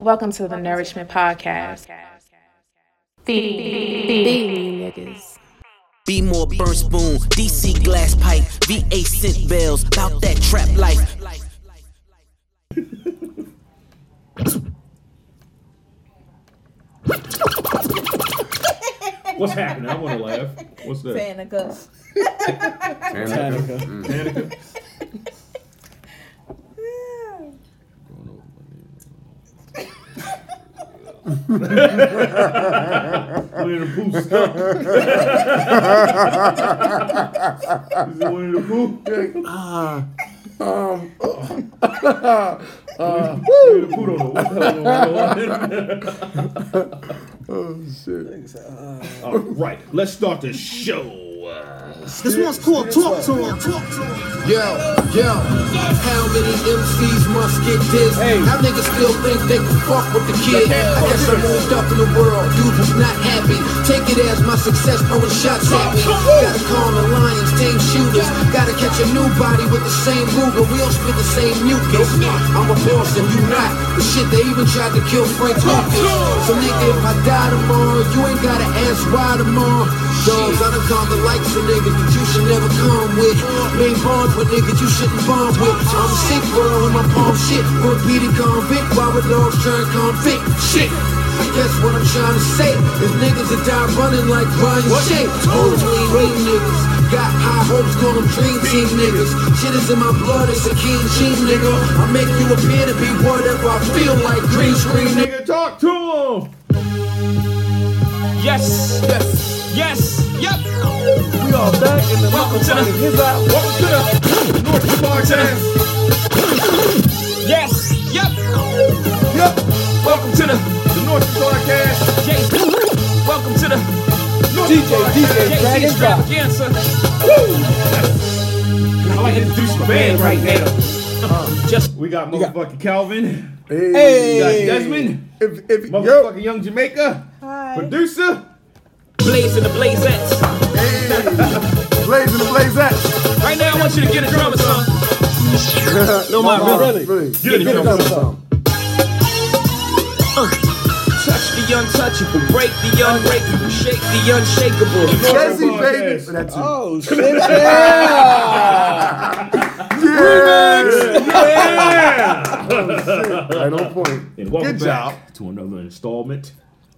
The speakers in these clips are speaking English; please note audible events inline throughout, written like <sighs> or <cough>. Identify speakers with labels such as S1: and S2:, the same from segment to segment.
S1: Welcome to the Nourishment Podcast. Feed niggas.
S2: Be more burn spoon, DC glass pipe, VA scent bells, bout that trap life.
S3: What's happening? I want to laugh. What's that?
S4: Danica.
S3: One in the poo stuck. Is it one in the poo? One in the poo don't know what the hell going on. All right, let's start the show. Uh,
S2: This one's called Talk to Him.
S5: Yo, yo,
S2: How many MCs must get this?
S5: Hey.
S2: How niggas still think they can fuck with the kid?
S5: can't
S2: I
S5: fuck
S2: guess I
S5: with
S2: moved up in the world, dude was not happy. Take it as my success, throwing shots at me. Gotta call the lions, tame shooters. Gotta catch a new body with the same ruger. We don't spit the same mucus. I'm a boss and you not. The shit, they even tried to kill Frank Lucas. So nigga, if I die tomorrow, you ain't gotta ask why tomorrow. Dogs, I done called the likes of niggas that you should never come with. Main bonds with niggas you shouldn't bond with. I'm sick, bro, on my palm shit. Would be the convict, why would dogs turn convict? Shit! I guess what I'm trying to say is niggas that die running like Brian Shea. Old lean mean niggas. Got high hopes, call them dream team niggas. Shit is in my blood, it's a king gene, nigga. I make you appear to be whatever I feel like, green screen, nigga.
S3: nigga, talk to him.
S6: Yes,
S5: yes,
S6: yes, yep.
S5: we are back in the
S6: Welcome to the-
S5: his out.
S3: Welcome to the North Podcast.
S6: Yes, yep.
S5: Yep,
S6: Welcome to the
S3: The North Podcast.
S6: J. Welcome to the
S3: North
S5: DJ, DJ.
S6: JC
S5: Dragon's Drop.
S6: Extravaganza.
S3: I like to introduce my band right now.
S6: <laughs> Just
S3: We got motherfucking Calvin. We got
S5: hey,
S3: Desmond.
S5: if, if, yo,
S3: Motherfucking Young Jamaica.
S4: Hi.
S3: Producer.
S6: blazing the blazettes.
S5: blaze in the blaze that.
S6: Right now, I want you to get a drummer song.
S5: No,
S6: mind,
S5: really, really,
S3: Get it,
S5: get another song.
S6: Uh, Touch the untouchable, break the unbreakable, shake the unshakable.
S3: North
S5: Jesse, baby,
S3: Podcast.
S5: that's it.
S7: Oh shit! Yeah.
S5: Yeah,
S3: Yeah.
S5: right on point.
S3: And welcome
S5: Good
S3: back to another installment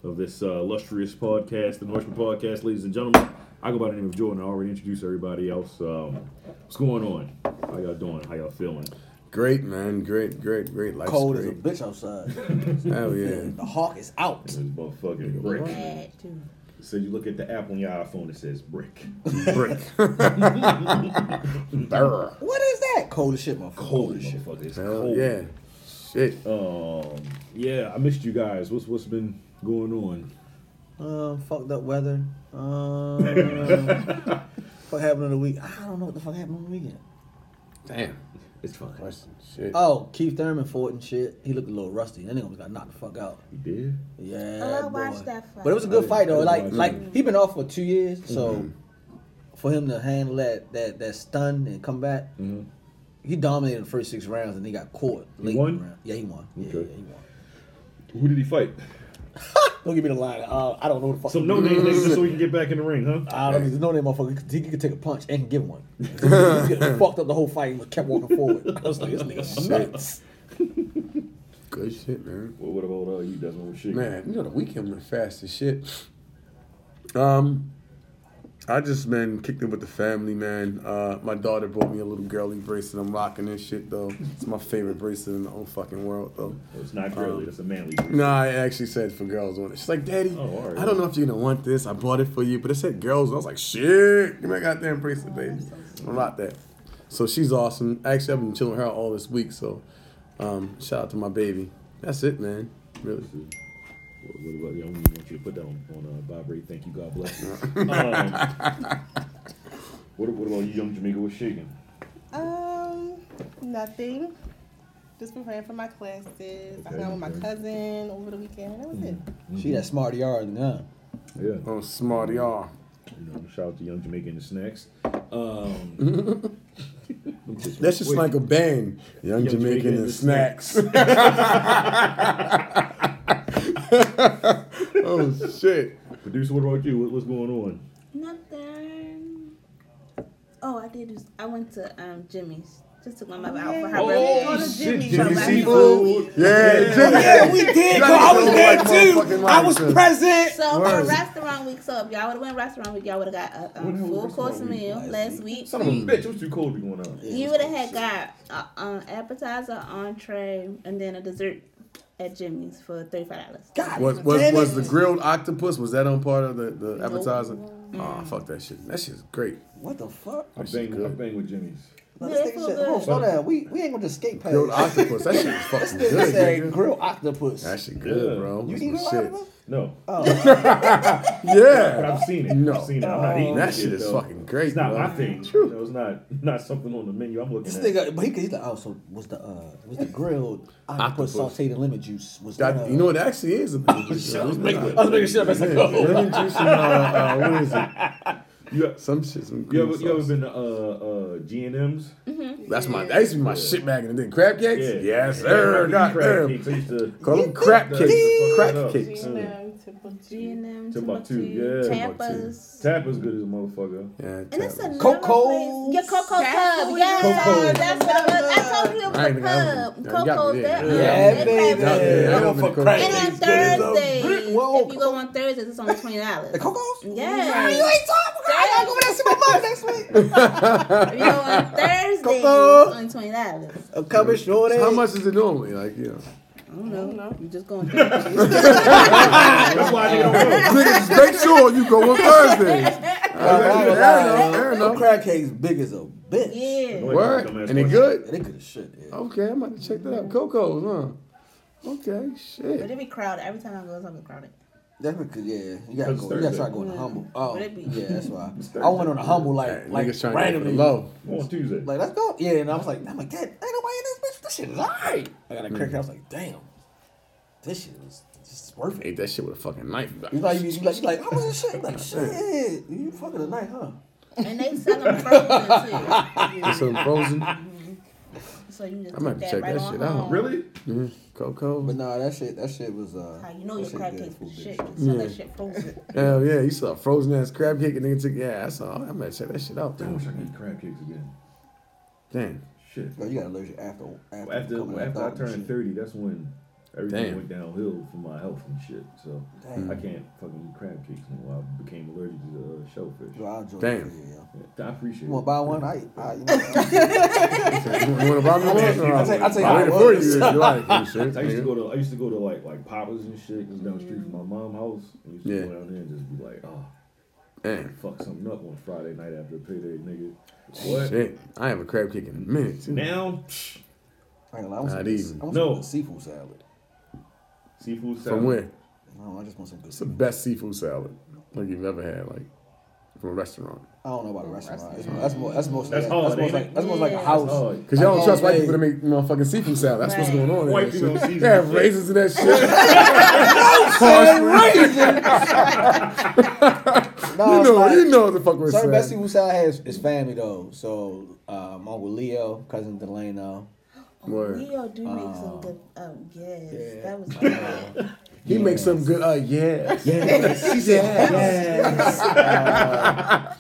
S3: of this uh, illustrious podcast, the Northman Podcast, ladies and gentlemen. I go by the name of Jordan. I already introduced everybody else. Um, what's going on? How y'all doing? How y'all feeling?
S8: Great man, great, great, great. Life's
S7: Cold as a
S8: great.
S7: bitch outside.
S8: Hell yeah.
S7: The hawk is out.
S3: This motherfucking brick. So you look at the app on your iPhone, it says brick.
S8: Brick. Brr.
S7: What is that? Cold as shit, motherfucker.
S3: <laughs> Cold as shit, fucker. It's
S8: Hell
S3: cold.
S8: yeah. Shit.
S3: Um, yeah, I missed you guys. What's what's been going on?
S7: Um, fucked up weather. <laughs> Um, what happened in the week? I don't know what the fuck happened on the weekend.
S8: Damn.
S3: <laughs> It's fine.
S8: Shit.
S7: Oh, Keith Thurman fought and shit. He looked a little rusty. That nigga almost got knocked the fuck out.
S3: You did?
S4: I
S7: Yeah, boy.
S4: watched that fight.
S7: But it was a good fight though.
S3: I
S7: Like
S3: watched
S7: like
S3: it.
S7: he been off for two years, so for him to handle that that that stun and come back, he dominated the first six rounds and Mm-hmm. he got caught. Late in the
S3: won?
S7: round. Yeah, he won. Yeah,
S3: Okay.
S7: yeah, he won.
S3: Who did he fight?
S7: Don't give me the line. Uh, I don't know the fuck.
S3: Some no name niggas just so we can get back in the ring, huh?
S7: I don't need to know that motherfucker. He could take a punch and give
S8: <laughs>
S7: one. He get fucked up the whole fight and kept walking forward. I was like, this nigga nuts.
S8: Good shit, man.
S3: Well, what about uh, you, Desmond? What shit?
S8: Man, you know the weekend went fast as shit. Um, I just man kicked it with the family, man. Uh, my daughter bought me a little girly bracelet. I'm rocking this shit though. It's my favorite bracelet in the whole fucking world though.
S3: It's not girly. That's a <laughs> manly. Brick.
S8: No, I actually said for girls on it. She's like, Daddy,
S3: Oh, all right.
S8: I don't know if you're gonna want this. I bought it for you, but it said girls. And I was like, shit, give me that goddamn bracelet, baby. I rock that. So she's awesome. Actually, I've been chilling with her all this week. So um, shout out to my baby. That's it, man. Really.
S3: What, what about you? I don't even want you to put that on, on uh, vibrate. Thank you, God bless. <laughs> You. um, what, what about you, young Jamaica? What's shaking?
S4: Um, nothing. Just preparing for my classes. I
S3: Okay,
S4: hung out with my
S3: okay.
S4: cousin over the weekend. That was it.
S9: Mm.
S7: She that smart yard now.
S3: Yeah,
S8: Oh, smart y'all.
S3: you know, shout out to young Jamaica and the snacks. Um,
S8: <laughs>
S3: I'm just-
S8: That's just <laughs>
S3: wait,
S8: like a band. Young, Jamaican, and snacks.
S7: chilling.
S8: Oh, Shit.
S3: Producer, what about you? What, what's going on?
S9: Nothing. Oh, I did. do- I went to um Jimmy's. Just took my mother out for her
S4: Oh,
S9: birthday.
S4: yeah. Jimmy.
S3: Jimmy
S9: Jimmy
S3: Seafood.
S8: Yeah, Jimmy.
S10: Yeah, we did. 'cause I was there too. I was present.
S9: So
S8: Word.
S9: for restaurant week, so if y'all would have went restaurant week, y'all would have got a,
S3: What
S9: um
S3: the hell
S9: full
S3: was
S9: course
S3: restaurant week
S9: meal last week.
S3: Son of a bitch, it was too cold to be going out.
S9: You would have had got uh, um, appetizer, entree, and then a dessert at Jimmy's for thirty five dollars.
S10: God
S8: Was was,
S10: damn
S8: was
S10: it.
S8: the grilled octopus? Was that on part of the, the appetizer? Oh fuck that shit. That shit's great.
S7: What the fuck?
S3: I
S8: shit
S3: bang, I
S8: good.
S3: bang with Jimmy's.
S7: No, this nigga said, hold on, slow down. We, we ain't gonna just skate past.
S8: Grilled octopus. That shit is fucking <laughs>
S7: This nigga
S8: good.
S7: said
S8: nigga.
S7: grilled octopus.
S8: That shit good,
S3: Yeah.
S8: bro.
S7: you
S8: With
S7: eat
S8: some
S7: grilled octopus?
S3: No, but
S8: Yeah.
S3: I've seen it.
S8: No.
S3: I've seen it. I'm not eating
S8: That shit is
S3: though.
S8: fucking great.
S3: It's not
S8: bro.
S3: my thing. You know, it's not not something on the menu. I'm looking
S7: This
S3: at.
S7: nigga, but he, he's like, oh, so was the uh, was the grilled octopus,
S8: Octopus.
S7: sauteed in lemon juice? Was that,
S8: That,
S7: uh,
S8: you know, it actually
S3: <laughs>
S8: is a lemon juice.
S3: I was
S8: Lemon
S3: making-
S8: juice.
S3: I was oh, making shit up as I go.
S8: Yeah, Lemon juice and, uh, uh, what is it?
S3: You,
S8: Some shit, some
S3: you
S8: green
S3: ever you ever
S8: sauce.
S3: been to uh, uh, G and M's?
S8: That's my, that used to be my shit back in the day. Crab cakes? Yes, sir.
S3: Crab
S8: God damn.
S3: cakes. I used to
S8: Call them crab cakes.
S3: Fuck
S8: Crab
S3: up.
S8: cakes.
S9: G&M,
S3: Timbuktu,
S9: Timbuktu,
S3: yeah,
S8: Timbuktu.
S9: Tampa's.
S3: Tampa's good as a motherfucker.
S8: Yeah,
S9: And it's
S8: Tapas.
S9: another
S7: Coco's.
S9: place. Yeah, Coco Pub.
S4: That's what we
S9: Yeah,
S3: Coco's.
S9: that's what it was. I told you it was
S8: I ain't
S9: a
S8: think I was-
S9: pub.
S8: yeah, you got
S9: Coco's.
S8: me
S9: That,
S8: there.
S9: um,
S7: Yeah,
S9: that
S7: baby.
S9: type of-
S8: Yeah,
S7: I'm
S8: yeah,
S7: gonna
S8: yeah.
S7: fuck crab
S9: And on
S7: cakes good as a
S9: Thursdays,
S7: brick
S9: if you
S7: wall.
S9: go on Thursdays, it's only twenty dollars.
S7: The Coco's?
S9: Yeah.
S7: You ain't talking about. I gotta go over there and see my mom next
S8: <laughs>
S7: week.
S9: If you go on Thursdays, it's
S7: Coco.
S9: only twenty dollars.
S7: I'm coming short.
S8: How much is it normally? Like, you
S9: <laughs>
S8: know.
S9: I don't know. You just go on
S8: <laughs>
S9: Thursdays.
S3: That's why I nigga don't go.
S8: Nigga, just make sure you go on Thursdays.
S9: <laughs>
S8: Fair
S7: Uh, them
S8: enough.
S7: crab cakes big as a bitch.
S9: yeah.
S8: Word. And it good?
S7: They good as shit. Yeah.
S8: Okay, I'm about to check that out. Coco's, huh? Okay,
S9: But
S8: shit.
S9: it be crowded. Every time I go, it's gonna be crowded.
S7: That's because yeah, you gotta
S3: Cause
S7: go. You gotta
S3: Thursday.
S7: try going to humble. Oh,
S9: Would it be?
S7: yeah, that's why. I went on a humble like like
S8: Niggas trying to get
S7: randomly.
S8: the low.
S3: On Tuesday.
S7: Like let's go. Yeah, and I was like, I'm like, that ain't nobody in this bitch. This shit is alright. I got a crack. I was like, damn, this shit is just worth it.
S8: Ate that shit with a fucking knife.
S7: You like, you like, you like, how was this shit? You like, shit, you fucking tonight, huh?
S9: And they sell them frozen <laughs> too.
S8: Get
S3: <laughs>
S8: some frozen.
S9: So you just
S8: I might
S9: take
S8: check
S9: right
S8: that
S9: on
S8: shit out.
S9: home.
S3: Really?
S8: Coco.
S7: But nah, that shit, that shit was uh.
S9: How you know
S7: that
S9: your
S7: shit
S9: crab
S7: good
S9: cakes
S7: for
S9: was
S7: bitches.
S9: shit. You sell that shit frozen.
S8: Hell yeah, you saw a frozen ass crab cake and nigga took yeah, I saw. I'm gonna check that shit out.
S3: I wish I could eat crab cakes again.
S8: Damn.
S3: Shit.
S7: Yo, you got allergic after after, coming out
S3: After, after I
S7: of the
S3: turned
S7: shit.
S3: 30, that's when everything
S8: Damn.
S3: went downhill for my health and shit. So
S7: Damn.
S3: I can't fucking eat crab cakes anymore. I became allergic to uh, shellfish.
S7: Yo, I'll join
S8: Damn.
S7: you, yo.
S3: Yeah, I appreciate
S7: You wanna
S3: it.
S7: buy one? I, I, you know,
S8: You wanna buy me one?
S7: I'll take- I'll take
S8: I'll wait
S7: how it
S8: for you
S7: was.
S8: if you like.
S3: <laughs>
S8: you shit,
S3: I used to
S8: nigga.
S3: go to I used to go to like like Papa's and shit because down the street from my mom's house. I used to
S8: Yeah.
S3: go down there and just be like, oh,
S8: Damn.
S3: fuck something up on Friday night after payday, nigga. What?
S8: Shit. I have a crab cake in a minute. too.
S3: Now
S7: I ain't gonna lie, I want some
S8: Not
S7: good-
S8: even.
S7: I want
S3: No.
S7: some good seafood salad.
S3: seafood salad.
S8: From where?
S7: I don't know, I just want some good
S8: It's the
S7: seafood.
S8: best seafood salad like you've ever had, like from a restaurant.
S7: I don't know about a restaurant. That's, that's more. That's most.
S3: That's
S7: That's,
S3: hard,
S7: that's, most
S3: ain't
S7: like,
S3: it?
S7: that's most like a
S9: Yeah.
S7: house.
S3: Oh,
S8: Cause y'all don't
S7: Like,
S8: trust
S7: oh,
S8: white
S7: hey.
S8: people to make motherfucking seafood salad. That's what's
S9: Right.
S8: going on. in
S3: White
S8: that
S3: people
S8: shit.
S3: don't season
S8: They have
S3: shit.
S8: raisins in
S3: <laughs>
S8: that <laughs> shit.
S7: No,
S8: you
S7: it's
S8: know,
S7: like-
S8: you know what the fuck we're
S7: Certain best
S8: saying.
S7: seafood salad has is family though. So um, Uncle Leo, cousin Delano.
S8: Word.
S9: Leo do make some good. Oh yes,
S7: Yeah.
S9: that was. good.
S8: He makes some good. Uh,
S7: <laughs>
S8: yes.
S7: Yes, yes, yes. Uh,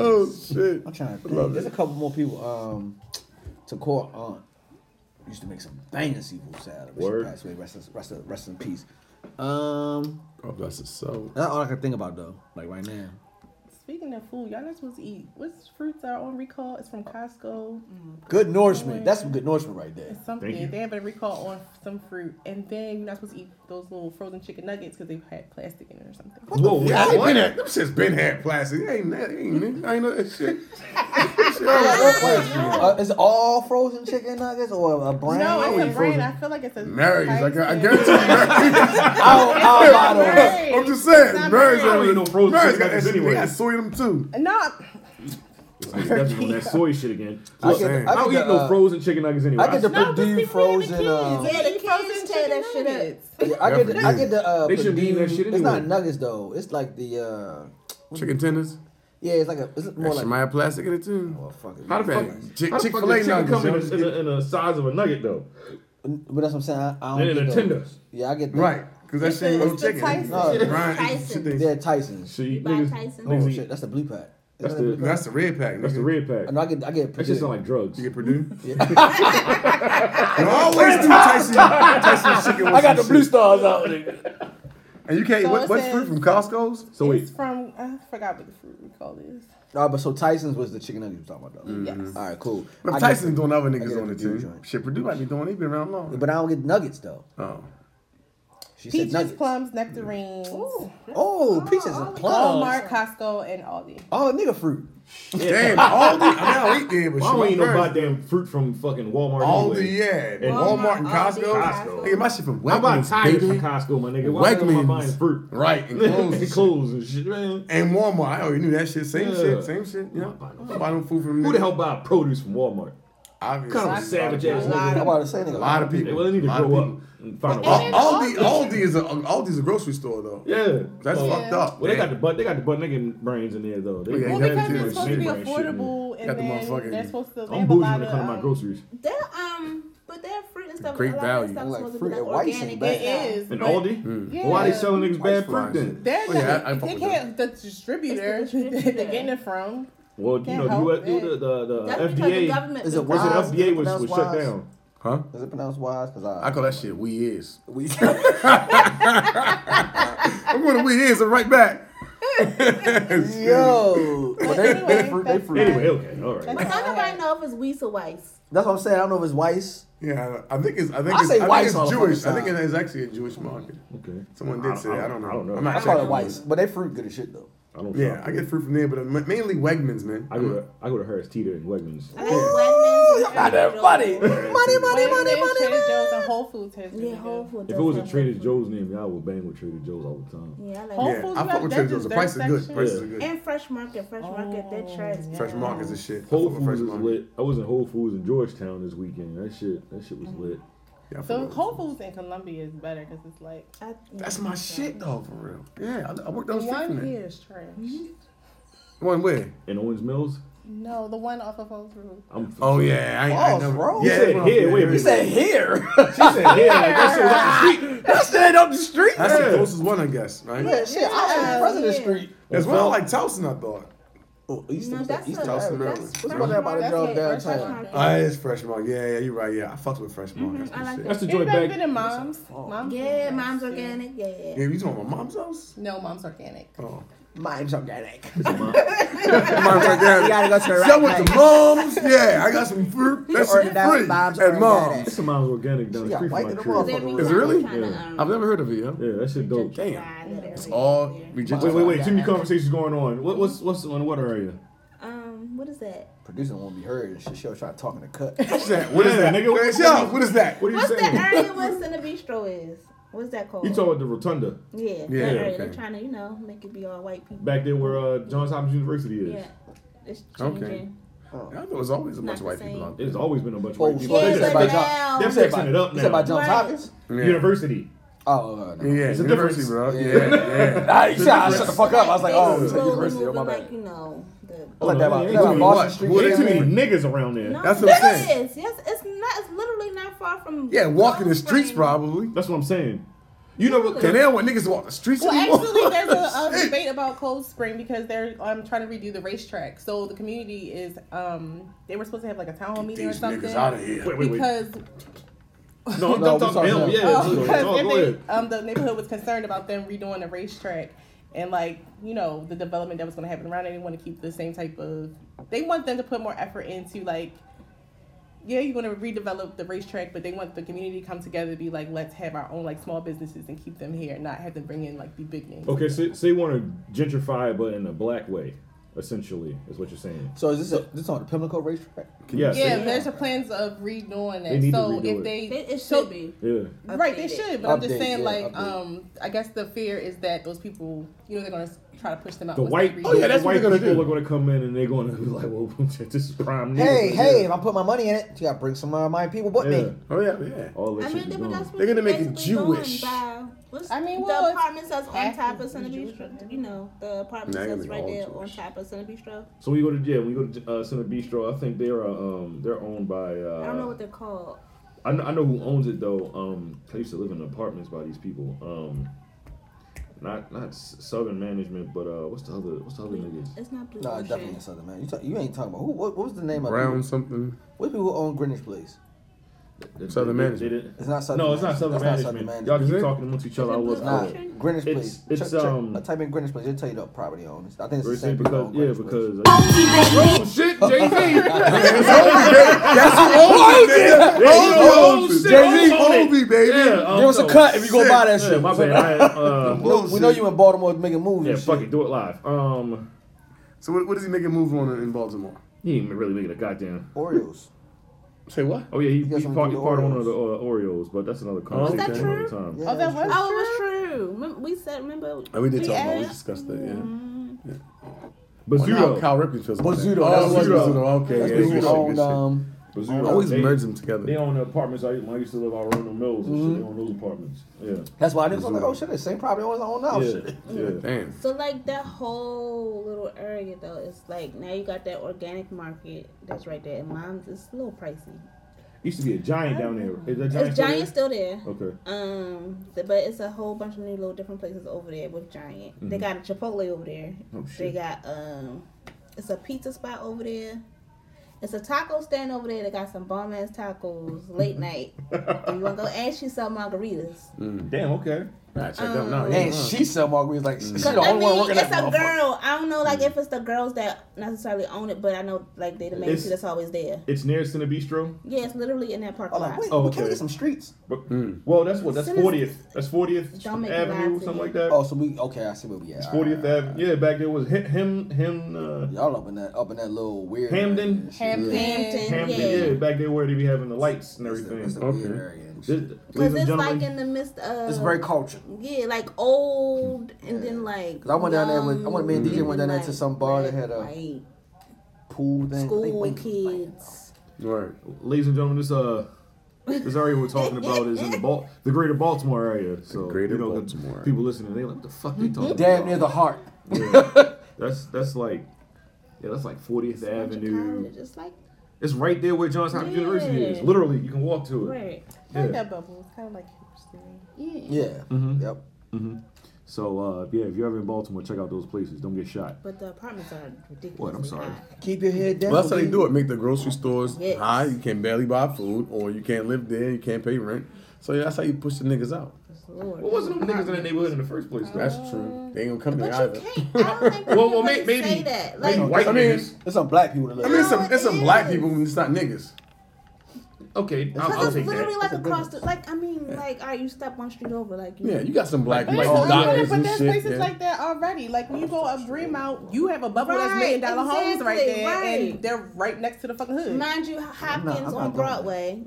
S8: Oh shit.
S7: I'm trying to
S8: I love
S7: think. There's a
S8: it.
S7: couple more people. Um, Takor Aunt used to make some banging seafood salad. but she
S3: Word.
S7: passed away. Rest, in- rest, in- rest in peace. Um,
S8: Oh, bless his soul.
S7: that's all I can think about though. Like right now.
S4: Speaking of food, y'all not supposed to eat. What's fruits are on recall? It's from Costco.
S7: Good nourishment. That's some good nourishment right there.
S4: It's something.
S3: Thank you.
S4: They have a recall on some fruit, and then you're not supposed to eat those little frozen chicken nuggets because they've had plastic in it or something.
S3: Whoa,
S8: Yeah, I
S3: what?
S8: ain't been had. Them shit's been had plastic. It ain't that. Ain't it? I ain't know that
S3: <laughs>
S8: shit.
S7: Uh, is it all frozen chicken nuggets or a brand?
S4: No,
S8: I
S4: it's
S8: would
S4: a
S8: eat
S4: brand.
S8: frozen.
S4: I feel like it's a
S8: Marys. I, gu-
S4: Tyson.
S8: I guarantee you.
S3: <laughs> Oh,
S8: <laughs>
S7: I'll, I'll buy those.
S4: Marys.
S8: I'm just saying.
S4: Not
S8: Marys
S4: Marys.
S8: don't
S3: I don't eat no frozen
S8: Marys
S3: chicken
S8: got that
S3: nuggets
S8: shit. They
S3: anyway.
S8: got soy in them too.
S4: No,
S3: It's definitely on that soy shit again.
S7: I
S3: Look,
S7: get,
S8: saying.
S7: the- I get
S3: I don't
S7: the,
S3: eat no
S7: uh,
S3: frozen chicken nuggets anyway.
S7: I get the
S3: I-
S4: no,
S7: Purdue frozen. Uh,
S9: Yeah, the
S4: Eat
S9: kids
S4: frozen
S9: tear that
S4: chicken
S9: shit up.
S4: nuggets.
S7: I get the, I get the uh,
S3: They
S7: Purdue.
S3: shouldn't be eating that shit
S7: It's not
S3: anyway.
S7: nuggets though. It's like the uh,
S8: Chicken tenders.
S7: yeah, it's like a it's more
S8: That shit might
S7: like.
S8: have plastic in it too.
S7: Well, fuck it.
S8: How the
S7: Fuck
S8: fuck?
S7: it.
S8: Chick
S3: Oh, How the
S8: Chick
S3: fuck
S8: Fil A
S3: does chicken
S8: nuggets.
S3: come in
S8: yo?
S3: a- in a- in a size of a nugget though?
S7: But that's what I'm saying. I, I
S3: And
S7: don't
S11: Oh,
S3: in
S7: get
S3: a
S7: those.
S3: tender.
S7: Yeah, I get the,
S8: Right. Because that shit ain't no
S4: It's the
S8: chicken.
S4: Tyson.
S8: No,
S4: It's
S8: Brian eats
S9: Tyson.
S8: chicken.
S7: Yeah, Tyson.
S3: See,
S9: Buy
S3: niggas,
S9: Tyson.
S3: niggas
S7: Oh
S3: eat-
S7: shit, that's the blue pack.
S3: That's
S7: Isn't that blue
S3: the-
S7: pack?
S8: That's the red pack.
S3: that's the red pack.
S7: I know I get I get
S3: That shit sound
S7: Purdue.
S3: like drugs.
S8: You <laughs> get Purdue?
S7: Yeah.
S8: <laughs> You always do Tyson,
S3: <laughs>
S8: Tyson chicken with
S10: I got the
S8: some
S10: blue
S8: shit.
S10: stars out, nigga.
S8: And you can't,
S4: So
S8: what,
S4: it
S8: what's
S4: says-
S8: fruit from Costco's?
S3: So wait,
S4: It's from I forgot what the fruit we call this.
S7: Nah, but so Tyson's was the chicken nugget you were talking about though.
S4: Yes.
S7: All right, cool.
S8: But
S7: I
S8: if
S7: get-
S8: Tyson's doing other
S7: I
S8: niggas
S7: get
S8: on
S7: a
S8: the
S7: Purdue
S8: team.
S7: joint.
S8: Shit, Purdue might be doing. He been around long.
S7: But I don't get nuggets though.
S8: Oh,
S7: She said
S4: Peaches,
S7: nuggets.
S4: plums, nectarines,
S7: Oh, peaches and plums.
S4: Walmart, Costco, and Aldi.
S7: Oh, nigga fruit.
S4: <laughs>
S8: damn! All the I mean, I don't eat there, but
S3: I don't
S8: shit,
S3: eat
S8: my
S3: no
S8: parents-
S3: goddamn fruit from fucking Walmart.
S8: All the
S3: anyway.
S8: yeah, and
S3: Walmart,
S8: Walmart and
S9: Aldi,
S8: Costco.
S9: Costco.
S8: Nigga, my shit from
S3: I buy
S8: Wegmans,
S3: tires from
S8: baby.
S3: Costco, my nigga. Why the hell am I
S8: Wegmans.
S3: buying fruit?
S8: Right,
S3: <laughs>
S8: and clothes.
S3: and
S8: and
S3: clothes and shit, man.
S8: And Walmart, I already knew that shit. Same
S3: Yeah.
S8: shit, same shit. Yeah,
S3: not buying no
S8: I don't buy no food from
S3: Who the hell buy produce from Walmart?
S8: Obviously,
S3: Kind of a savage
S8: A
S3: ass
S7: I'm
S3: nigga.
S7: about to say
S8: lot of-
S7: nigga.
S8: lot of
S3: Hey,
S8: people.
S3: Well, they need to
S8: Lot of
S3: grow up
S8: people.
S3: and find a
S8: Al-
S3: way.
S8: Aldi, Aldi is a Aldi's a grocery store though.
S3: Yeah,
S8: That's
S3: Well,
S8: fucked up.
S3: Well, they got the
S8: man.
S3: butt. They got the butt nigga brains in there though. They
S8: Yeah,
S4: Well,
S8: that
S4: because
S8: is
S4: it's
S8: different.
S4: supposed to be
S3: Shame brand shit, man.
S4: affordable, and
S8: Got the
S4: then
S8: motherfucking-
S4: they're supposed to. They
S3: I'm
S4: have a
S3: bougie
S4: lot
S3: when it comes to my
S4: of. um,
S3: groceries.
S9: That um, but that fruit and stuff.
S8: Great
S9: a lot of
S8: value.
S9: that stuff's
S7: Like
S9: supposed to be
S7: fruit
S9: like
S7: and rice and
S9: organic.
S4: It
S7: bag.
S9: and stuff.
S4: is.
S3: And
S4: but
S3: Aldi.
S4: Yeah.
S3: Why they selling niggas
S8: White
S3: bad fruit
S8: fries.
S3: then?
S4: They're
S8: Oh,
S4: not.
S8: yeah, I- I fuck
S4: they
S8: with
S4: can't. The distributor,
S9: It's the distributor.
S4: <laughs> they're getting it from.
S3: Well, you
S4: Can't
S3: know,
S4: help
S3: the, US, the,
S4: it.
S3: the, the
S9: That's because the
S3: FDA,
S9: government.
S7: Is it
S9: the
S7: worth
S3: the
S7: it
S9: government-
S7: up?
S3: FDA was,
S7: That's
S3: was shut
S7: wise.
S3: down.
S8: Huh?
S7: Is it pronounced wise? Cause
S8: I
S7: I,
S8: call that shit we is.
S3: <laughs>
S7: we,
S8: I'm going to we is and right back. <laughs>
S7: yo,
S4: But
S8: they-
S4: anyway,
S8: they fruit- they
S4: that's
S8: fruit.
S3: Anyway,
S4: fine.
S3: okay, all right.
S9: But don't nobody know if it's wheat or rice.
S7: that's what I'm saying. I don't know if it's Weiss.
S8: Yeah, I I think it's I think
S7: I
S8: it's,
S7: say
S8: I
S7: whites
S8: think
S7: all
S8: it's
S7: the
S8: Jewish.
S7: fucking
S8: I think it
S7: time.
S8: is actually a Jewish market.
S3: Okay.
S8: Someone did
S3: I-
S8: say I don't know.
S3: I don't know.
S8: I'm not
S7: I call it
S8: checking.
S7: Weiss, but they fruit good as shit though.
S3: I don't.
S8: Yeah,
S3: shop.
S8: I get fruit from there, but uh, ma- mainly Wegmans, man.
S3: I go to I go to Harris Teeter and Wegmans.
S9: I like Wegmans.
S7: y'all got that money. Money, money,
S4: Wegmans,
S7: money, money,
S4: Trader
S7: money.
S4: Joe's and Whole Foods has really
S9: Yeah, Whole
S4: good.
S9: Foods.
S3: If it
S9: does
S3: was a
S9: have
S3: Trader
S9: Whole Foods.
S3: Joe's name, y'all would bang with Trader Joe's all the time.
S9: Yeah, I like
S4: Whole
S9: that.
S8: Yeah,
S4: Foods
S8: I fuck
S4: have
S8: with
S4: that
S8: Trader
S4: just
S8: Joe's. The
S4: their
S8: price is good. The
S4: section.
S8: price is
S3: Yeah.
S8: good.
S9: And Fresh Market, Fresh Market, that trash.
S8: Fresh Market's is shit. I
S3: Whole
S8: fuck with Fresh
S3: Foods is
S8: Market.
S3: lit. I was in Whole Foods in Georgetown this weekend. That shit, that shit was lit.
S8: Yeah, I fuck
S4: So
S8: with-
S4: Whole Foods in Columbia is better because it's like
S9: I-
S8: That's my shit though, for real. Yeah, I, I worked
S1: Oh,
S4: the
S8: on street
S4: one
S8: from
S4: here
S8: it.
S4: is trash.
S8: One way.
S3: In Owens Mills,
S4: No, the one off of Old Road.
S3: I'm.
S8: Oh yeah, I, I
S7: False,
S8: never.
S7: bro.
S8: Yeah,
S7: You
S3: said
S8: that's what I'm- yeah,
S3: here, wait a
S8: yeah.
S3: minute.
S7: You said here. <laughs>
S3: She said, "Yeah, like that shit was up the street."
S7: that shit ain't up the street.
S8: That's
S3: Yeah.
S8: the closest one, I guess. Right.
S7: Yeah, shit, I was in President
S9: Yeah.
S7: Street.
S8: There's one like Towson, I thought.
S7: Oh, East
S9: No,
S7: East-
S9: that's
S7: East
S9: a-
S8: Towson,
S7: Towson.
S8: Maryland.
S9: that's
S8: Which
S7: Remember that by the
S4: That's
S7: drug
S4: it, Fresh
S7: downtown.
S4: Market.
S3: Uh,
S8: Ah, it's Fresh Market. Yeah, yeah, you're right. Yeah, I fucked with Fresh Market. That's
S9: Oh, I
S8: my
S9: like
S8: shit.
S3: That's the joint
S4: Anybody
S3: bag. Oh.
S4: been in Mom's? Mom's is
S9: Yeah,
S4: nice,
S9: mom's
S4: too.
S9: organic. Yeah, yeah.
S8: Yeah, you talking about my mom's house?
S4: No, Mom's organic.
S8: Oh.
S7: Mine's organic.
S8: Mom's like, yeah.
S7: <laughs> You gotta go to
S8: So
S7: the
S8: I
S7: right
S8: went to
S7: place.
S8: mom's. Yeah, I got some fruit. That's
S7: Or
S8: free
S7: down at Bob's or
S8: at mom's.
S7: Daddy's.
S3: Some miles organic down
S7: She
S3: the
S7: got
S3: street
S7: white
S3: from my
S7: in the
S3: crib.
S7: motherfucker.
S8: Is it really?
S9: Yeah.
S8: I've never heard of it. Yo.
S3: Yeah, that shit dope. Wait,
S8: Damn. It's all rejected.
S3: wait, wait. Too many conversations going on. What, what's what's on what area?
S9: Um, what is that?
S7: Producer won't be heard and shit. She'll try talking to cut.
S8: What's that? What is
S3: Yeah,
S8: that,
S3: nigga, what-
S8: Hey, yo, what is that?
S3: What are you
S9: What's
S3: saying?
S9: that area where Center Bistro is? What's that called?
S3: You talking about the rotunda
S9: yeah,
S8: Yeah,
S9: that area.
S8: okay.
S9: They're trying to, you know, make it be all white people.
S3: back there where uh, Johns Hopkins University is?
S9: Yeah. It's
S8: Okay.
S9: changing.
S8: I know there's always a bunch of
S9: Not
S8: white
S9: the
S8: people
S9: same.
S8: out there.
S3: There's always been a bunch of
S7: Oh,
S3: white people.
S7: shit.
S9: Yeah,
S3: They're
S7: said
S9: but
S3: just
S7: by
S3: like-
S9: now,
S3: They're fixing it up
S7: You said
S3: now.
S7: by Johns
S9: Right.
S7: Hopkins?
S8: Yeah.
S3: University.
S7: Oh, no, no.
S8: Yeah, yeah,
S3: It's a
S8: university,
S3: difference.
S8: bro.
S7: Yeah.
S8: Yeah, yeah.
S7: Nah, you trying to shut the fuck up. I was like, oh,
S9: They
S7: it's a
S9: slowly
S7: university. Oh,
S9: moving
S7: my bad.
S9: like, you know, the...
S7: I like that
S3: Oh,
S7: about,
S3: yeah,
S7: that about Boston
S3: yeah.
S8: What?
S7: Street.
S8: What
S3: There's
S8: is
S3: too
S8: it?
S3: many niggas around there.
S9: No,
S8: That's what I'm
S9: there
S8: saying.
S9: is. Yes, it's not. It's literally not far from.
S8: Yeah, walking the
S9: Gulf
S8: streets
S9: Stream.
S8: probably.
S3: That's what I'm saying. You know what?
S8: Cause they don't want niggas to walk the streets
S4: Well,
S8: anymore.
S4: actually, there's a
S8: <laughs>
S3: <laughs>
S4: um, debate about Cold Spring because they're um, trying to redo the racetrack. So the community is um, they were supposed to have like a town hall meeting or
S8: These
S4: something.
S8: niggas out of here.
S3: Wait, wait, wait.
S4: Because,
S7: No,
S3: No, no,
S7: we
S3: talk
S7: talking
S3: him.
S7: about-
S3: Yeah,
S4: oh,
S3: go ahead.
S4: because
S3: Talk,
S4: if
S3: go ahead.
S4: they, um, the neighborhood was concerned about them redoing the racetrack and like you know the development that was going to happen around. it. They didn't want to keep the same type of. They want them to put more effort into like. Yeah, you're gonna redevelop the racetrack, but they want the community to come together to be like, let's have our own like small businesses and keep them here, not have to bring in like the big names.
S3: Okay, so, so you want to gentrify, but in a black way, essentially, is what you're saying.
S7: So is this, a, this on the Pimlico racetrack?
S3: Yes.
S4: Yeah,
S3: Yeah.
S4: there's a plans of redoing
S3: They
S4: it.
S3: need to
S4: so
S3: redo
S4: if
S3: it.
S4: they,
S9: It, it
S4: so-
S9: should be.
S4: right, they
S9: Update it.
S4: should. But I'm just
S7: Update,
S4: saying,
S7: yeah,
S4: like,
S7: update.
S4: um, I guess the fear is that those people, you know, they're gonna s- try to push them out.
S3: The
S4: once
S3: white,
S4: they redo
S8: Oh, yeah,
S4: it.
S8: that's what
S3: the white
S8: they're gonna
S3: people
S8: do.
S3: are going to come in and they're going to <laughs> be like, well, this is prime niggas.
S7: Hey,
S3: right
S7: hey,
S3: here.
S7: if I put my money in it, you gotta bring some of my people with
S3: Yeah.
S7: me.
S8: Oh yeah, yeah.
S3: All that
S9: I
S3: shit
S9: mean,
S3: is
S9: but that's
S3: gone.
S9: what
S8: They're gonna make it
S9: basically going
S8: Jewish.
S9: by- what's-
S4: I mean,
S9: the
S4: well, it's
S9: apartments that's on
S4: half
S9: top of
S4: is
S9: Center
S4: Jewish,
S9: Bistro. You know, the apartments
S8: Nah, they're
S9: that's
S8: gonna
S9: right
S8: be
S9: there
S8: all
S9: on
S8: Jewish.
S9: top of Center Bistro.
S3: So when you go to yeah, when you go to uh, Center Bistro, I think they're uh, um they're owned by uh,
S9: I don't know what they're called.
S3: I I know, I know who owns it though. Um, 'cause I used to live in apartments by these people. Um, not not S- Southern Management, but uh, what's the other what's the other niggas?
S9: It's not blue.
S7: No,
S9: Ocean.
S7: it's definitely not Southern man. You, talk, you ain't talking about who? What, what was the name of
S8: Brown
S7: people?
S8: something.
S7: What's people who own Greenwich Place?
S3: They-
S8: Southern
S3: they- they
S8: Management.
S3: did it.
S7: It's not Southern
S3: No, it's not
S7: Management.
S3: Southern
S7: That's not Southern
S3: Management. Y'all
S7: Management.
S8: Is
S3: just keep
S8: it?
S3: talking amongst each other.
S9: Is
S3: I
S9: it
S3: wasn't.
S9: Blue
S7: Nah,
S3: aware.
S9: Ocean?
S7: Greenwich
S3: It's-
S7: Place.
S3: it's, um,
S7: I type in Greenwich Place. It'll tell you the property owners. I think it's the same
S3: Recently
S7: people. own
S3: because yeah,
S7: Greenwich Place.
S3: because
S8: Oh shit, Jay Z. <laughs>
S3: oh
S8: Jay Z, Obi, baby.
S3: Yeah, um,
S7: Give us a
S3: no,
S7: cut if you gonna buy that
S3: yeah,
S7: shit.
S3: My bad. I, uh,
S7: We- we know you in Baltimore making movies.
S3: yeah,
S7: and
S3: fuck
S7: shit.
S3: it. Do it live. Um,
S8: So what, what does he make a move on in, in Baltimore?
S3: he ain't really making a goddamn.
S7: Oreos.
S8: Say what?
S3: Oh yeah, he,
S7: got
S3: he
S7: something
S3: part,
S7: to do
S3: he
S7: with
S3: part of one
S7: Oreos.
S3: of the uh, Oreos, but that's another conversation
S8: that
S3: another
S9: true?
S3: time.
S7: Yeah,
S4: Oh, that was
S9: Oh, it was true. Remember, we said, remember.
S8: And Oh, we did talk about. it. We
S9: asked-
S8: discussed that. Yeah. Well, now
S3: Bazzuto.
S8: Kyle Ripken feels about
S7: Bazzuto,
S8: that. Oh,
S7: that's what-
S8: Bazzuto. Okay.
S7: That's
S8: yeah,
S7: people
S8: good
S7: who
S8: shit,
S7: own
S8: good shit.
S7: um,
S3: Bazzuto.
S8: Always
S3: They-
S8: merge them together.
S3: They own the apartments I, when I used to live out Roanoke Mills and shit. They own those apartments. Yeah.
S7: That's why I was like, oh shit, the same property owners I own now.
S3: Yeah.
S7: Oh, Shit.
S3: Yeah.
S8: Damn.
S9: So like that whole little area though, it's like now you got that organic market that's right there, and mine's it's a little pricey.
S3: Used to be a giant down there. Is that giant?
S9: It's
S3: still there?
S9: Giant still there.
S3: Okay.
S9: Um, th- but it's a whole bunch of new little different places over there with Giant. They got a Chipotle over there.
S3: Mm-hmm. Oh, shit.
S9: They got um, it's a pizza spot over there. It's a taco stand over there. They got some bomb ass tacos
S3: Mm-hmm.
S9: late
S3: <laughs>
S9: night. and you gonna go ask you some margaritas.
S3: Damn. Okay.
S8: Nah, check that one out.
S7: And
S8: Yeah.
S7: she sell margaritas like she the
S9: But, I
S7: only one
S9: mean,
S7: working
S9: it's
S7: that
S9: a
S7: motherfucker.
S9: girl. I don't know, like
S3: Mm-hmm.
S9: if it's the girls that necessarily own it, but I know like they the main
S3: It's-
S9: two that's always there.
S3: It's near Cine Bistro.
S9: Yeah, it's literally in that
S7: I'm
S9: parking
S7: like,
S9: lot.
S7: wait,
S3: Oh,
S7: we can't
S3: okay.
S7: get some streets.
S3: But,
S7: Hmm.
S3: Well, that's what. That's
S9: Cine-
S3: fortieth. That's fortieth
S9: Don't make me
S3: Avenue,
S9: lie
S3: or
S9: to
S3: something
S9: you.
S3: like that.
S7: Oh, so we okay? I see where we at. All
S3: Fortieth
S7: right.
S3: Avenue. Yeah, back there was hi- him, him, uh,
S7: Y'all up in that up in that little weird
S3: Hamden?
S4: Hampton.
S9: Hampton.
S3: Hampton.
S9: Yeah.
S3: Yeah. back there where they be having the lights and everything.
S7: It's a
S3: Okay.
S7: weird area. and shit.
S3: This-
S9: Cause
S3: ladies
S9: it's
S3: and gentlemen,
S9: like in the midst of
S7: It's very cultured. 'Cause
S9: yeah, like old and then like.
S7: I went down there with I
S9: young,
S7: went me and DJ went down there to
S9: like,
S7: some bar that had a
S9: like,
S7: pool thing. They
S9: school
S7: went-
S9: kids.
S8: Right.
S3: ladies and gentlemen, this uh, this area we're talking about is in the Bal- the Greater Baltimore area. So
S8: Greater
S3: you know, the
S8: Baltimore.
S3: people listening, they like what the fuck they talking
S7: Damn near
S3: about.
S7: the heart.
S3: Yeah. that's that's like yeah, that's like fortieth Avenue.
S9: College, Just like
S3: It's right there where Johns Hopkins University is.
S9: Yeah.
S3: Literally, you can walk to it.
S9: right.
S4: I like
S3: Yeah.
S4: that bubble. It's kind of like hipster.
S9: Yeah.
S7: Yeah. Yep.
S3: So uh, yeah, if you're ever in Baltimore, check out those places. Don't get shot.
S9: But the apartments are ridiculous.
S3: What? I'm sorry.
S7: Keep your head down.
S8: Well, that's how they
S7: G.
S8: do it. Make the grocery stores
S9: Yes.
S8: high. You can barely buy food, or you can't live there. You can't pay rent. So yeah, that's how you push the niggas out.
S9: Lord.
S3: What wasn't them niggas in that neighborhood in the first place? Though?
S8: That's true. They ain't gonna come
S9: But
S8: here
S9: you
S8: either.
S9: can't. I don't think
S3: <laughs>
S9: well,
S3: Well, well,
S9: well,
S3: may-
S9: maybe,
S3: maybe,
S9: say that. Like,
S3: maybe white
S8: I mean-
S3: niggas.
S7: There's some black people that
S8: <laughs>
S7: live.
S8: I mean, it's
S7: there.
S8: some, it's some black people who it's not niggas.
S3: Okay, I'll,
S9: Because
S3: I'll
S9: it's
S3: take
S9: literally
S3: that.
S9: like across the, like I mean, like, all right, you step one street over, like you,
S8: Yeah, you got some black people,
S4: But
S8: some
S4: it's limited,
S8: doctors
S4: but
S8: and
S4: there's
S8: shit.
S4: places
S8: yeah.
S4: like that already. Like when you go up Greenmount, you have a bubble that's
S9: Right,
S4: million dollar homes right
S9: exactly,
S4: there,
S9: right.
S4: and they're right next to the fucking hood. <laughs>
S9: mind you,
S7: not- I'm
S9: Hopkins
S7: not
S9: on
S7: doing
S9: Broadway.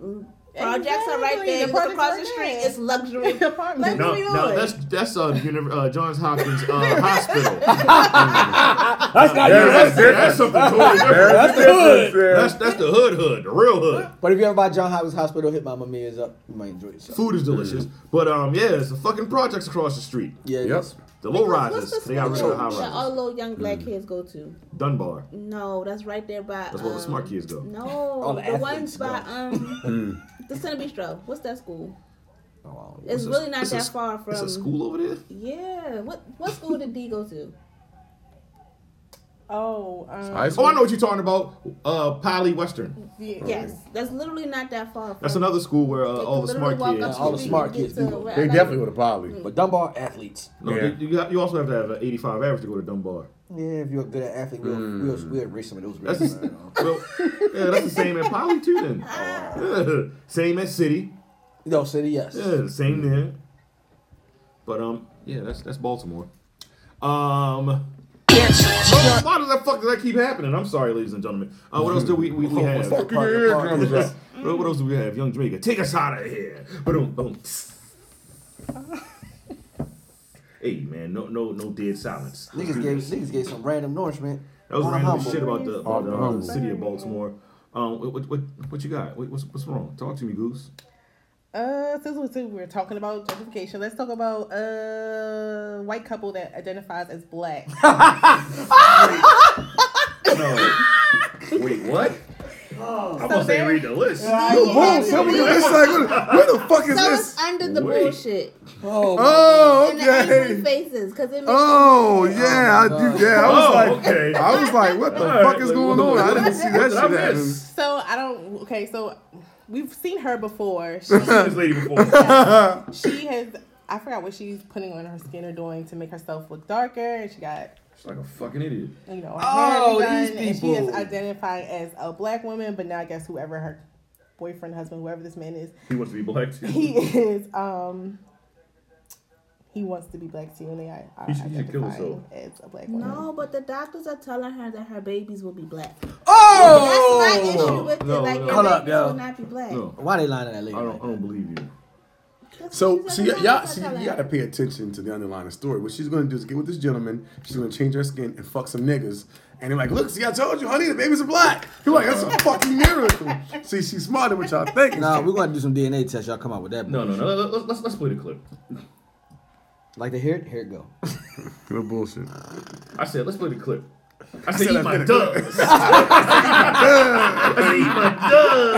S9: Projects are right
S4: Exactly,
S9: there.
S4: the
S9: You
S4: projects
S9: look across
S4: right
S9: the street,
S4: there.
S9: it's
S7: <laughs>
S9: luxury.
S4: Apartments.
S9: Like,
S3: No,
S9: What are you
S3: no,
S9: doing?
S3: that's that's uh, univ- uh Johns Hopkins
S9: <laughs>
S3: uh, Hospital.
S10: That's not
S8: Yeah,
S10: you.
S8: that's different.
S3: That's something totally different.
S8: That's the hood.
S3: That's that's the hood hood, the real hood.
S7: But if you ever buy John Hopkins Hospital, hit Mama Mia's up. You might enjoy yourself.
S3: Food is delicious, but um, yeah, it's the fucking projects across the street.
S7: Yeah. it
S8: Yep.
S7: is.
S3: The low
S9: What's
S3: rises,
S9: the
S3: they got rid of
S9: school
S3: the high
S9: that all
S3: rises.
S9: little young black
S7: Mm.
S9: kids go to?
S3: Dunbar.
S9: No, that's right there by.
S3: That's where the
S9: um,
S3: smart kids
S7: <laughs>
S3: go.
S9: No,
S7: the
S9: the, ones
S7: athletes
S9: by
S7: go.
S9: um,
S3: Hmm.
S9: the Center Bistro. What's that school?
S7: Oh, I don't know.
S9: It's
S3: a-
S9: really not
S3: it's a
S9: that
S3: sc-
S9: far from.
S3: It's a school over there.
S9: Yeah. What what school did D go to?
S4: Oh,
S8: High
S4: um,
S3: Oh,
S8: school.
S3: I know what you're talking about. Uh, Poly Western.
S4: yeah.
S9: Yes, that's literally not that far. From.
S3: Oh. That's another school where uh,
S9: They
S3: all the
S9: can
S3: smart
S9: literally walk up
S3: kids.
S9: to
S7: all the
S9: it,
S7: smart
S9: get
S7: kids
S9: to
S7: do
S9: it,
S7: that.
S9: where I
S8: They
S9: like-
S8: definitely would have probably.
S7: But Dunbar athletes.
S3: No,
S8: Yeah.
S3: you, you, got, you also have to have an 85 average to go to Dunbar.
S7: Yeah, if you're a good at athlete, we'll we'll, we'll erase some of those.
S3: That's
S7: races, I don't know.
S3: well, yeah, that's the same at Poly too. Then yeah.
S9: <laughs>
S3: <laughs> same at City.
S7: No, city, yes.
S3: Yeah, same there. Mm-hmm. But um, yeah, that's that's Baltimore. Um. Why why does that fuck does that keep happening? I'm sorry, ladies and gentlemen. Uh, what else do we we,
S7: Mm-hmm. <laughs>
S3: we have?
S8: Fuck your eardrums out.
S3: <laughs> What what else do we have? Young Jamaica, take us out of here. Boom,
S7: <laughs>
S3: boom. tss. hey man, no no no dead silence.
S7: Niggas gave niggas gave some random nourishment.
S3: That was
S7: I'm
S3: random
S7: humble.
S3: shit about the, about
S8: I'm
S3: the
S8: humble.
S3: city of Baltimore. Um, what what what, what you got? What, what's what's wrong? Talk to me, Goose.
S4: Uh, since we- since we're talking about gentrification, let's talk about uh, white couple that identifies as black.
S3: No. Wait, what?
S8: Oh.
S3: I'm gonna say read the list.
S9: Boom, some of you- it's like,
S8: where the fuck
S9: So it's under the
S3: Wait.
S9: bullshit.
S7: Oh,
S8: Oh,
S9: And the angry
S8: okay.
S9: faces, because it makes
S8: Oh yeah, I do. Yeah, I was
S3: Oh,
S8: like,
S3: okay.
S8: I was like, what the
S3: All
S8: fuck
S3: right,
S8: is
S3: like,
S8: going
S3: what
S8: on?
S3: the-
S8: I didn't see that
S3: what
S8: shit
S3: did I
S8: happen.
S3: miss?
S4: So I don't. Okay, so we've seen her before. She,
S8: <laughs>
S3: Seen this lady before.
S4: she has. I forgot what she's putting on her skin or doing to make herself look darker, and she got
S3: She's like a fucking idiot.
S4: you know her
S10: Oh,
S4: hair
S10: these
S4: redone, and she is
S10: people.
S4: identifying as a black woman. But now I guess whoever her boyfriend, husband, whoever this man is, <laughs>
S3: He wants to be black too.
S4: he is um he wants to be black too and they are, are
S3: He should- he should kill
S4: identifying as a black woman.
S9: No, but the doctors are telling her that her babies will be black.
S10: Oh!
S9: That's my issue with
S3: no,
S9: it. Like,
S3: no.
S9: your
S7: Hold up,
S9: babies
S7: yo.
S9: will not be black.
S3: No,
S7: Why they lying to that lady?
S3: I don't. I
S7: like that?
S3: don't believe you.
S8: So, so y- y'all, see, you gotta
S9: gotta.
S8: pay attention to the underlying story. What she's gonna do is get with this gentleman. She's gonna change her skin and fuck some niggas. And they're like, look, see, I told you, honey, the babies are black. You're like, that's a fucking miracle. see, she's smarter than what y'all think.
S7: Nah, we're gonna do some DNA tests. Y'all come out with that.
S3: No, no,
S7: bullshit.
S3: no. let- let- Let's let's play the clip.
S7: Like the hair, hair go.
S8: Good bullshit.
S3: I said let's play the clip. I
S8: said,
S3: said eat
S8: let's
S3: my
S8: play the
S3: dubs. <laughs> I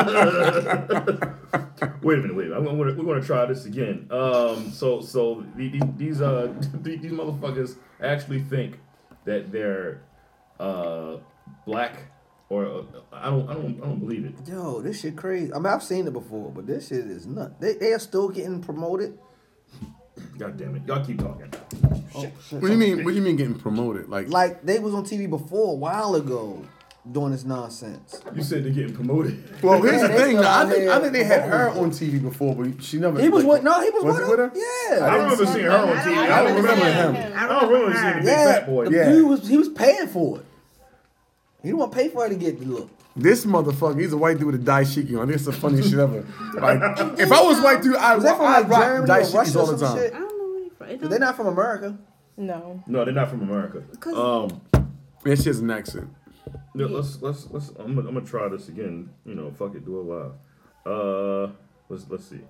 S3: said eat my dubs. Wait a minute, wait. A minute. I'm gonna, we're gonna try this again. Um, so so the- the- these uh <laughs> these motherfuckers actually think that they're uh black or uh, I don't I don't I don't believe it.
S7: Yo, this shit crazy. I mean, I've seen it before, but this shit is nuts. They, they are still getting promoted.
S3: God damn it, y'all keep talking.
S8: What do you mean? What do you mean getting promoted? Like,
S7: Like they was on TV before a while ago, doing this nonsense.
S3: You said they're getting
S8: <laughs>
S3: promoted.
S8: well, here's the
S7: Yeah, they
S8: thing. though. I
S7: still
S8: think
S7: out
S8: I think they had
S7: here
S8: her on TV before, but she never.
S7: He was
S8: like,
S7: one. No, he was,
S8: was
S7: one.
S8: it
S7: of-
S8: with her?
S7: Yeah.
S3: I don't remember seeing her on TV.
S8: I don't remember him.
S3: I don't remember seeing the big
S7: yeah,
S3: fat boy.
S7: The
S8: Yeah.
S7: dude was he was paying for it. He didn't want to pay for her to get the look.
S8: This motherfucker, he's a white dude with a dashiki on. This is the funniest shit
S7: <laughs>
S8: ever. Like, if I was white dude, I
S7: Was that
S8: would
S7: from like Germany
S8: rock
S7: or
S8: dashikis
S7: Russia
S8: all
S7: or
S8: the
S7: some
S8: time.
S7: shit?
S9: I don't know where he from. It
S7: They're
S9: don't-
S7: not from America.
S4: No.
S3: No, they're not from America.
S9: 'Cause-
S3: Um,
S8: Man, she has an accent.
S3: No, let's let's let's. I'm gonna, I'm gonna try this again. You know, fuck it, do it live. Uh, let's let's see.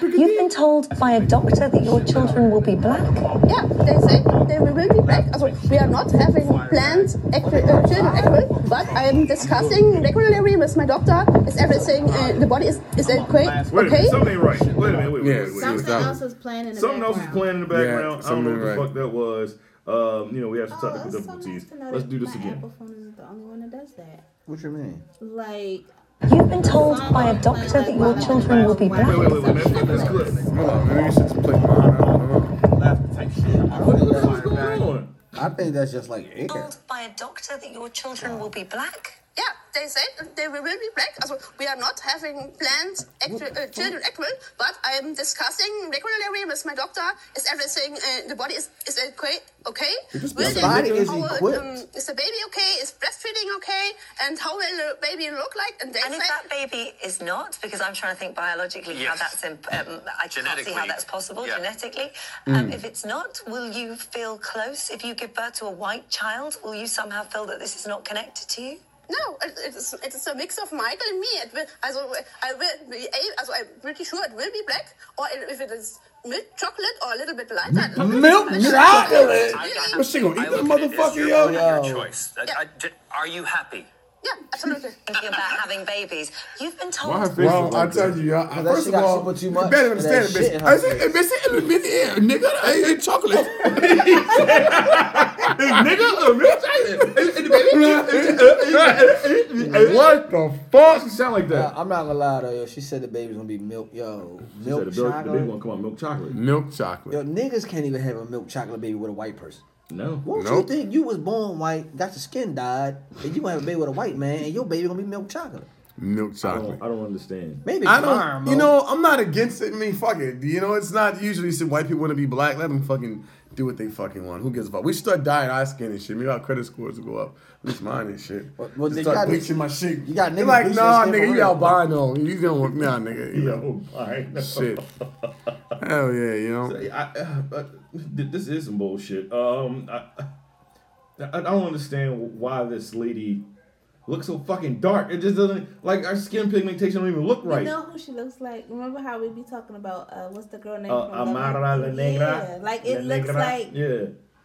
S12: You've been told by a doctor that your children will be black.
S13: Yeah, they say they will be black. Also, we are not having planned actu- uh, children actually, but I am discussing regularly with my doctor. Is everything uh, the body is is okay?
S3: Wait a
S13: Okay.
S3: minute, something ain't right. Wait a minute, wait, wait,
S8: Yeah,
S3: wait,
S8: some-
S3: wait.
S9: Something
S8: that one.
S9: else was playing in the
S3: Something else was
S9: background.
S3: playing in the background. I don't know
S8: something
S3: what the
S8: right.
S3: fuck that was. Um, you know, we have some
S9: Oh,
S3: technical
S9: it's so
S3: difficulties.
S9: nice to know
S3: let's
S9: that
S3: do this
S9: my
S3: again.
S9: Apple phone is the only one that does that.
S7: What you mean?
S9: Like,
S12: You've been told by a doctor that your children will be black.
S3: Wait, wait, wait, wait. Man, fuck this clip.
S8: Hold on, maybe you should just play mine. I don't know.
S7: I don't think
S3: What's
S7: that's,
S3: going on?
S7: I think that's just like air.
S12: Told by a doctor that your children will be black.
S13: Yeah, they say they will be black. Also, we are not having planned actu- uh, children actually, but I am discussing regularly with my doctor. Is everything uh, the body is is okay? Okay.
S8: just
S13: Will
S8: be
S13: they-
S7: Body is
S13: how,
S7: equipped.
S13: is the baby okay? Is breastfeeding okay? And how will the baby look like? And they
S12: And if
S13: say
S12: that baby is not, because I'm trying to think biologically how
S14: Yes.
S12: that's imp- um, I can't see how
S14: Genetically,
S12: that's possible
S14: yeah.
S12: genetically.
S2: Mm.
S12: Um, if it's not, will you feel close? If you give birth to a white child, will you somehow feel that this is not connected to you?
S13: No, it, it's, it's a mix of Michael and me. It will, also, I will be a- also, I'm pretty sure it will be black, or it- if it is milk chocolate or a little bit lighter.
S7: Milk chocolate.
S8: But she gonna eat that motherfucker,
S14: yo?
S8: yo.
S14: Your choice. I- I- d- are you happy?
S13: Yeah, absolutely.
S12: Thinking about having babies, you've been told.
S8: Why her face
S7: Bro,
S8: look like
S7: I
S8: that?
S7: tell
S8: you, y'all.
S7: that shit got super too much
S8: better
S7: of that
S8: understand it,
S7: shit in
S8: bitch.
S7: her
S8: I said,
S7: face.
S8: bitch, it look bit air, nigga. I ain't chocolate.
S3: Nigga, a rich
S8: What the fuck?
S3: She sound like
S7: Nah,
S3: that.
S7: I'm not gonna lie though, yo. She said the baby's gonna be milk, yo.
S3: She
S7: Milk
S3: said the baby- the baby
S7: chocolate.
S3: gonna come out milk chocolate.
S8: Milk chocolate.
S7: Yo, niggas can't even have a milk chocolate baby with a white person.
S3: No.
S7: Won't
S8: Nope.
S7: you think you was born white, got your skin dyed, and you gonna have a baby with a white man, and your baby gonna be milk chocolate?
S8: Milk
S3: I
S8: chocolate.
S3: don't, I don't understand.
S7: Maybe
S8: I
S7: tomorrow,
S8: don't. You
S7: Mo.
S8: know, I'm not against it. I mean, fuck it. You know, it's not usually said white people want to be black. Let them fucking do what they fucking want. Who gives a fuck? We should start dyeing our skin and shit. Maybe our credit scores will go up. At least mine and shit.
S7: Well, well,
S8: Just
S7: they
S8: start
S7: got-
S8: bleaching my shit.
S7: you got
S8: They're
S7: niggas
S8: like,
S7: bleaching their
S8: nah,
S7: skin
S8: nigga,
S7: for
S8: you
S7: real."
S8: albino. You don't want, nah, nigga. You know,
S3: <laughs> Yo, all right. <laughs>
S8: shit. Hell yeah, you know.
S3: I, I, I, this is some bullshit. Um, I, I I don't understand why this lady looks so fucking dark. It just doesn't like our skin pigmentation don't even look right.
S9: You know who she looks like? Remember how we be talking about uh, what's the girl name?
S3: uh,
S9: from Love
S3: Amara la
S9: Island?
S3: negra.
S9: Yeah, like it
S3: La
S9: looks
S3: negra.
S9: like
S3: yeah,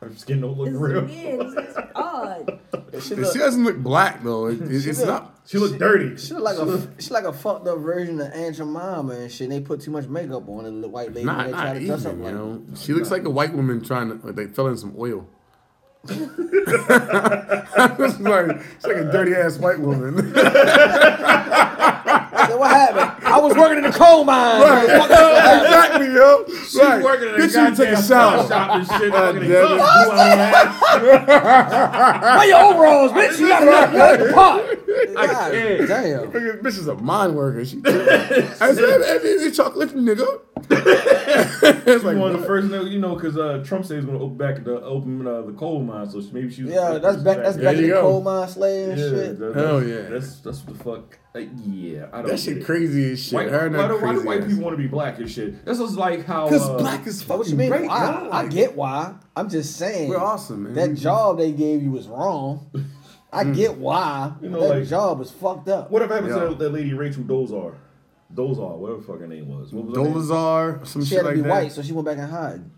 S3: her skin don't look
S9: it's
S3: <laughs> real.
S9: weird. It's, it's odd.
S7: She
S8: She,
S7: look-
S8: doesn't look black though. It- it-
S7: She
S8: it's
S7: look-
S8: not. She look dirty.
S7: She look like a she like a fucked up version of Angel Mama and shit. They put too much makeup on and the white lady.
S8: Not,
S7: and they try
S8: not
S7: to
S8: even,
S7: dress
S8: you
S7: up like
S8: know. She looks like a white woman trying to, like, they fell in some
S7: <laughs>
S8: oil. <laughs> It's like, she's like a dirty ass white woman. <laughs>
S7: So what happened? <laughs> I was working in the coal mine.
S8: Right. exactly, yo.
S7: <laughs> She's
S8: right.
S7: working in a
S8: Bitch, you take
S7: goddamn
S8: a shower.
S7: shop and shit,
S8: God
S7: fucking
S8: damn it.
S7: exhaust. Where your overalls, bitch? You
S8: <laughs>
S7: got enough blood to pop.
S8: God
S7: damn.
S8: Nigga, <laughs> Bitch is a mine worker.
S3: <laughs>
S8: She, I said, "Hey, hey, hey, chocolate, nigga.
S3: She one of the first, niggas, you know, because uh, Trump said he's gonna open back the open uh, the coal mine, so she- maybe she was.
S7: Yeah, that's back. That's back in the coal mine slave and
S3: Yeah,
S7: shit.
S3: that-
S8: Hell
S3: that's-
S8: yeah.
S3: That's that's what the fuck. uh, yeah, I don't.
S8: That shit
S3: get it.
S8: crazy as shit.
S3: Why,
S8: Her and that
S3: why do, why do
S8: crazy
S3: white
S8: ass.
S3: people want to be black and shit? This is like how.
S8: Because
S3: uh,
S8: black is
S7: What
S8: fucking
S7: you mean?
S8: great.
S7: why?
S8: yo.
S7: I get why. I'm just saying.
S8: We're awesome, man. Hmm.
S7: That job they gave you was wrong. I get why.
S3: You know,
S7: that
S3: like-
S7: job was fucked up.
S3: Whatever happened to that, that lady Rachel Dozar? Dozar, whatever her fucking name was. What was her name?
S8: Dolazar, some
S7: She
S8: shit
S7: had to
S8: like
S7: be
S8: that.
S7: white, so she went back and hid.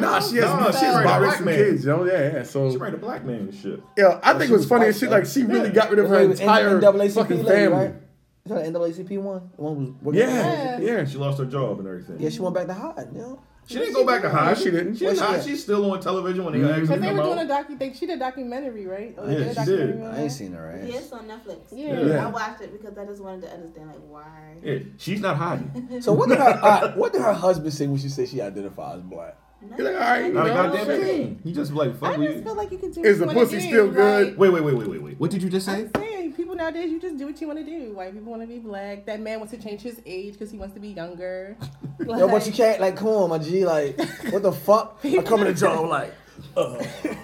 S8: Nah, she has.
S3: Nah,
S8: she
S3: she
S8: has
S3: married a black
S8: biracial
S3: man.
S8: kids, yo. Yeah, yeah. So
S3: She married a black man and shit.
S8: Yo, I think
S7: she
S8: it was
S7: was
S8: funny
S7: white,
S8: as shit.
S7: though.
S8: Like she really
S7: Yeah.
S8: got rid of her
S7: Wait, wait,
S8: entire
S7: NAACP
S8: fucking
S7: lady,
S8: family.
S7: right? Is that an NAACP one? The one who was working
S8: Yeah, yeah.
S3: She lost her job and everything.
S7: Yeah, she went back to hide. You know?
S3: She didn't go back to high.
S8: No, she didn't.
S3: She
S7: Well,
S3: didn't
S7: she
S3: hide.
S7: did.
S3: She's still on television when they
S8: Mhm.
S3: actually
S4: But they
S3: come
S4: were
S3: out.
S4: doing a docu thing. She did a documentary, right? Or they
S3: Yeah,
S4: did a
S3: she did.
S4: documentary on
S7: I
S4: her?
S7: ain't seen her ass.
S9: Yes, on Netflix.
S4: Yeah.
S8: Yeah.
S9: I watched it because I just wanted to understand like why.
S3: Yeah, she's not hiding.
S7: So what did her uh, what did her husband say when she said she identifies as black?
S8: You're like, all right, you
S3: Not a
S8: know,
S3: goddamn
S8: shit.
S3: thing. He just like fuck
S4: I
S3: with
S4: just
S3: you.
S4: feel like you can do.
S8: Is the
S4: what you wanna
S8: pussy
S4: do,
S8: still
S4: like,
S8: good?
S3: Wait, wait, wait, wait, wait, wait. What did you just say?
S4: saying, people nowadays you just do what you want to do. White people want to be black. That man wants to change his age because he wants to be
S8: <laughs>
S4: younger. Like,
S7: Yo, but you can't like come on, my G, like what the fuck? I come in the job like, uh,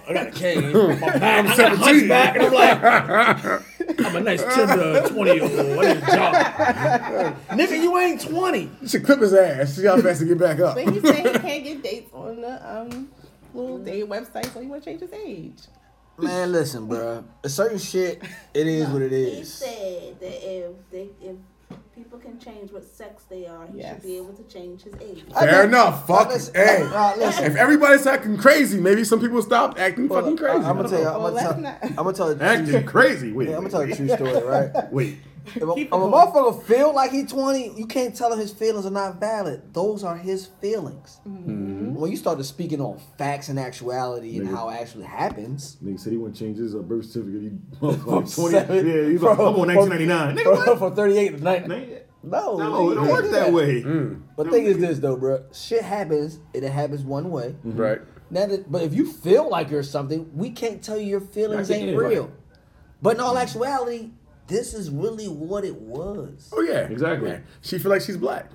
S7: I got a cane, <laughs> my
S8: I'm
S7: mom set a
S8: 17.
S7: hunchback, and I'm like, <laughs> I'm a nice tender twenty year old. I need a job. Nigga, you ain't twenty.
S8: You should clip his ass. See how fast he get back up. <laughs>
S4: But he said he can't get dates on the um little date website, so he want to change his age.
S7: Man, listen, bro. A certain shit, it is what it
S9: He
S7: is.
S9: said that if they if people can change what sex they are, he
S4: Yes.
S9: should be able to change his age.
S8: Fair enough. Fuck.
S7: listen,
S8: hey,
S7: uh, listen.
S8: if everybody's acting crazy, maybe some people stop acting fucking crazy.
S7: I'm gonna tell you. I'm
S4: Well,
S7: gonna
S4: let's
S7: tell.
S4: not.
S7: I'm gonna tell. a true-
S8: acting crazy. Wait,
S7: Yeah, I'm gonna
S8: wait,
S7: tell a
S8: wait.
S7: true story, right?
S8: Wait.
S7: If a, if a motherfucker feel like he 20, you can't tell him his feelings are not valid. Those are his feelings. When you started speaking on facts and actuality and
S3: Mm-hmm. Nigga.
S7: how it actually happens,
S3: Nigga said he want to change his uh, birth certificate. He,
S8: <laughs>
S7: From
S3: 20,
S7: seven-
S3: yeah, he's
S7: from-
S3: like, I'm on
S7: from-
S3: 1999. Nigga,
S11: <laughs>
S7: from,
S3: what?
S7: from 38 to 90.
S3: Nigga,
S7: No,
S3: No, it
S7: you
S3: don't
S7: can't
S3: work
S7: do
S3: that way.
S8: Mm.
S7: But thing is this though, bro. Shit happens, and it happens one way.
S3: Mm.
S8: Right.
S7: Now that, but if you feel like you're something, we can't tell you your feelings
S3: Yeah, I get
S7: ain't
S3: it, right.
S7: real. But in all actuality, this is really what it was.
S8: Oh yeah.
S3: Exactly.
S8: Yeah. She feel like she's black.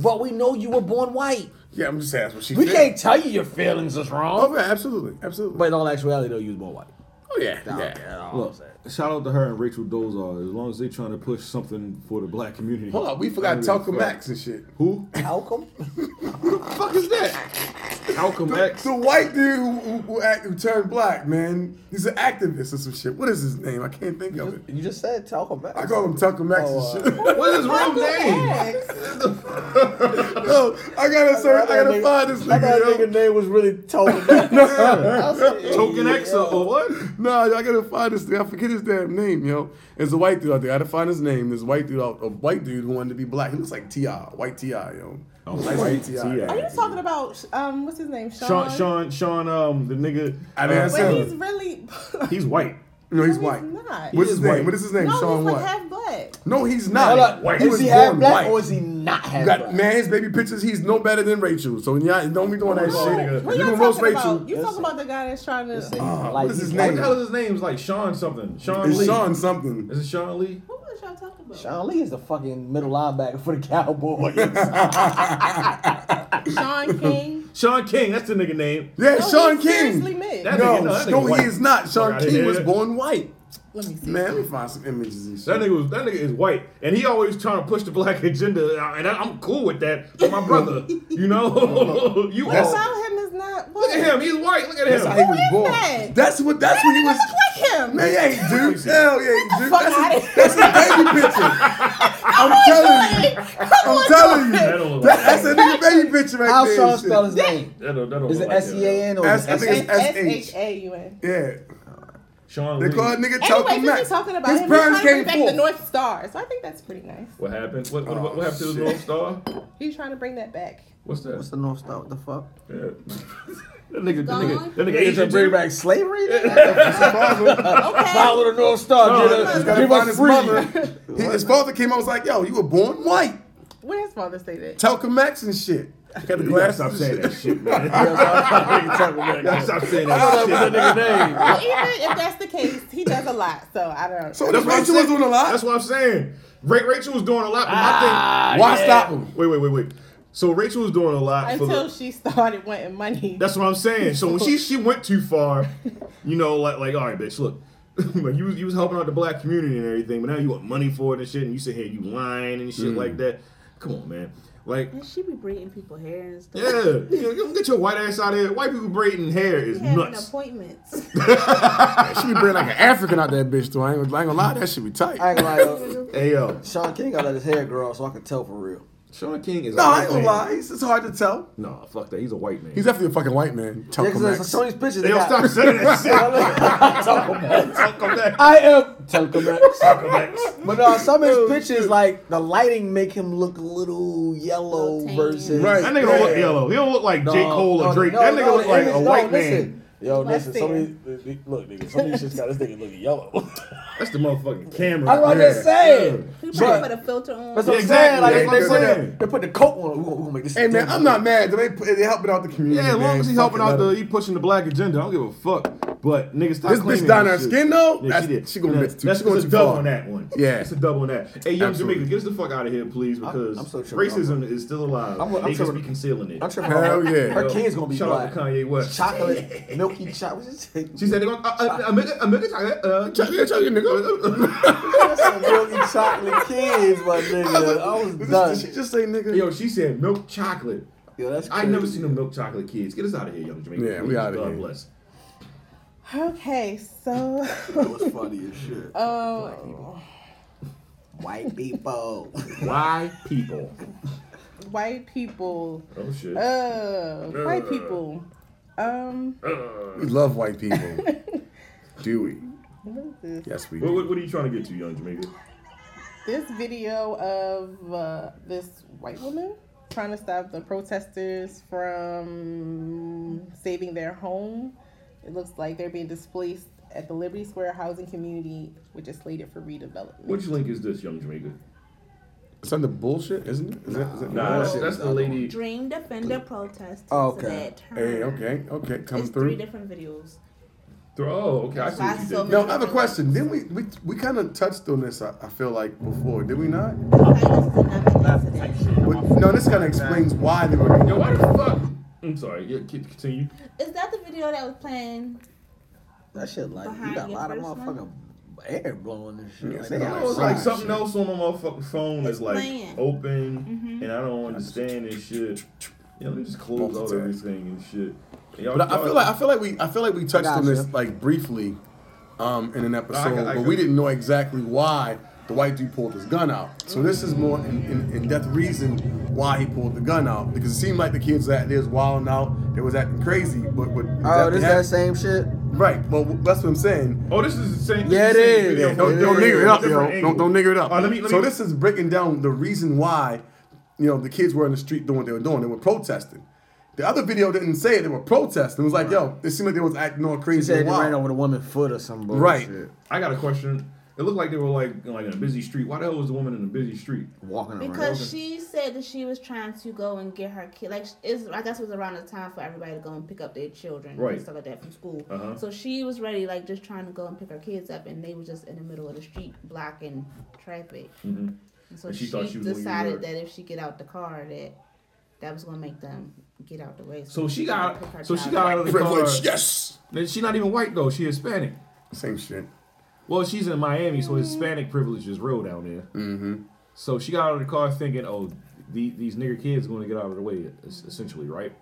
S7: But we know you were born white.
S8: Yeah, I'm just asking what she
S7: We
S8: feel.
S7: can't tell you your feelings is
S8: Oh
S7: wrong.
S8: yeah, absolutely, absolutely.
S7: But in all actuality, though, you was born white.
S8: oh yeah,
S7: Okay,
S8: yeah.
S7: all I'm
S3: Look,
S7: saying.
S3: shout out to her and Rachel Dozar. As long as they trying to push something for the black community.
S8: Hold up, we forgot
S3: Really,
S8: Talcum
S3: fuck.
S8: X and shit.
S3: Who?
S7: Malcolm?
S8: fuck is that? <laughs>
S3: Talcum X.
S8: The white dude who, who, who, act, who turned black, man. He's an activist or some shit. What is his name? I can't think of it.
S7: You just said Malcolm X.
S8: I call him Tucker Max and shit.
S3: What is wrong name?
S4: X.
S8: Yo, I gotta search. I gotta find this
S7: I thought that
S8: nigga. yo.
S7: nigga name was really
S8: <laughs>
S7: Token X.
S3: Token X or- or what?
S8: Nah, yo, I gotta find this. Nigga. I forget his damn name, yo. It's a white dude out there. I gotta find his name. This white dude, out, a white dude who wanted to be black. He looks like Ti, white Ti, yo.
S3: Oh,
S8: Nice
S3: white
S8: T.I.
S3: T.I.
S4: Are you talking about um what's his name? Sean.
S3: Sean, Sean, Sean, um, the nigga.
S8: I didn't
S3: uh,
S8: say-
S4: But he's really. <laughs>
S3: he's white.
S8: No, he's
S4: he's
S8: white.
S4: not.
S8: What's
S3: He
S8: his
S3: is
S8: name?
S3: white.
S8: What is his name?
S4: no,
S8: Sean
S4: he's
S8: what?
S4: like half black.
S8: no, he's
S7: Hold
S8: not.
S7: up.
S8: White.
S7: Is
S8: was
S7: he half
S8: born
S7: black
S8: white.
S7: or is he not half
S8: Got,
S7: black?
S8: man, his baby pictures, he's no better than Rachel. So y'all don't be doing that
S3: No.
S8: shit.
S4: What
S8: You
S4: y'all
S8: can roast
S4: talking
S8: Rachel.
S4: about? You talking about the guy that's trying to?
S8: Ah,
S7: Like,
S8: what is
S7: he's
S8: his
S7: white.
S3: What
S8: name?
S3: the hell is his name? It's like Sean something. Sean
S8: It's
S3: Lee.
S8: Sean something.
S3: Is it Sean Lee?
S9: What was y'all talking about?
S7: Sean Lee is the fucking middle linebacker for the
S8: <laughs>
S7: Cowboys.
S4: Sean
S8: <laughs>
S4: King.
S3: Sean King. That's the nigga name.
S8: Yeah,
S4: No,
S8: Sean
S4: he's seriously
S8: King.
S4: mixed.
S3: That
S8: No,
S3: nigga- no, that
S8: no,
S3: nigga
S8: he
S3: white.
S8: is not. Sean
S3: Fuck outta
S8: King was
S3: here.
S8: born white.
S4: Let me see.
S8: Man, let me find some images and shit.
S3: That nigga was that nigga is white, and he always trying to push the black <laughs> agenda, uh, and I, I'm cool with that. But my brother,
S8: <laughs>
S3: you know, <laughs> you
S4: What
S3: all-
S4: about him is not.
S3: look at him. He's white. Look at him.
S8: that's how he was
S4: is
S8: born.
S4: that?
S8: That's what. That's when he was.
S4: Look at him.
S8: <laughs> Man, yeah, he do. Hell yeah, he do.
S4: fuck
S8: That's
S4: outta
S8: his, that's his
S4: <laughs>
S8: baby picture. I'm telling you. I'm telling
S3: That don't
S8: you.
S3: look
S8: That,
S3: like
S8: that's a nigga baby picture right
S7: How
S8: there.
S7: Sean
S8: and shit. Oh
S7: spell his name?
S3: that don't, that don't
S7: Is
S3: look
S7: it
S3: like
S7: S E A N or is
S8: That's- I
S7: it
S8: think
S7: S?
S4: S
S8: it's S-H.
S4: H A U N.
S8: Yeah.
S3: Sean
S8: They
S3: Lee.
S8: call that nigga
S4: Anyway, since we're talking about him, he's trying to bring back the North Star, so I think that's pretty nice.
S3: What happened? What, what, what happened to the North Star?
S4: He's trying to bring that back.
S3: What's that? What's
S7: the North Star? What the fuck?
S3: <laughs> Yeah. that nigga, that nigga, that nigga
S7: They
S3: Asian
S7: just bring
S3: dude.
S7: back slavery? <laughs> Follow the North Star.
S8: No,
S7: Get
S8: he's
S7: us,
S8: gotta
S7: give
S8: find
S7: us
S8: his <laughs>
S7: free.
S8: mother. He- his father came out was like, "Yo, you were born white,
S4: What his father say that?
S8: Telcom Max and shit." Got the
S3: gotta
S8: glasses.
S3: stop
S8: and
S3: saying
S8: shit.
S3: that shit, <laughs> man. You gotta <laughs> stop saying that shit. That nigga name.
S4: Well, even if that's the case, he does a lot, so I don't.
S3: So that's Rachel was doing a lot. That's what I'm saying. Ra- Rachel was doing a lot. But my
S4: Ah,
S3: thing,
S4: Why yeah. stop
S3: him? Wait, wait, wait, wait. So Rachel was doing a lot for
S4: until
S3: the.
S4: she started wanting money.
S3: That's what I'm saying. So when
S8: <laughs>
S3: she she went too far, you know, like like all right, bitch, look, <laughs> like you was you was helping out the black community and everything, but now you want money for it and shit, and you sit here you lying and shit
S8: Mm.
S3: like that. Come on, man. Like
S9: And she be braiding people hair and stuff.
S3: yeah, you
S8: <laughs>
S3: know, you don't get your white ass out of here. White people braiding hair is
S9: Having
S3: nuts.
S9: appointments.
S8: She be bringing like an African out that bitch though. I ain't, gonna- I ain't gonna lie, that shit be tight.
S7: I ain't gonna lie.
S3: Hey yo,
S7: Sean King gotta let his hair grow out so I can tell for real.
S3: Sean King is
S8: No, I ain't gonna lie. It's, it's hard to tell.
S3: No, fuck that. He's a white man.
S8: He's definitely a fucking white man. Telcom
S7: Yeah, 'cause
S8: Max.
S7: some of these pictures
S8: They
S7: they
S8: don't
S7: got-
S8: stop saying <laughs> that shit.
S7: <laughs> I am Telcomex. But no, some of his pictures, like the lighting, make him look a little yellow versus
S3: Right. That nigga don't look yellow. He don't look like J. Cole or Drake. That nigga look
S7: the
S3: like a white
S7: listen.
S3: man.
S7: Yo,
S3: Let's
S7: listen. Some
S3: see.
S7: of these, th- th- look, nigga. Some of these shits got this nigga looking yellow.
S3: That's the motherfucking camera.
S7: That's what I'm just saying.
S9: He
S7: But-
S9: probably put a filter on.
S7: That's what I'm
S8: Exactly.
S7: saying. Like
S8: That's what
S7: they,
S8: I'm
S7: put the,
S8: saying.
S7: they put the coat on. We gonna, we gonna make this.
S8: Hey man, I'm not mad. They they helping out the community.
S3: Yeah, as long
S8: man.
S3: as he helping
S8: Fucking
S3: out
S8: let
S3: the,
S8: 'em.
S3: he pushing the black agenda. I don't give a fuck. But nigga, stop
S8: This bitch
S3: claiming
S8: down her
S3: shit.
S8: skin, though?
S3: Yeah,
S8: That's-
S3: she did.
S8: she gonna
S3: Yeah,
S8: miss too-
S3: That's
S8: she going
S3: it's a
S8: too
S3: double
S8: far.
S3: on that one.
S8: Yeah.
S3: it's a double on that. Hey, young
S8: Absolutely.
S3: Jamaica, get us the fuck out of here, please, because
S7: I'm so tripping.
S3: racism is still alive.
S7: I'm- I'm
S3: they just
S7: tripping.
S3: be concealing it.
S7: I'm tripping. Her kid's gonna be
S3: Shout
S7: black.
S3: out to Kanye West.
S7: Chocolate, milky chocolate. She
S3: said they're gonna uh, uh, America, America chocolate, uh, chocolate, chocolate, nigga.
S7: milky chocolate kids, my nigga. I was done.
S8: Did she just say nigga?
S3: <laughs> Yo, she said milk chocolate.
S7: Yo, that's
S3: I never seen them milk chocolate kids. Get us out of here, young Jamaica.
S8: Yeah, we
S3: please.
S8: outta
S3: God
S8: here.
S3: bless.
S4: Okay, so
S7: was funny as shit.
S4: um,
S7: White people.
S9: <laughs>
S3: Why people?
S4: white people.
S8: Oh, shit.
S4: Uh, white
S8: Uh.
S4: people. Um,
S8: We love
S9: <laughs>
S8: white people. do we?
S4: what is this?
S8: Yes, we.
S3: What, what, what are you trying to get to, young Jamaica?
S4: this video of uh, this white woman trying to stop the protesters from saving their home. It looks like they're being displaced at the Liberty Square housing community, which is slated for redevelopment.
S3: Which link is this, young Jamaica?
S8: It's under bullshit, isn't it? Is that, is that
S3: Nah, that's- that's the lady-
S9: Dream Defender protest.
S8: Oh,
S9: It's
S8: okay.
S9: that
S8: Hey,
S9: term.
S8: okay, okay, come
S9: it's
S8: through.
S9: three different videos.
S3: Oh, okay. I
S9: see what you did.
S8: No, I have a question. Didn't we we, we kind of touched on this? I, I feel like before, did we not? But, no, this kind of explains why they were.
S3: Yo, why the fuck? I'm sorry. Yeah, keep continue.
S9: Is that the video that was playing?
S7: That shit like you
S9: Behind
S7: got a
S9: your
S7: lot of
S9: first
S7: motherfucking air blowing this shit.
S8: Yes,
S7: like, they
S8: no,
S7: got
S3: It's
S7: outside
S3: like something
S7: shit.
S3: else on my motherfucking phone is like
S9: playing.
S3: open,
S9: Mhm.
S3: and I don't understand this shit. Yeah, let me just close out
S8: Multitask.
S3: everything and shit. Y'all-
S8: But I, I
S3: y'all-
S8: feel like I feel like we I feel like we touched on this
S3: Gotcha.
S8: like briefly, um, in an episode,
S3: I- I-
S8: but we didn't know exactly why the white dude pulled his gun out. So this is more in, in, in depth reason why he pulled the gun out because it seemed like the kids that there was wilding out, they was acting crazy. But but
S7: Oh, this that same shit.
S8: Right. Well, that's what I'm saying.
S3: Oh, this is the same.
S8: Yeah, it is.
S3: this the same video
S8: Don't,
S3: from
S8: don't
S3: different-
S8: nigger it up, yo.
S3: different
S8: Don't, don't
S3: angle.
S8: nigger it up.
S3: All right, let me- let
S8: so
S3: me-
S8: this is breaking down the reason why, you know, the kids were in the street doing what they were doing. They were protesting. The other video didn't say it. They were protesting. It was like, yo, it seemed like they was acting all
S7: She
S8: crazy.
S7: said
S8: and
S7: they ran
S8: wild.
S7: over the woman's foot or some bullshit.
S8: Right.
S3: I got a question. It looked like they were like like in a busy street. Why the hell was the woman in a busy street
S7: walking
S9: Because she said that she was trying to go and get her kid. Like, is I guess it was around the time for everybody to go and pick up their children
S3: Right.
S9: and stuff like that from school.
S3: Uh-huh.
S9: So she was ready, like, just trying to go and pick her kids up, and they were just in the middle of the street blocking traffic.
S3: Mhm.
S9: And so
S3: And she
S9: she,
S3: thought she was gonna use her-
S9: decided that if she get out the car, that that was gonna make them get out the way.
S3: So she
S9: went
S3: got
S9: to pick her
S3: so she
S9: child
S3: got
S9: up.
S3: out of the
S8: Privilege,
S3: car.
S8: yes.
S3: And She's not even white though. She Hispanic.
S8: Same shit.
S3: Well, she's in Miami, so Hispanic privilege is real down there.
S8: Mm-hmm.
S3: So she got out of the car thinking, "Oh, the, these nigger kids going to get out of the way," es- essentially, right?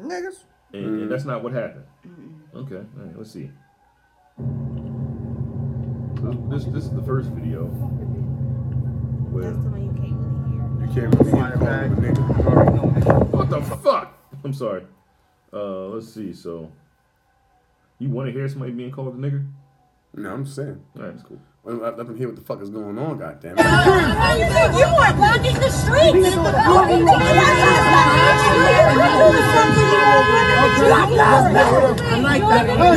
S7: Niggas.
S3: And, and that's not what happened. Okay, all right, let's see. This, this is the first video. Where
S8: you can't really hear call him a nigga.
S3: What the fuck? I'm sorry. Uh, let's see. So, you want to hear somebody being called a nigger?
S8: No, I'm just saying.
S3: All right, it's cool.
S8: I, I can hear what the fuck is going on, goddamn.
S15: How you think you are blocking the streets?
S2: I like that. Hey,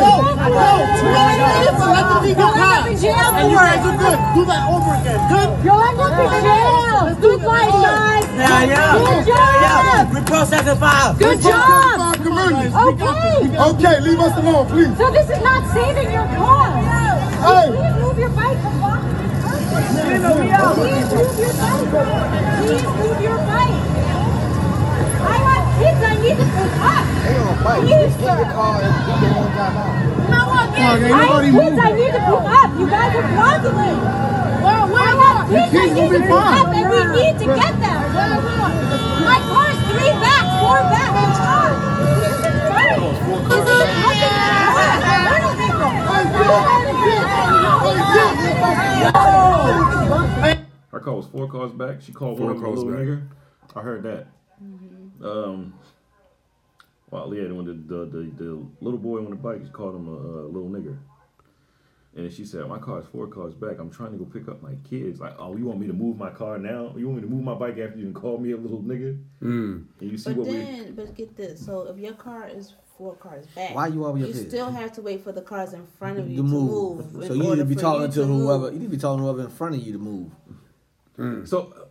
S2: Hey,
S15: You'll end up in jail
S2: And you
S15: for
S2: guys
S15: it.
S2: are good. Do that over again. Good.
S15: You'll end up in jail. Good life, guys.
S2: Yeah, yeah.
S15: Good
S2: Yeah,
S15: job.
S2: We're processing file.
S15: Good job.
S2: Okay. Okay, leave us alone, please.
S15: So this is not saving your cause. Hey. Please move your bike from blocking the Please move your bike. Please move your bike. I have kids. I need to pick up. Please, sir. How about
S2: Come on,
S15: this?
S2: ain't
S15: I have
S2: nobody
S15: kids.
S2: moving.
S15: I need to pick up. You guys are blocking me. Where, where, I have
S2: The
S15: kids. I
S2: kids
S15: need
S2: will
S15: to
S2: be
S15: pick
S2: fine.
S15: up, and we need to get them. My car's three back, four back. It's hard. This is incredible. This is fucking
S3: Her car was four cars back. She called
S8: Four
S3: one of them a
S8: cars
S3: little
S8: back.
S3: nigger. I heard that. Um, well, yeah, when the, the the the little boy on the bike, she called him a, uh little nigger. And she said, "My car's four cars back. I'm trying to go pick up my kids. Like, oh, you want me to move my car now? You want me to move my bike after you done called me a little nigger?
S8: Mm.
S3: And you see
S9: But
S3: what
S9: then, but get this. So if your car is four cars back,
S7: Why you over your kid?
S9: still have to wait for the cars in front of you
S7: to move.
S9: in
S7: So you need
S9: order
S7: to be
S9: for
S7: talking
S9: you
S7: to
S9: move.
S7: whoever. You need to be talking to whoever in front of you to move.
S3: So,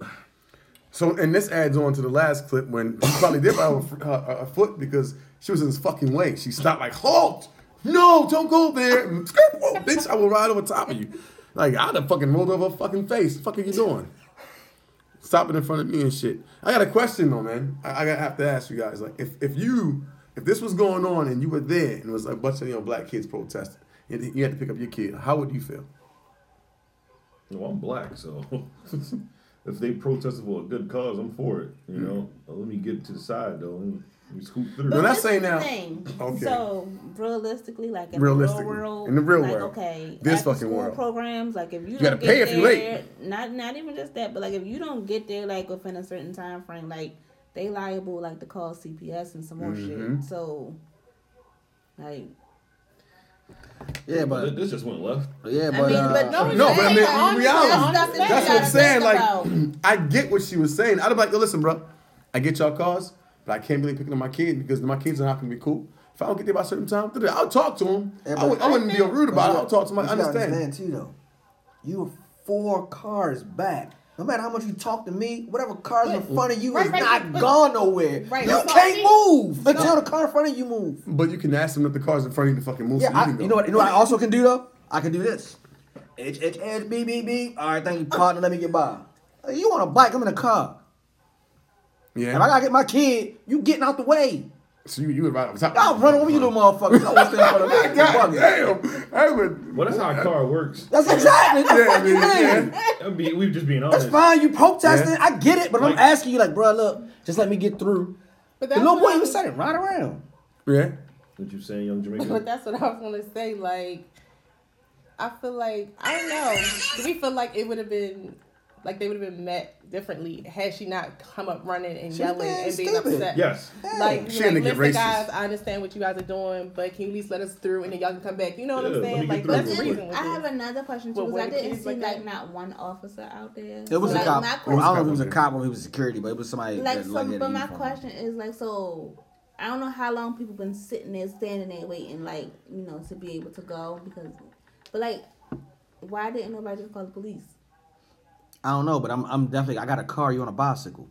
S8: so and this adds on to the last clip when she probably did ride with her, her, her foot because she was in his fucking way. She stopped like, halt! No, don't go there. And, "Whoa, bitch, I will ride over top of you. Like I'd have fucking rolled over her fucking face. fuck are you doing? Stopping in front of me and shit. I got a question though, man. I, I gotta have to ask you guys. Like, if if you if this was going on and you were there and it was a bunch of you know black kids protesting and you had to pick up your kid, how would you feel?
S3: we? Well, I'm black, so <laughs> if they protested for a good cause, I'm for it.
S8: Hmm.
S3: You know. Let me get to the side though. Let me, let me scoot through.
S9: But this is the thing. So realistically, like in
S8: Realistically.
S9: the real world,
S8: In the real
S9: like,
S8: world.
S9: Okay.
S8: This
S9: after
S8: fucking
S9: school
S8: world.
S9: Programs like if you,
S8: You
S9: don't
S8: gotta
S9: get
S8: pay if you late.
S9: there- Not not even just that, but like if you don't get there like within a certain time frame, like they liable like to call CPS and some more
S8: Mhm.
S9: shit. So like.
S7: Yeah, but
S3: this just went left.
S7: Yeah,
S9: I but, mean, but uh, no,
S8: no, but I mean,
S9: yeah,
S8: in reality,
S9: honestly,
S8: that's,
S9: that's
S8: what I'm saying. Like,
S9: about.
S8: I get what she was saying. I'd be like, yo, listen, bro, I get y'all cause, but I can't really pick up my kid because my kids are not gonna be cool. If I don't get there by a certain time, I'll talk to them. I, would, I wouldn't be rude about it. I'll talk to my. I
S7: You gotta
S8: understand.
S7: understand too, though. You were four cars back. No matter how much you talk to me, whatever car's in front of you
S9: right,
S7: is
S9: right,
S7: not
S9: but-
S7: gone nowhere.
S9: Right,
S7: you
S9: but-
S7: can't move until the car in front of you move.
S8: But you can ask them if the car's in front of you to fucking move.
S7: Yeah,
S8: so
S7: I,
S8: can go.
S7: you know what? You know what I also can do though. I can do this. H H H B B B. All right, thank you, partner. Let me get by. Hey, You on a bike? I'm in a car.
S8: Yeah.
S7: If I gotta get my kid, you getting out the way.
S8: So you, you would ride on top.
S7: I'll run over
S8: <laughs>
S7: you, little motherfucker. I won't stand for <laughs> the
S8: God
S7: You bugging.
S8: damn. I would.
S3: Well, that's how a car works.
S7: That's exactly. That's
S3: Yeah,
S7: what you
S3: I mean,
S7: mean.
S3: I mean, we just being honest.
S7: That's fine. You protesting.
S3: Yeah.
S7: I get it, but
S3: Like-
S7: I'm asking you, like, bro, look, just let me get through.
S4: But
S7: The
S4: that's
S7: little
S4: what
S7: boy
S4: I
S7: even
S4: was-
S7: said it. Ride around.
S8: Yeah.
S3: What you saying, young
S4: But
S3: Jamaican?
S4: that's what I was gonna say. Like, I feel like I don't know. Do we feel like it would have been like they would have been met differently had she not come up running and
S7: She was
S4: yelling
S7: being
S4: and being
S7: stupid.
S4: upset?
S7: Yes.
S4: Like,
S7: She
S4: like
S7: didn't get
S4: listen,
S7: racist.
S4: guys, I understand what you guys are doing, but can you at least let us through and then y'all can come back? You know what
S7: Yeah,
S4: I'm
S7: let me
S4: saying?
S7: get
S4: Like,
S7: through
S4: let's
S7: real quick.
S4: reason with
S9: I
S4: it.
S9: have another question
S4: But
S9: too,
S4: when
S9: because I
S4: it
S9: didn't
S4: is
S9: see
S4: like
S9: like,
S4: that-
S9: not one officer out there.
S7: It was
S9: So,
S7: a
S9: like,
S7: cop.
S9: my
S7: It was- I don't know if
S9: question-
S7: it was a cop or if it was security, but it was somebody.
S9: like
S7: that,
S9: so,
S7: like, had a
S9: but my
S7: uniform.
S9: question is like so i don't know how long people been sitting there standing there waiting like you know to be able to go because but like why didn't nobody just call the police
S7: I don't know, but I'm, I'm definitely. I got a car. You on a bicycle?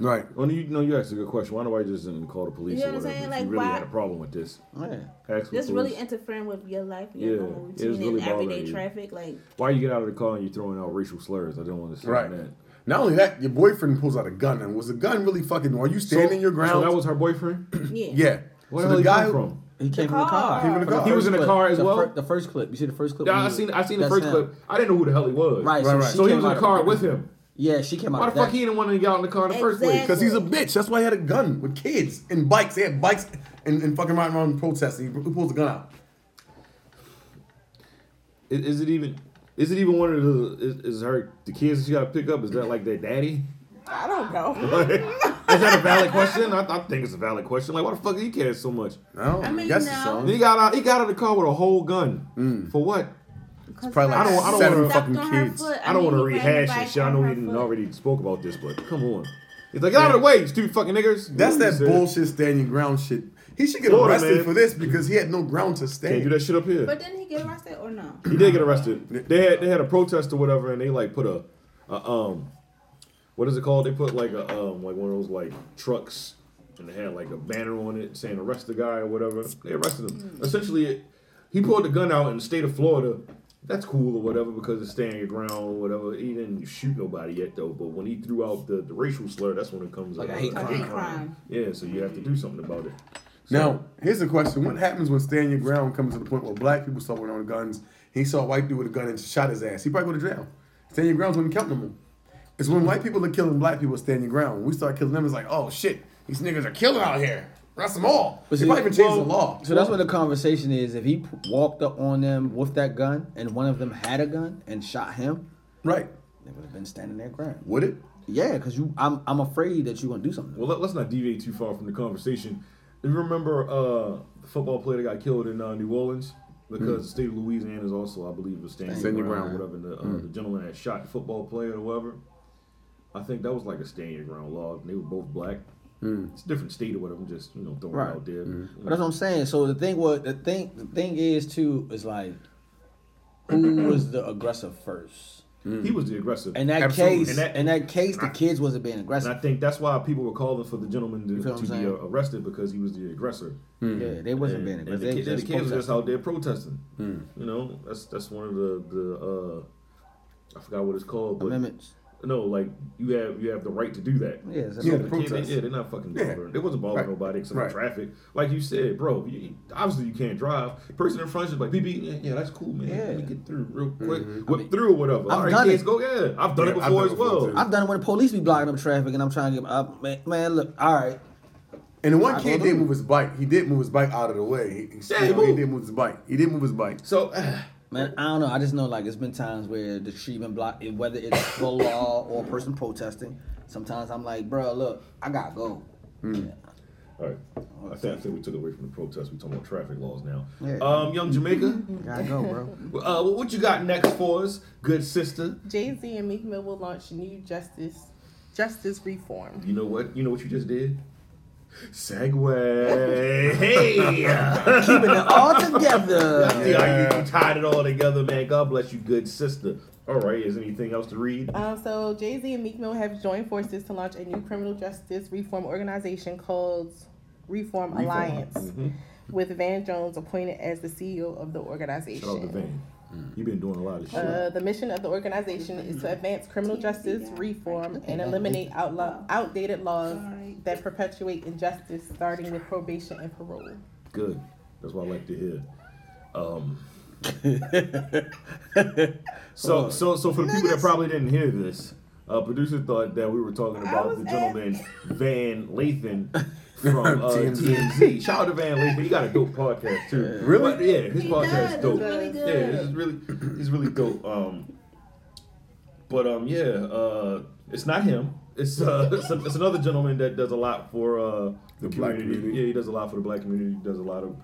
S8: Right.
S3: Well, you know, you asked a good question. Why nobody just didn't call the police
S9: You know
S3: or
S9: what I'm
S3: whatever?
S9: saying?
S3: If
S9: Like,
S3: you really
S9: why-
S3: had a problem with this.
S7: Oh, Yeah.
S3: Ask the
S9: this really
S3: police.
S9: interfering with your life and
S3: Yeah,
S9: your normal
S3: it's
S9: routine
S3: really
S9: and everyday
S3: bothering you.
S9: traffic like
S8: <clears throat>
S3: Why you get out of the car and you throwing out racial slurs? I don't understand
S8: Right.
S3: that.
S8: Not only that, your boyfriend pulls out a gun, and was the gun really fucking? Are you standing your ground?
S3: So that was her boyfriend. <clears throat>
S9: yeah.
S8: Yeah.
S3: Where
S8: So the
S3: the hell
S8: guy
S3: he
S8: who-
S3: come from?
S7: He came from the car.
S8: He came from the car.
S3: He was in the
S7: First
S3: car
S7: clip.
S3: as
S7: the
S3: well?
S7: the first clip. You see the first clip?
S3: Yeah, I
S7: when he-
S3: seen. I seen the
S7: that's
S3: first
S7: him.
S3: clip. I didn't know who the hell he was.
S7: Right, so
S3: So,
S7: Right, right. she
S3: he
S7: came
S3: was in
S7: out
S3: the
S7: of
S3: car
S7: the-
S3: with him.
S7: Yeah, she came out.
S3: Why the
S7: of
S3: fuck
S7: that-
S3: he didn't want to get out in the car in the first place?
S8: Because he's a bitch. That's why he had a gun with kids and bikes. They had bikes and, and fucking riding around protesting. He pulls the gun out.
S3: Is, is it even? Is it even one of the? Is, is her the kids that she got to pick up? Is that like their daddy?
S4: I don't know.
S3: Like, is that a valid question? I, I think it's a valid question. Like, why the fuck do you care so much?
S8: No,
S4: I mean,
S3: guess
S4: no.
S8: Mm.
S3: so. He got out. He got out of the car with a whole gun. For what?
S9: 'cause
S8: probably
S9: her
S8: like
S3: I don't, I
S8: seven
S3: don't wanna,
S9: stepped on her
S3: I,
S9: foot.
S3: don't
S9: mean,
S3: want to
S9: he ran
S3: rehash
S9: right
S3: and shit. I
S9: on
S3: know
S9: her
S3: we didn't
S9: foot.
S3: already spoke about this, but come on. He's like, get out of the way, you stupid fucking
S8: That's
S3: niggas. You know
S8: that
S3: what I'm saying?
S8: bullshit standing ground shit. He should get
S3: Florida,
S8: arrested
S3: man.
S8: for this because he had no ground to stand.
S3: Can't do that shit up here.
S9: But didn't he get arrested or "Oh, no?
S3: He did get arrested. They had they had a protest or whatever, and they like put a, a um, what is it called? They put like a um like one of those like trucks, and they had like a banner on it saying arrest the guy or whatever. They arrested him. Essentially, it, he pulled the gun out in the state of Florida. That's cool or whatever because it's standing your ground or whatever. He didn't shoot nobody yet though, but when he threw out the, the racial slur, that's when it comes
S8: Like
S3: up.
S8: a hate
S3: Uh,
S8: crime.
S3: Yeah, so you have to do something about it.
S8: Now, here's the question: What happens when stand your ground comes to the point where black people start wearing guns? He saw a white dude with a gun and shot his ass. He probably go to jail. Stand your grounds wouldn't count no more. It's when white people are killing black people. Stand your ground. When we start killing them. It's like, oh shit, these niggas are killing out here. Arrest them all. They probably even change the law.
S11: So that's what the conversation is. If he p- walked up on them with that gun, and one of them had a gun and shot him,
S8: right?
S11: They would have been standing their ground.
S8: Would it?
S11: Yeah, because you, I'm, I'm afraid that you're gonna do something.
S3: Well, let, us not deviate too far from the conversation. You remember uh, the football player that got killed in uh, New Orleans because
S8: Mm.
S3: the state of Louisiana is also, I believe, was standing
S8: Stand
S3: ground,
S8: your
S3: ground,
S8: ground.
S3: whatever. And the, uh,
S8: Mm.
S3: the gentleman that shot the football player or whatever. I think that was like a stand your ground law. and They were both black.
S11: Mm.
S3: It's a different state or whatever. I'm just you know throwing it
S11: Right.
S3: out there. You
S11: But that's what
S3: know.
S11: I'm saying. So the thing was the thing the thing is too is like who was the aggressor first?
S3: He was the aggressor.
S11: In that
S3: Absolutely.
S11: case,
S3: And that-
S11: in that case, the kids wasn't being aggressive.
S3: And I think that's why people were calling for the gentleman
S11: You
S3: to,
S11: feel what
S3: to
S11: I'm
S3: be uh,
S11: saying?
S3: arrested because he was the aggressor.
S11: Hmm. Yeah, they wasn't
S3: And-
S11: being
S3: and
S11: aggressive.
S3: the,
S11: They
S3: kid- the
S11: just
S3: kids was just
S11: protesting.
S3: out there protesting.
S11: Hmm.
S3: You know, that's that's one of the the uh, I forgot what it's called. But
S11: Amendments.
S3: No, like you have you have the right to do that.
S11: Yeah, it's a
S3: So
S11: Yeah, the
S3: the kid- they-
S11: protest.
S3: yeah, they're not fucking
S11: Yeah.
S3: bothering. They wasn't bothering
S11: Right.
S3: nobody except
S11: Right.
S3: for traffic. Like you said, bro. You, obviously, you can't drive. Person in front of you is like, BB, yeah, yeah, that's cool, man. Let me get through real quick, whip through or whatever.
S11: Mm-hmm. I've
S3: All right,
S11: done
S3: kids,
S11: it.
S3: go. Yeah, I've done it
S11: Yeah, I've
S3: before
S11: done
S3: as
S11: it
S3: well.
S11: I've done it when the police be blocking up traffic and I'm trying to get up. Man, man, look, all right.
S8: And the one
S11: I
S8: kid
S11: go
S8: did
S11: do.
S8: move his bike. He did move his bike out of the way. He, he,
S11: Yeah, he
S8: you know, he
S11: moved.
S8: did move his bike. He did move his bike.
S3: So, <sighs>
S11: Man, I don't know. I just know like it's been times where the street been blocked, it- whether it's the law or a person protesting. Sometimes I'm like, bro, look, I gotta go.
S3: All right. I think, I think we took away from the protest. We're talking about traffic laws now.
S11: Yeah.
S3: Um, Young Jamaica.
S11: Gotta go, bro.
S3: Uh, what- what you got next for us, good sister?
S4: Jay Z and Meek Mill will launch new justice justice reform.
S3: You know what? You know what you just did? Segway. hey. <laughs>
S4: Keeping it all together.
S3: I see how you, you tied it all together, man. God bless you, good sister. All right. Is there anything else to read?
S4: Um, so Jay Z and Meek Mill have joined forces to launch a new criminal justice reform organization called Reform,
S3: Reform.
S4: Alliance,
S7: Mm-hmm.
S3: Mhm.
S4: with Van Jones appointed as the CEO of the
S3: Shout out to
S4: organization.
S3: Van. You've been doing a lot of shit.
S4: Uh, the mission of the organization is to advance criminal justice reform and eliminate outlaw, outdated laws that perpetuate injustice, starting with probation and parole.
S3: Good. That's what I like to hear.
S8: <laughs>
S3: Um, so, so, so for the people that probably didn't hear this, uh, producer thought that we were talking about the gentleman Van Lathan
S8: <laughs>
S3: from uh,
S8: TMZ.
S3: TMZ. Shout out to Van Lathan. He got a dope podcast too.
S8: Really?
S3: But, yeah, his
S8: He does.
S3: podcast is dope.
S8: It's really good.
S3: Yeah, this is really, he's really dope. Um, but um, yeah, uh, it's not him. It's uh, <laughs> it's, it's another gentleman that does a lot for uh the
S8: black community.
S3: Yeah, he does a lot for the black community. He does a lot of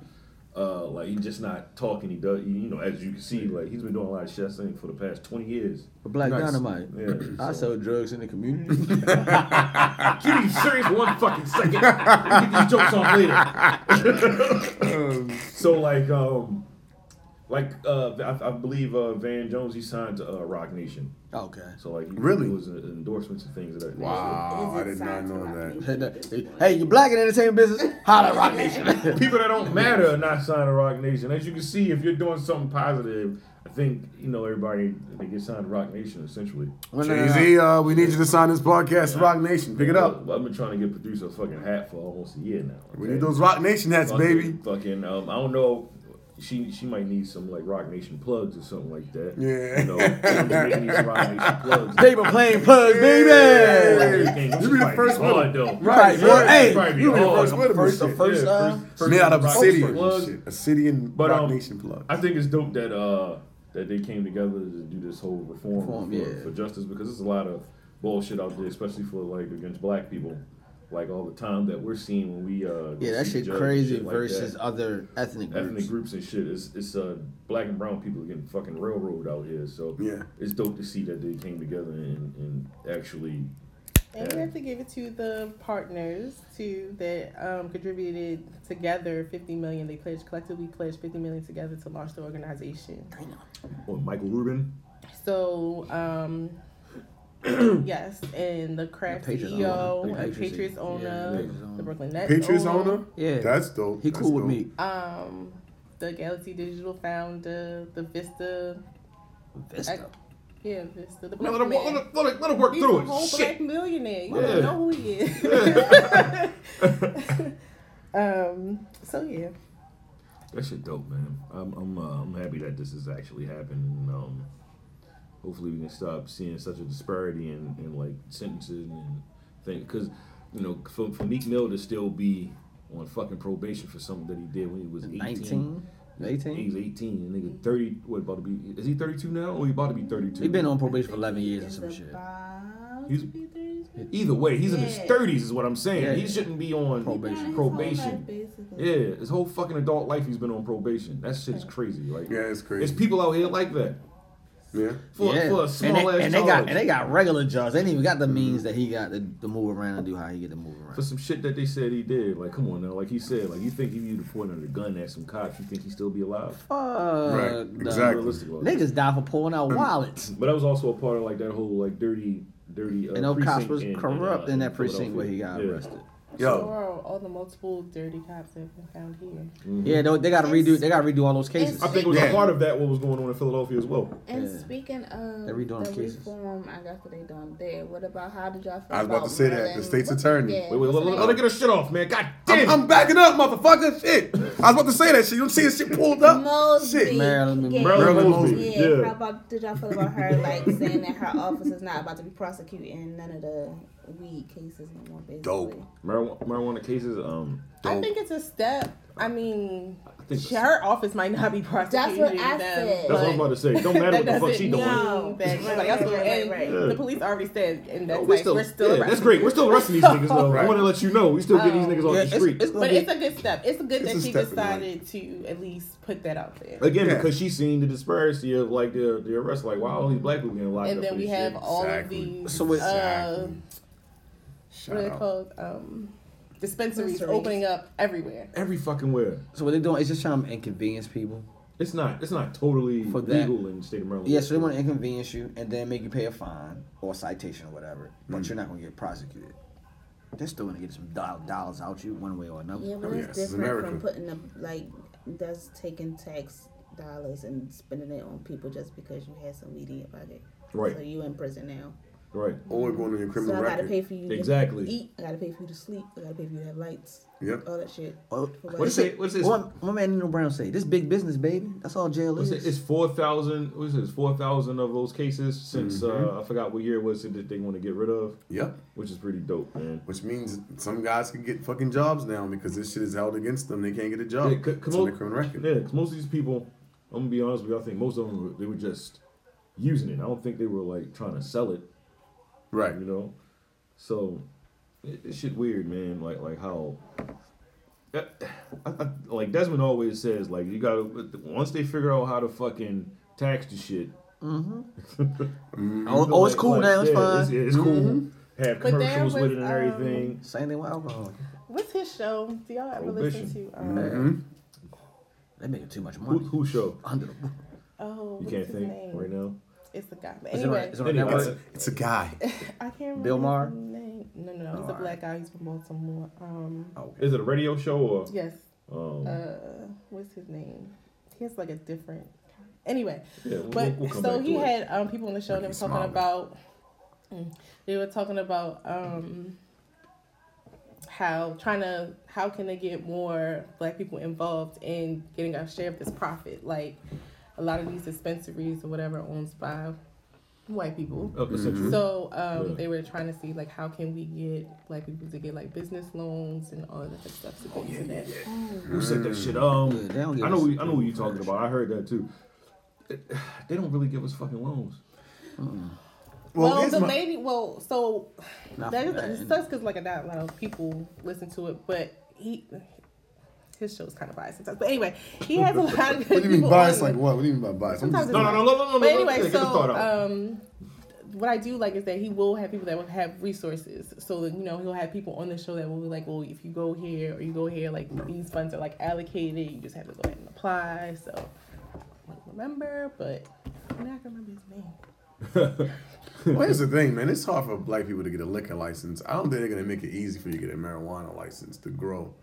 S3: uh, like he's just not talking. He does, you know, as you can see, like he's been doing a lot of shit I think for the past twenty years.
S11: Black Dynamite.
S3: Yeah,
S11: I
S3: so.
S11: sell drugs in the community. <laughs>
S3: Can you be serious for one fucking second? Let me get these jokes off
S8: <laughs>
S3: later. so like um, like uh, I, I believe uh, Van Jones he signed to uh, Rock Nation.
S11: Okay.
S3: So like he
S8: Really?
S3: it was an endorsements and things of that.
S8: Wow, I did not know
S3: nature.
S11: that. hey, you black in the entertainment business? Holla, at Rock Nation.
S3: <laughs> People that don't matter are not signed to Rock Nation. As you can see, if you're doing something positive, I think you know everybody they get signed to Rock Nation essentially.
S8: Jay Z, uh, we need you to sign this podcast, Rock Nation. Pick it up.
S3: I've been trying to get producer a fucking hat for almost a year now.
S8: We need those Rock Nation hats,
S3: Fucking-
S8: baby.
S3: Fucking, um, I don't know. She she might need some like Rock Nation plugs or something like that.
S8: Yeah.
S3: You know, maybe need some Rock Nation
S8: <laughs>
S3: plugs.
S11: They been playing plugs, baby.
S3: You be the first one, though.
S11: Right, boy. Hey,
S8: you be the first one.
S3: First,
S8: The first, uh,
S3: first
S8: made out of
S3: Rock
S8: obsidian
S3: Nation
S8: and
S3: plugs.
S8: shit. Obsidian
S3: But,
S8: Rock
S3: um,
S8: Nation plug.
S3: I think it's dope that uh that they came together to do this whole reform,
S11: Reform,
S3: for,
S11: yeah.
S3: for justice because there's a lot of bullshit out there, especially for like against black people. like all the time that we're seeing when we uh go
S11: Yeah, that
S3: see
S11: shit
S3: judge and
S11: crazy
S3: shit like
S11: versus
S3: that.
S11: other ethnic groups.
S3: ethnic groups and shit. It's it's uh black and brown people are getting fucking railroaded out here. So
S8: Yeah.
S3: it's dope to see that they came together and, and actually.
S4: And we
S3: uh,
S4: have to give it to the partners to that um, contributed together 50 million. They pledged collectively pledged 50 million together to launch the organization.
S3: what, Michael Rubin.
S4: So, um, <clears throat> yes, and the Kraft
S3: The Patriots
S4: CEO,
S3: owner. The
S4: the
S3: Patriots-
S4: Patriots owner, the Brooklyn Nets
S8: Patriots
S3: Oh,
S8: owner?
S11: Yeah.
S8: That's dope.
S11: He
S8: That's
S11: cool with
S8: dope.
S11: me.
S4: um, the Galaxy Digital founder, the Vista.
S11: Vista?
S4: yeah, Vista. The
S3: Man,
S4: black
S3: let him-
S4: man.
S3: let him- let him- let him work
S4: He's
S3: through
S4: a
S3: it.
S4: whole
S3: Shit.
S4: black millionaire. You
S3: Yeah.
S4: don't know who he is. <laughs>
S3: <laughs>
S4: um. So yeah.
S3: That shit dope, man. I'm I'm uh, I'm happy that this has actually happened. And, um, hopefully we can stop seeing such a disparity in, in like sentences and things. Cause you know, for, for Meek Mill to still be on fucking probation for something that he did when he was 18.
S11: 19?
S3: 18? He's 18. The Nigga, 30. What about to be? Is he 32 now? Or he about to be 32?
S11: He been on probation for 11 years or some shit.
S3: He's, either way, he's in his
S9: Yeah.
S3: 30s, is what I'm saying.
S11: Yeah.
S3: He shouldn't be on probation. probation. Yeah, his whole fucking adult life he's been on probation. That shit is crazy. Like, yeah, it's crazy. It's people out here like that.
S8: Yeah.
S3: For,
S11: yeah.
S3: for a small
S11: and they,
S3: ass
S11: and they got
S3: charge.
S11: and they got regular jobs. They ain't even got the means that he got to, to move around and do how he get to move around.
S3: for some shit that they said he did. Like, come on now. Like he said, like you think if you pointed a gun at some cops, you think he'd still be alive?
S11: Fuck no. Niggas die for pulling out wallets.
S3: But that was also a part of like that whole like dirty, dirty. Uh,
S11: And those cops
S3: precinct
S11: was
S3: in- in, uh,
S11: corrupt in that precinct where he got
S3: Philadelphia. Yeah.
S11: arrested.
S3: Oh.
S4: So are all the multiple dirty cops that have been found here.
S3: Mm-hmm.
S11: Yeah, they, they got to redo. They got to redo all those cases.
S3: I think it was a part of that what was going on in Philadelphia as well.
S9: And
S11: Yeah.
S9: speaking of
S11: They redoing
S9: the
S11: cases.
S9: reform, I guess what they done there. What about how did y'all feel?
S8: I was about to say that. The
S9: Maryland?
S8: state's
S9: What-
S8: attorney.
S9: yeah,
S8: wait,
S9: what's the
S8: let her
S9: name?
S8: get her shit off, man. God damn. I'm, I'm backing up, motherfucker. Shit. I was about to say that shit. You don't see this shit pulled up?
S9: Mosby.
S8: Shit.
S9: Yeah.
S8: Marilyn Mosby.
S9: Yeah. How about did y'all feel about her like saying that her office is not about to be prosecuting none of the weed cases no more? Basically.
S3: Marijuana, marijuana cases. Um,
S4: I think it's a step. I mean,
S3: think
S4: her office might not be prosecuting
S9: what I
S4: them,
S9: said.
S3: That's what I was
S4: but
S3: about to say. It don't matter what
S4: <laughs> that
S3: the fuck
S4: doesn't
S3: she doing.
S4: mean that somebody else will- and
S3: right.
S4: The police already said, and that's
S3: No,
S4: like, we're still Oh.
S3: Oh, yeah,
S4: arresting
S3: that's great. We're still arresting these niggas though. I
S8: Right.
S3: want to let you know we still get these niggas off the street.
S4: but it's a good step. It's good
S3: It's a
S4: that she
S3: step in the right-
S4: decided to at least put that out there.
S3: Again, because she's seen the disparity of like the the arrest, like wow, all these black people getting locked
S4: and
S3: up.
S4: then
S3: for
S4: we
S3: this
S4: have
S3: shit.
S4: all of these.
S3: So it's-
S4: uh,
S3: Shout
S4: what are they
S3: out.
S4: called? Um, dispensaries
S3: Dispensaries.
S4: opening up everywhere.
S3: every fucking where.
S11: So what they doing is just trying to inconvenience people.
S3: It's not. It's not totally
S11: For that.
S3: legal in the state of Maryland.
S11: Yeah, so they want to inconvenience you and then make you pay a fine or a citation or whatever, but
S3: Mm.
S11: you're not gonna get prosecuted. They're still gonna get some doll- dollars out you one way or another.
S8: Oh,
S9: Yeah, but it's different from putting up like that's taking tax dollars and spending it on people just because you had some weed in your pocket.
S8: Right.
S9: So you in prison now.
S3: Right.
S8: Or going on your criminal
S9: so I
S8: record.
S9: gotta pay for you
S8: Exactly.
S9: to eat. I gotta pay for you to sleep. I gotta pay for you to have lights.
S8: Yep.
S9: All that shit.
S11: Oh,
S9: For
S11: what is it? What is it? What my man Nino Brown say? This big business, baby. That's all jail
S3: What's
S11: is.
S3: it? It's four thousand. What is it? Four thousand of those cases since uh, I forgot what year it was that they want to get rid of.
S8: Yep.
S3: Which is pretty dope, man.
S8: Which means some guys can get fucking jobs now because this shit is held against them. They can't get a job.
S11: Um,
S3: Yeah, 'cause- 'cause
S8: it's on
S3: most-
S8: their criminal record.
S3: Yeah, because most of these people, I'm gonna be honest with you, I think most of them were- they were just using it. I don't think they were like trying to sell it.
S8: Right.
S3: You know, so it, it's shit weird, man. Like like how. I- I- like Desmond always says, like you gotta once they figure out how to fucking tax the shit.
S11: Mm-hmm.
S3: oh,
S11: Oh, oh, it's cool now. It's fine.
S3: It's, it's cool.
S11: Mhm.
S3: Have
S4: But there
S3: commercials with
S4: was,
S3: it and
S4: um,
S3: everything.
S11: Same thing with alcohol.
S4: What's his show? Do y'all ever listen
S3: Prohibition. Mm-hmm.
S4: to? Um,
S11: They making too much
S3: Who,
S11: money.
S3: who show?
S11: Under the
S4: Oh,
S3: You
S4: um, what's
S3: can't
S4: his
S3: think
S4: name?
S3: right now.
S4: It's the guy. But
S11: Is it on-
S4: anyway,
S11: is it on Anyway. network? It's-
S8: it's a
S4: <laughs>
S8: guy.
S4: I can't remember
S3: Bill Maher?
S4: His name. No, no, no. He's a black guy. He's from Baltimore. Um,
S3: Is it a radio show or?
S4: Yes.
S3: Um,
S4: Uh, what's his name? He has like a different. Anyway,
S3: Yeah, we'll-
S4: but
S3: we'll come
S4: so
S3: back
S4: he
S3: to it.
S4: had um, people on the show. and They were
S3: Ricky
S4: talking
S3: Smiley.
S4: about. mm, They were talking about um, how trying to how can they get more black people involved in getting our share of this profit? Like a lot of these dispensaries or whatever are owned by white people.
S3: Oh, essentially.
S4: So um,
S3: Yeah.
S4: they were trying to see like how can we get black people to get like business loans and all that stuff
S3: Oh,
S4: to go into that.
S3: Who said that shit? Um,
S11: they don't give
S3: I know.
S11: us-
S3: we- I know what you're <sighs> talking about. I heard that too. They don't really give us fucking loans.
S4: Well,
S8: here's
S4: the
S8: my-
S4: lady. Well, so
S8: Not
S4: that
S8: for
S4: is,
S8: that.
S4: it sucks because like not a lot of people listen to it, but he his show's kind of biased sometimes. But anyway,
S5: <laughs>
S4: he has a lot of
S5: What do you mean
S4: people
S5: biased?
S4: on-
S5: Like what? What do you mean by biased? I'm
S4: Sometimes
S5: just-
S4: it's not. But anyway, so um, what I do like is that he will have people that will have resources. So that, you know, he'll have people on the show that will be like, well, if you go here or you go here, like these funds are like allocated. You just have to go ahead and apply. So I don't remember, but I'm not gonna remember his name.
S8: Well, here's the thing, man. It's hard for black people to get a liquor license. I don't think they're gonna make it easy for you to get a marijuana license to grow.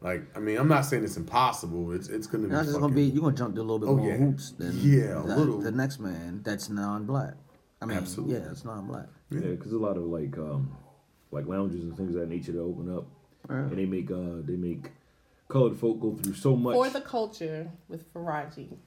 S8: Like, I mean, I'm not saying it's impossible. It's it's gonna be.
S11: Now it's just gonna
S8: fucking-
S11: be you're gonna jump through a little bit
S8: Oh,
S11: more
S8: yeah.
S11: hoops than
S8: Yeah, a
S11: the,
S8: little.
S11: the next man that's non-black. I mean,
S3: Absolutely.
S11: yeah, it's non-black.
S3: Yeah, because a lot of like um like lounges and things of that nature that open up, and they make uh they make colored folk go through so much.
S4: For the culture with Faraji.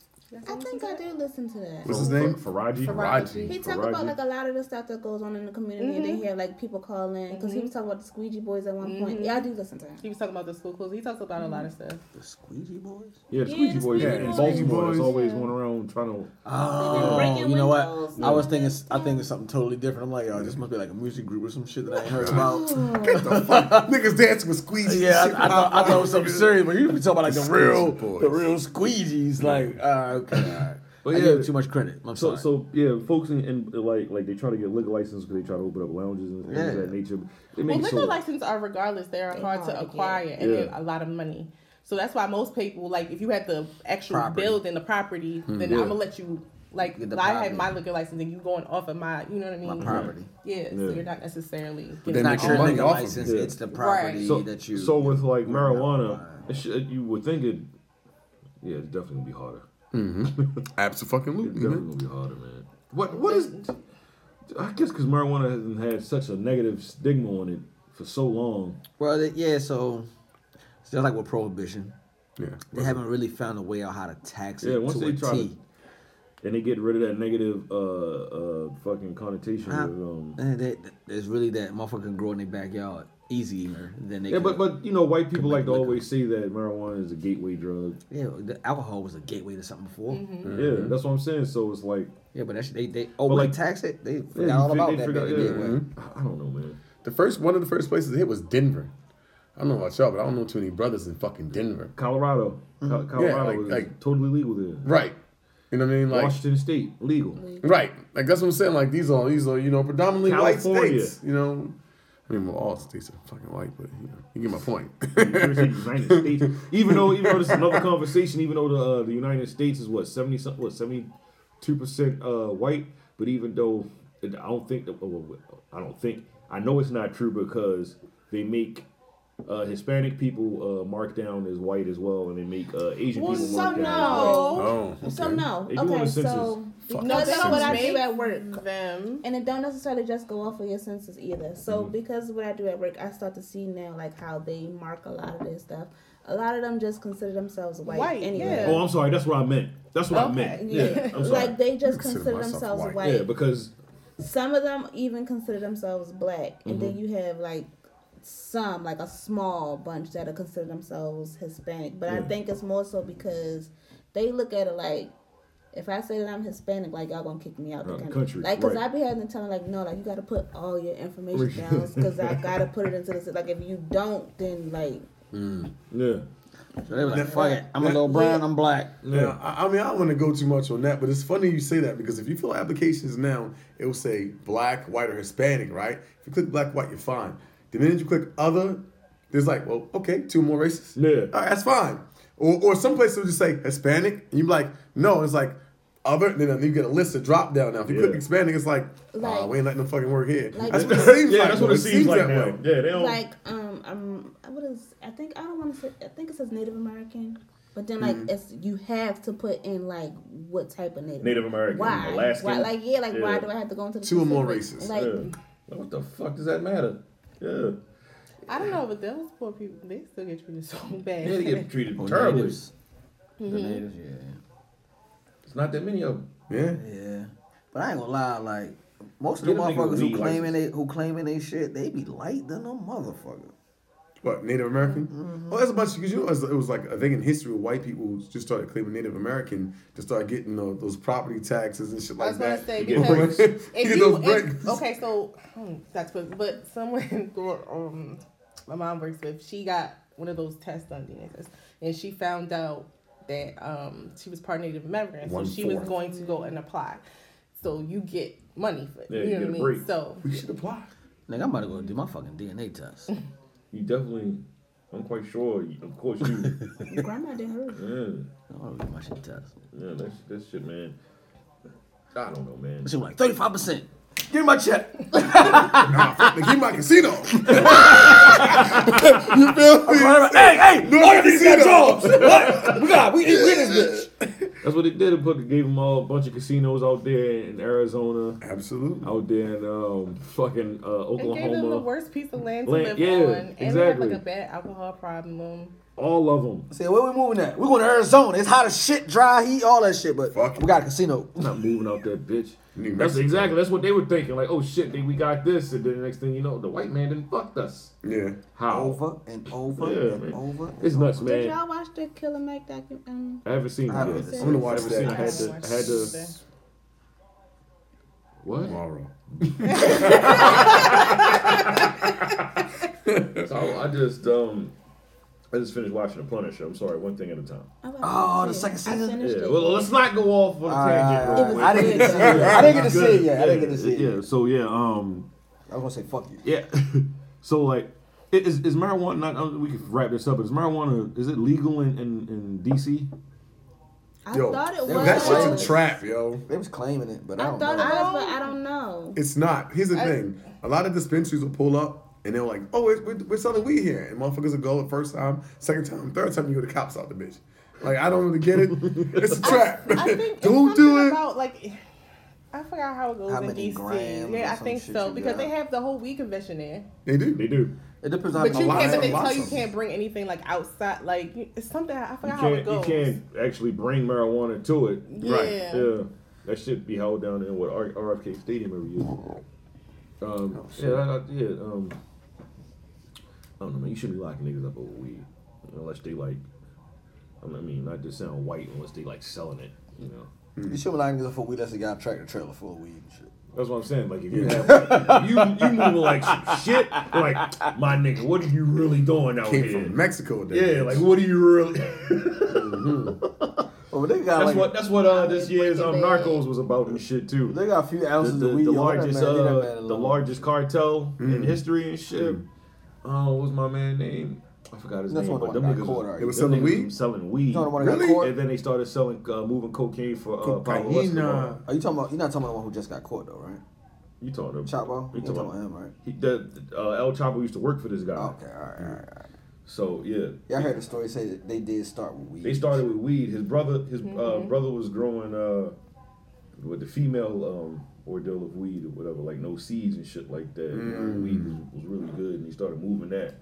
S9: I think I do listen to that.
S3: What's his name? Fa- Faraji? Faraji.
S9: He talked
S3: Faraji.
S9: about like a lot of the stuff that goes on in the community. and They
S4: Mhm.
S9: hear like people calling because he was talking about the squeegee boys at one point.
S4: Mhm.
S9: Yeah, I do listen to him.
S4: He was talking about the school clothes. He talks about a lot of stuff.
S11: The squeegee boys.
S3: yeah, the squeegee boys
S11: Yeah,
S3: in
S11: the squeegee
S3: Baltimore that's
S11: boys.
S3: always going around trying to.
S11: Oh, you know what? I was thinking, I think it's something totally different. I'm like, oh, this must be like a music group or some shit that I ain't
S7: <laughs>
S11: heard about.
S8: Get the fuck, niggas dancing with squeegees.
S11: Yeah,
S8: Shit,
S11: I, I thought I thought it was
S7: <laughs>
S11: something serious, but you be talking about like the,
S8: The
S11: real,
S8: squeegee boys.
S11: the real squeegees. Like, uh, okay, all
S7: <laughs>
S11: right.
S3: But
S11: I
S3: yeah,
S11: gave it too much credit. I'm
S3: so
S11: sorry.
S3: so yeah, folks in, in like like they try to get liquor license because they try to open up lounges and things of
S11: Yeah.
S3: that nature. They
S4: Well,
S3: make it
S4: liquor
S3: so
S4: licenses are regardless; they are hard to acquire and
S3: Yeah.
S4: they're a lot of money. So that's why most people like if you have the actual
S11: Property.
S4: building, the property,
S11: Hmm.
S4: then
S11: Yeah.
S4: I'm gonna let you like
S11: Get the
S4: I have
S11: property.
S4: my liquor license and you going off of my, you know what I mean?
S11: property.
S4: Yeah, so
S3: Yeah.
S4: you're not necessarily.
S3: But
S11: It's
S3: they
S11: not
S3: make
S11: your
S3: money
S11: nigga
S3: off of
S11: license.
S3: it.
S11: It's the property
S3: so,
S11: that you.
S3: So with like marijuana, it should, you would think it. Yeah, it's definitely gonna be harder.
S8: Mm-hmm. Absolutely.
S3: It's definitely gonna be harder, man. What what is? I guess because marijuana hasn't had such a negative stigma on it for so long.
S11: Well, they- yeah, so it's just like with prohibition.
S8: Yeah,
S11: they haven't really found a way out how to tax it
S3: Yeah, once
S11: to
S3: they
S11: a
S3: try
S11: T.
S3: to, and they get rid of that negative uh uh fucking connotation.
S11: Huh?
S3: of, um,
S11: And they- it's really that motherfucker can grow in their backyard easier than they.
S3: yeah,
S11: can-
S3: but but you know, white people
S11: could
S3: like to
S11: make liquor.
S3: always say that marijuana is a gateway drug.
S11: Yeah, the alcohol was a gateway to something before.
S3: Mhm. Yeah, that's what I'm saying. So it's like
S11: yeah, but that's, they they oh
S3: But,
S11: like
S3: like-
S11: tax it they forgot
S3: you
S11: all
S3: fi-
S11: about
S3: they
S11: that
S3: forgot-
S11: back in
S3: yeah. Mm-hmm.
S11: the day.
S3: I don't know, man.
S8: The first one of the first places it hit was Denver. I don't know about y'all, but I don't know too many brothers in fucking Denver.
S3: Colorado,
S11: Mm-hmm.
S3: Col- Colorado is totally legal there.
S8: Right. You know what I mean? Like
S3: Washington State, legal.
S8: Right. Like that's what I'm saying. Like these are these are you know predominantly
S3: California.
S8: white states. You know. I mean, well, all states are fucking white, but you, know, you get my point. <laughs>
S3: United States. Even though, even though this is another conversation. Even though the uh, the United States is what seventy something, what seventy two percent uh white. But even though it, I don't think that, oh, well, I don't think I know it's not true because they make uh Hispanic people uh mark down as white as well, and they make uh Asian
S9: Well,
S3: people
S9: some
S3: mark down.
S8: Oh,
S9: no.
S3: As white.
S9: Some no.
S3: They do on
S9: Okay,
S3: the census.
S9: so
S3: Fuck
S9: because
S3: the
S9: that's what I
S3: census.
S9: do at
S4: Mm-hmm.
S9: work,
S4: them.
S9: and it don't necessarily just go off of your senses either. So
S3: Mhm.
S9: because what I do at work, I start to see now like how they mark a lot of their stuff. A lot of them just consider themselves white,
S4: White,
S9: anyway.
S3: Oh, I'm sorry. That's what I meant. That's what I meant. Yeah, I'm sorry.
S9: like they just
S3: Consider
S9: consider,
S3: myself
S9: themselves white.
S3: Yeah, because
S9: some of them even consider themselves black,
S16: Mm-hmm.
S9: and then you have like some, like a small bunch that are consider themselves Hispanic. But I
S16: Yeah.
S9: think it's more so because they look at it like, if I say that I'm Hispanic, like y'all gonna kick me out the
S16: Out the
S9: country.
S16: country,
S9: Like, cause
S16: right.
S9: I be having to tell them like, no, like you gotta put
S16: <laughs>
S9: all your information down, cause I gotta put it into this. Like if you don't, then like
S3: Yeah.
S11: So they was like, fuck it. I'm a little brown. I'm black.
S8: Yeah. I, I mean, I don't want to go too much on that, but it's funny you say that because if you fill out applications now, it will say black, white, or Hispanic, right? If you click black, white, you're fine. The minute you click other, there's like, well, okay, two more races.
S3: Yeah.
S8: All right, that's fine. Or, or some places will just say Hispanic, and you're like, no, it's like other, and then you get a list of drop down now. If you click Hispanic, it's like, ah,
S9: Like-
S8: we ain't letting them fucking work here.
S9: like-
S8: that's what it seems
S3: <laughs> Yeah,
S8: like.
S3: that's what
S8: though.
S3: it seems like
S8: that
S3: now.
S8: way.
S3: Yeah, they don't-
S9: like um um what is I think I don't want to say I think it says Native American, but then like
S3: Mhm.
S9: it's you have to put in like what type of Native
S3: Native American,
S9: why
S3: Alaskan.
S9: why like yeah like why
S3: Yeah.
S9: do I have to go into the
S3: Two or more
S9: specifics?
S3: races.
S9: like
S3: Yeah. Like, what the fuck does that matter? Yeah.
S4: I don't know, but those poor people they still get treated so bad.
S3: Yeah, they get treated
S11: Oh,
S3: terribly.
S11: natives. The
S4: Mhm.
S11: natives, yeah.
S3: It's not that many of them.
S8: Yeah.
S11: Yeah. But I ain't gonna lie, like most of the
S3: Get a nigga
S11: motherfuckers
S3: with
S11: who
S3: weed
S11: claiming they who claiming they shit, they be light than a motherfucker.
S8: What Native American?
S4: Mm-hmm.
S8: Oh, that's a bunch because you know it was, it was like I think in history white people just started claiming Native American to start getting uh, those property taxes and shit
S4: I was
S8: like
S4: gonna
S8: that.
S4: say
S8: You get
S4: because
S8: those-
S4: if
S8: <laughs> you get
S4: you
S8: those bricks.
S4: if, okay, so hmm, that's what. But someone, <laughs> um, my mom works with, she got one of those tests done, DNA tests, and she found out that um she was part Native American, so she was
S8: One-fourth.
S4: going to go and apply. So you get money for it.
S11: Yeah,
S4: you
S11: you
S4: know
S11: get
S4: what I
S11: a
S4: mean?
S11: break.
S4: So
S8: we should apply.
S11: Nigga, I'm about to go do my fucking DNA
S7: <laughs>
S11: test.
S3: You definitely. I'm quite sure. you- Of
S8: <laughs>
S3: course you.
S9: Grandma did hers.
S3: yeah.
S11: I don't do my shit test.
S3: Yeah, that sh- that shit, man. I don't know, man.
S11: She was like, 35%. Give me my check.
S8: give me my
S4: <laughs>
S8: casino.
S11: you feel me? Hey, hey,
S8: No
S11: lawyer needs that
S8: casino.
S7: <laughs>
S11: jobs. What? We got, we, we in this bitch.
S3: That's what they did. They put gave them all a bunch of casinos out there in Arizona.
S8: Absolutely.
S3: Out there in um,
S4: it gave
S3: fucking uh,
S4: them the
S3: Oklahoma.
S4: worst piece of land to
S3: Land-
S4: live
S3: yeah,
S4: on, and they have
S3: exactly.
S4: like a bad alcohol problem.
S3: All of them.
S7: Say, where we moving at? We're going to Arizona. It's hot as shit, dry heat, all that shit. But we got a casino.
S3: I'm not moving out that bitch. That's
S8: Mexico.
S3: exactly. That's what they were thinking. Like, oh shit, they, we got this, and then the next thing you know, the white man didn't fucked us.
S8: Yeah.
S3: How?
S7: Over and over
S3: Yeah,
S7: and
S3: man.
S7: over.
S3: It's nuts,
S9: Did
S3: man.
S9: y'all watch the Killer um, Mike documentary?
S3: I haven't seen it.
S8: I haven't
S3: yet.
S8: seen it. I'm gonna watch
S3: Haven't
S8: that.
S3: seen it. I had to. I had to. What?
S8: Tomorrow.
S3: so I just um, I just finished watching The Punisher. I'm sorry, one thing at a time.
S7: Oh, the second season.
S3: Yeah. Well, let's not go off on a
S7: Alright,
S3: tangent. real
S7: alright.
S3: quick.
S7: Ah, I didn't get to see it. I didn't get to see
S3: <laughs>
S7: it yet. I didn't get to see it
S3: Yeah. So yeah. Um.
S7: I was gonna say fuck you.
S3: Yeah. <laughs> so like, i- is is marijuana? Not, uh, we can wrap this up. Is marijuana? Is it legal in in, in DC?
S9: I thought it was.
S8: that shit's a trap, yo.
S7: They was claiming it, but
S9: I thought it was, but I don't know.
S8: It's not. Here's the
S9: I-
S8: thing: a lot of dispensaries will pull up and they're like, "Oh, we're, we're, we're selling weed here," and motherfuckers will go the first time, second time, third time. You go the cops out the bitch. Like I don't really get
S3: <laughs>
S8: it. It's a trap.
S4: I think
S8: <laughs> don't do it.
S4: About like, I forgot how it goes
S8: How
S4: in
S8: many
S4: DC.
S8: grams or
S4: Yeah, I
S8: some
S4: think
S8: shit
S4: so
S8: you
S4: because
S8: got.
S4: they have the whole weed convention there.
S8: They do.
S3: They do.
S11: It depends
S4: But you can't. But they
S3: Lots
S4: tell you
S3: of
S4: can't bring anything like outside. Like it's something I
S3: You
S4: forgot how it
S3: can't. You
S4: goes.
S3: can't actually bring marijuana to it.
S4: Yeah.
S3: Yeah. That should be held down in what R- RFK Stadium every year.
S8: Oh,
S3: Um. yeah. I, I, yeah. Um. I don't know, man. You shouldn't be locking niggas up over weed unless they like. I mean, not just sound white unless they like selling it. You know.
S7: You should be like niggas for weed. That's the guy tractor trailer full of weed and shit.
S3: That's what I'm saying. Like if you
S8: <laughs>
S3: have, you you moving like some shit. Like my nigga, what are you really doing out
S8: Came
S3: here?
S8: from Mexico, that
S3: Yeah,
S8: bitch.
S3: like what are you really? <laughs>
S7: Well, Oh, they got
S3: that's
S7: like-
S3: what that's what uh, this year's um, Narcos was about and shit too.
S7: They got a few ounces
S3: the, the,
S7: of weed.
S3: the
S7: on that
S3: largest
S7: man. Leave that
S3: uh,
S7: man
S3: the
S7: alone.
S3: largest cartel in
S7: Mm-hmm.
S8: Mm.
S3: history and shit. Oh, what was my man name? I forgot his
S7: That's one
S3: name. But
S7: that
S3: them
S7: got
S3: niggas,
S7: caught
S3: was-
S7: already. They were
S3: them
S7: selling
S3: niggas
S7: weed?
S3: was selling weed.
S7: Not the one that got Really? caught?
S3: And then they started selling uh, moving cocaine for uh, Pablo Escobar.
S7: Cocaina. Are you talking about? You're not talking about the one who just got caught though, right?
S3: You talking about
S7: Chapo?
S3: You
S7: You
S3: talking
S7: talking
S3: about
S7: about him, Oh, right?
S3: He, the, uh, El Chapo used to work for this guy. Okay,
S7: all right, all right.
S3: So yeah,
S7: Yeah, I heard the story say that they did start with weed.
S3: they started with weed. His brother, his uh,
S4: Mm-hmm.
S7: Mhm.
S3: brother was growing uh, with the female um, ordeal of weed or whatever, like no seeds and shit like that.
S8: Mm.
S3: Weed was, was really good, and he started moving that.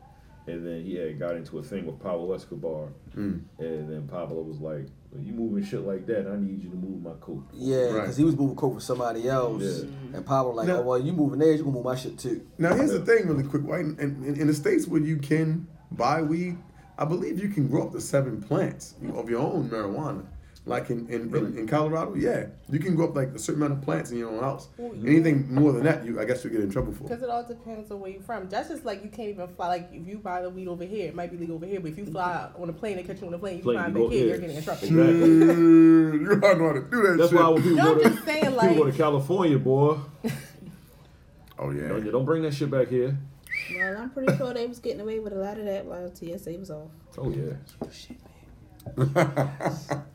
S3: And then he had got into a thing with Pablo Escobar,
S8: Mm.
S3: and then Pablo was like, "Well, "You moving shit like that? I need you to move my coat."
S7: Yeah, because he was moving coke for somebody else,
S3: Yeah.
S7: and Pablo like,
S8: Now-
S7: oh well, you moving theirs, you gonna move my shit too.
S8: Now here's the thing, really quick, right? In, in, in the states where you can buy weed, I believe you can grow up to seven plants of your own marijuana. Like in in, in, in Colorado, yeah, you can grow up like a certain amount of plants in your own house.
S4: Well, yeah.
S8: Anything more than that, you I guess you get in trouble for.
S4: Because it all depends on where you're from. That's just like you can't even fly. Like if you buy the weed over here, it might be legal over here, but if you fly on a plane, they catch you on a plane, you
S3: Plane,
S4: fly
S3: you
S4: back
S3: go-
S4: here,
S3: yeah.
S4: you're getting in trouble.
S8: Mm. Dude, you don't know how to do that
S3: That's
S8: shit.
S3: why when people,
S4: No,
S3: go
S4: I'm
S3: to,
S4: just saying,
S3: people go
S4: like-
S3: to California, boy.
S8: oh yeah,
S3: don't, don't bring that shit back here.
S9: Well, I'm pretty sure they was getting away with a lot of that while TSA was off.
S3: Oh yeah. <laughs> oh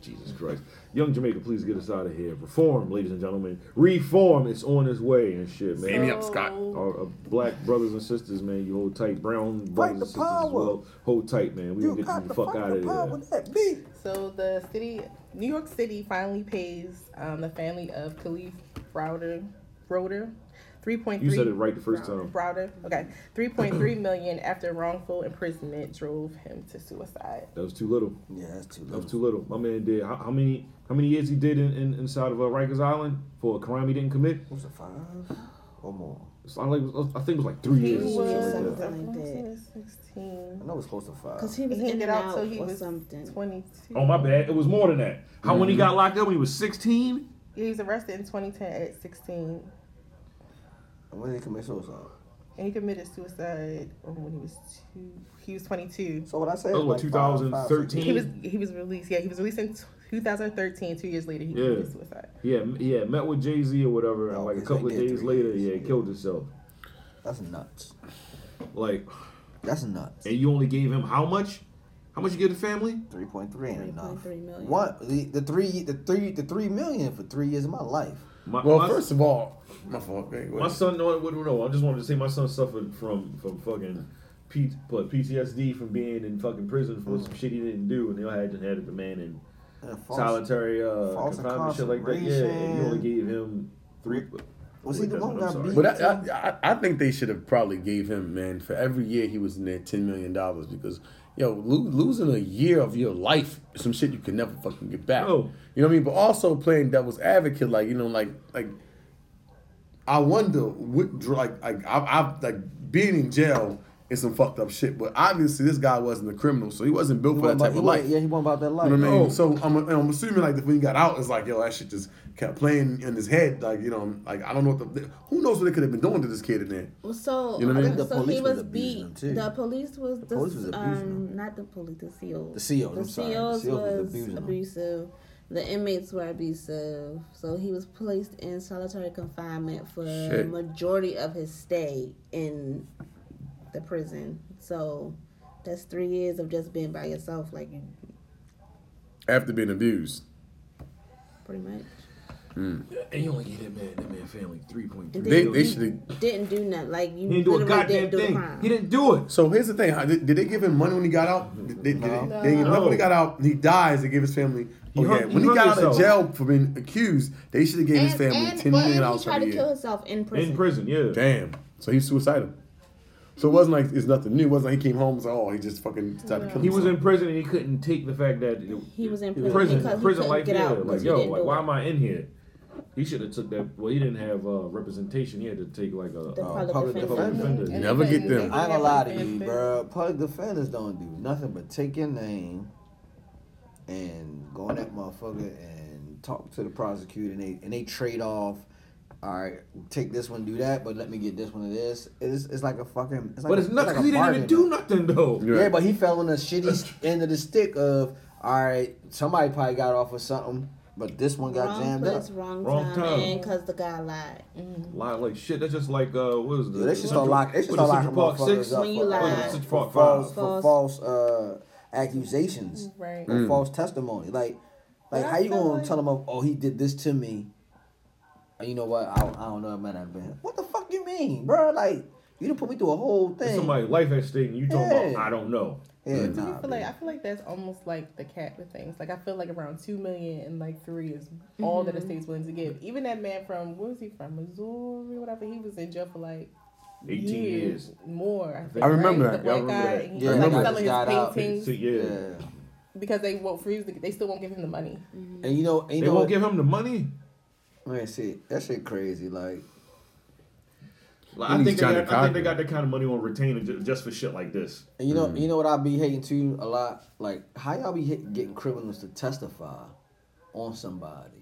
S3: Jesus Christ! Young Jamaica, please get us out of here. Reform, ladies and gentlemen. Reform is on its way and shit, man.
S8: Sign me up, Scott.
S3: Our, uh, black brothers and sisters, man. You hold tight. Brown brothers and
S4: the
S3: sisters as well. Hold tight, man. We gonna get you the fuck out of there.
S4: So the city, New York City, finally pays um, the family of Khalif Browder, Broder, three point three.
S3: You said it right the first time.
S4: Browder, okay, three point three million after wrongful imprisonment drove him to suicide.
S3: That was too little.
S7: Yeah, that's too
S3: little. That was too little. My man did how, how many? How many years he did in, in inside of uh, Rikers Island for a crime he didn't commit?
S7: What was it five? or more.
S16: So I, like, I think it was like three
S7: He
S16: years. or something
S7: was-
S16: like that.
S9: Something like that.
S7: I know it's close to five.
S9: Cause he was
S4: He
S9: in
S4: get
S9: and
S4: out
S9: out,
S4: till he
S9: or
S4: was
S9: something.
S4: 22.
S16: Oh my bad. It was more than that. How when he
S3: Mm-hmm.
S4: Mhm.
S16: got locked up when he was sixteen?
S4: Yeah, he was arrested in 2010 at 16,
S7: When did he commit suicide?
S4: and he committed suicide oh, when he was two. He was 22.
S7: So what I said?
S16: That was, what, like, five- five, six 2013?
S4: He was he was released. Yeah, he was released in 2013. Two years later, he
S16: Yeah.
S4: committed suicide.
S16: Yeah, m- yeah. Met with Jay Z or whatever, and like a couple of days later, yeah, he killed himself.
S7: That's nuts.
S16: Like,
S7: that's nuts.
S16: And you only gave him how much? How much you give the family?
S7: Three point three ain't
S9: 3.3
S7: enough.
S9: million.
S7: What the, the three the three the three million for three years of my life.
S16: My,
S8: Well, first of all, my fault. Hey,
S16: wait.
S3: My son, no, no, no, I just wanted to say my son suffered from from fucking P, what, PTSD from being in fucking prison for some shit he didn't do, and they all had just had to demand in
S7: Yeah, false-
S3: solitary uh,
S7: false
S3: confinement, shit like that. Yeah, and you only
S8: incarceration.
S3: gave him three.
S7: Was
S3: wait,
S7: he the
S3: that's
S7: one
S3: not- I'm
S7: that
S3: sorry.
S7: beat?
S8: But I, I, I think they should have probably gave him man for every year he was in there ten million dollars because yo lo- losing a year of your life is some shit you can never fucking get back. You know what I mean? But also playing devil's advocate, like you know, like like I wonder what dr- like like I, I like being in jail is some fucked up shit. But obviously this guy wasn't a criminal, so he wasn't built
S7: He
S8: for that
S7: wasn't
S8: type
S7: about-
S8: of
S7: he
S8: life.
S7: wasn't- Yeah, he went about that life.
S8: You know what I mean?
S3: Oh,
S16: oh.
S8: So I'm, I'm assuming like when he got out, it's like yo, that shit just kept playing in his head. Like you know, like I don't know what the who knows what they could have been doing to this kid in there.
S9: Well, so
S8: You know what I mean?
S9: uh,
S8: The
S9: so
S8: police
S9: he
S8: was
S9: was
S8: abusing him,
S9: beat.
S8: too.
S9: The police was the,
S8: police was abusing
S9: um not the police, the CEOs.
S7: The CEOs,
S9: The
S7: I'm sorry. The
S9: CEOs
S7: CEOs was
S9: was
S7: abusing him.
S9: abusive. The inmates were abusive. So he was placed in solitary confinement for the
S7: Shit.
S9: majority of his stay in the prison. So that's three years of just being by yourself, like
S8: After being abused.
S9: pretty much.
S16: And you only gave that man, that man family three point three.
S9: And
S8: They-
S9: then
S8: they
S9: he
S8: should've-
S9: didn't do nothing. Like you
S8: He didn't do a
S9: literally
S8: goddamn
S9: didn't do
S8: thing.
S9: the crime.
S8: He didn't do it. So here's the thing: How- did, did they give him money when he got out? Did, did, did
S9: No.
S8: they, they,
S9: No.
S8: When he got out, he dies. They give his family.
S16: He
S8: oh
S16: hung-
S8: yeah,
S16: he
S8: when he
S16: hung
S8: got out
S16: himself.
S8: of jail for being accused, they should have gave his
S9: And-
S8: family
S9: and-
S8: ten
S9: but
S8: million
S9: he
S8: dollars
S9: tried
S8: per
S9: to kill
S8: year.
S9: himself in prison.
S16: yeah.
S8: Damn. So he's suicidal. So it wasn't like it's nothing new. It wasn't like he came home and said, "Oh, he just fucking decided to kill himself."
S16: He was in prison and he couldn't take the fact that
S9: He was in
S16: prison,
S9: prison because
S16: prison,
S9: he couldn't
S16: life.
S9: get
S16: yeah,
S9: out
S16: like
S9: because he
S16: yo,
S9: didn't
S16: like
S9: do
S16: why
S9: it.
S16: am I in here? He should have took that. Well, he didn't have uh, representation. He had to take like a
S7: The
S16: uh,
S7: Oh, public defender.
S16: defender.
S7: I ain't gonna lie to you, bro. Public defenders don't do nothing but take your name and go on that motherfucker and talk to the prosecutor, and they and they trade off. All right, take this one, do that, but let me get this one of this. It's, it's like a fucking. It's like
S16: But
S7: a-
S16: it's nuts
S7: like a
S16: 'cause he didn't even
S7: bargain.
S16: do nothing though.
S7: Yeah, but he fell on the shitty s- end of the stick of all right. Somebody probably got off with something, but this one got
S9: wrong
S7: jammed
S9: place,
S7: up.
S9: wrong,
S16: Wrong
S9: time,
S16: time.
S9: and because the guy lied.
S4: Mm-hmm.
S9: Mhm.
S16: Lie like shit. That's just like uh, what is the?
S7: Yeah, they should
S16: Central-
S7: start locking. They should
S16: what is
S7: start locking
S16: Central Park Six.
S7: motherfuckers up
S9: When you
S7: for,
S9: lie.
S7: uh,
S16: Central
S7: for
S16: Park
S7: false,
S16: Five.
S7: for false uh, accusations,
S4: Right.
S7: Or
S16: Mm.
S7: false testimony. Like,
S4: But
S7: like
S4: I
S7: how you
S4: feel
S7: gonna
S4: like-
S7: tell them, oh, he did this to me? And You know what? I, don't- I don't know. It might not have been. him. What the fuck you mean, bro? Like, you done put me through a whole
S16: It's
S7: thing.
S16: somebody's life at stake, and you talking about
S7: Yeah.
S16: I don't know.
S7: Yeah,
S4: Do you
S7: nah,
S4: feel like I feel like that's almost like the cap of things. Like I feel like around two million and like three is all that the
S9: Mhm.
S4: state's willing to give. Even that man from where was he from? Missouri, whatever. He was in jail for like
S16: 18 years.
S4: more. I, think,
S8: I remember
S4: right?
S8: that.
S4: The
S8: Yeah, I
S4: white
S8: remember
S4: guy,
S8: that.
S4: and he
S8: Yeah,
S4: was,
S8: I
S4: like
S8: remember
S4: selling
S7: that. Got
S4: his
S7: out.
S4: paintings
S16: Yeah.
S4: because they won't freeze. The, they still won't give him the money.
S7: And you know, and you
S16: They
S7: know
S16: won't
S7: what?
S16: give him the money.
S7: Man, shit, that shit crazy. Like,
S16: Like, I think they got, I think they got that kind of money on retainer ju- just for shit like this.
S7: And you know, you know what I be hating too a lot. Like how y'all be hit, getting criminals to testify on somebody,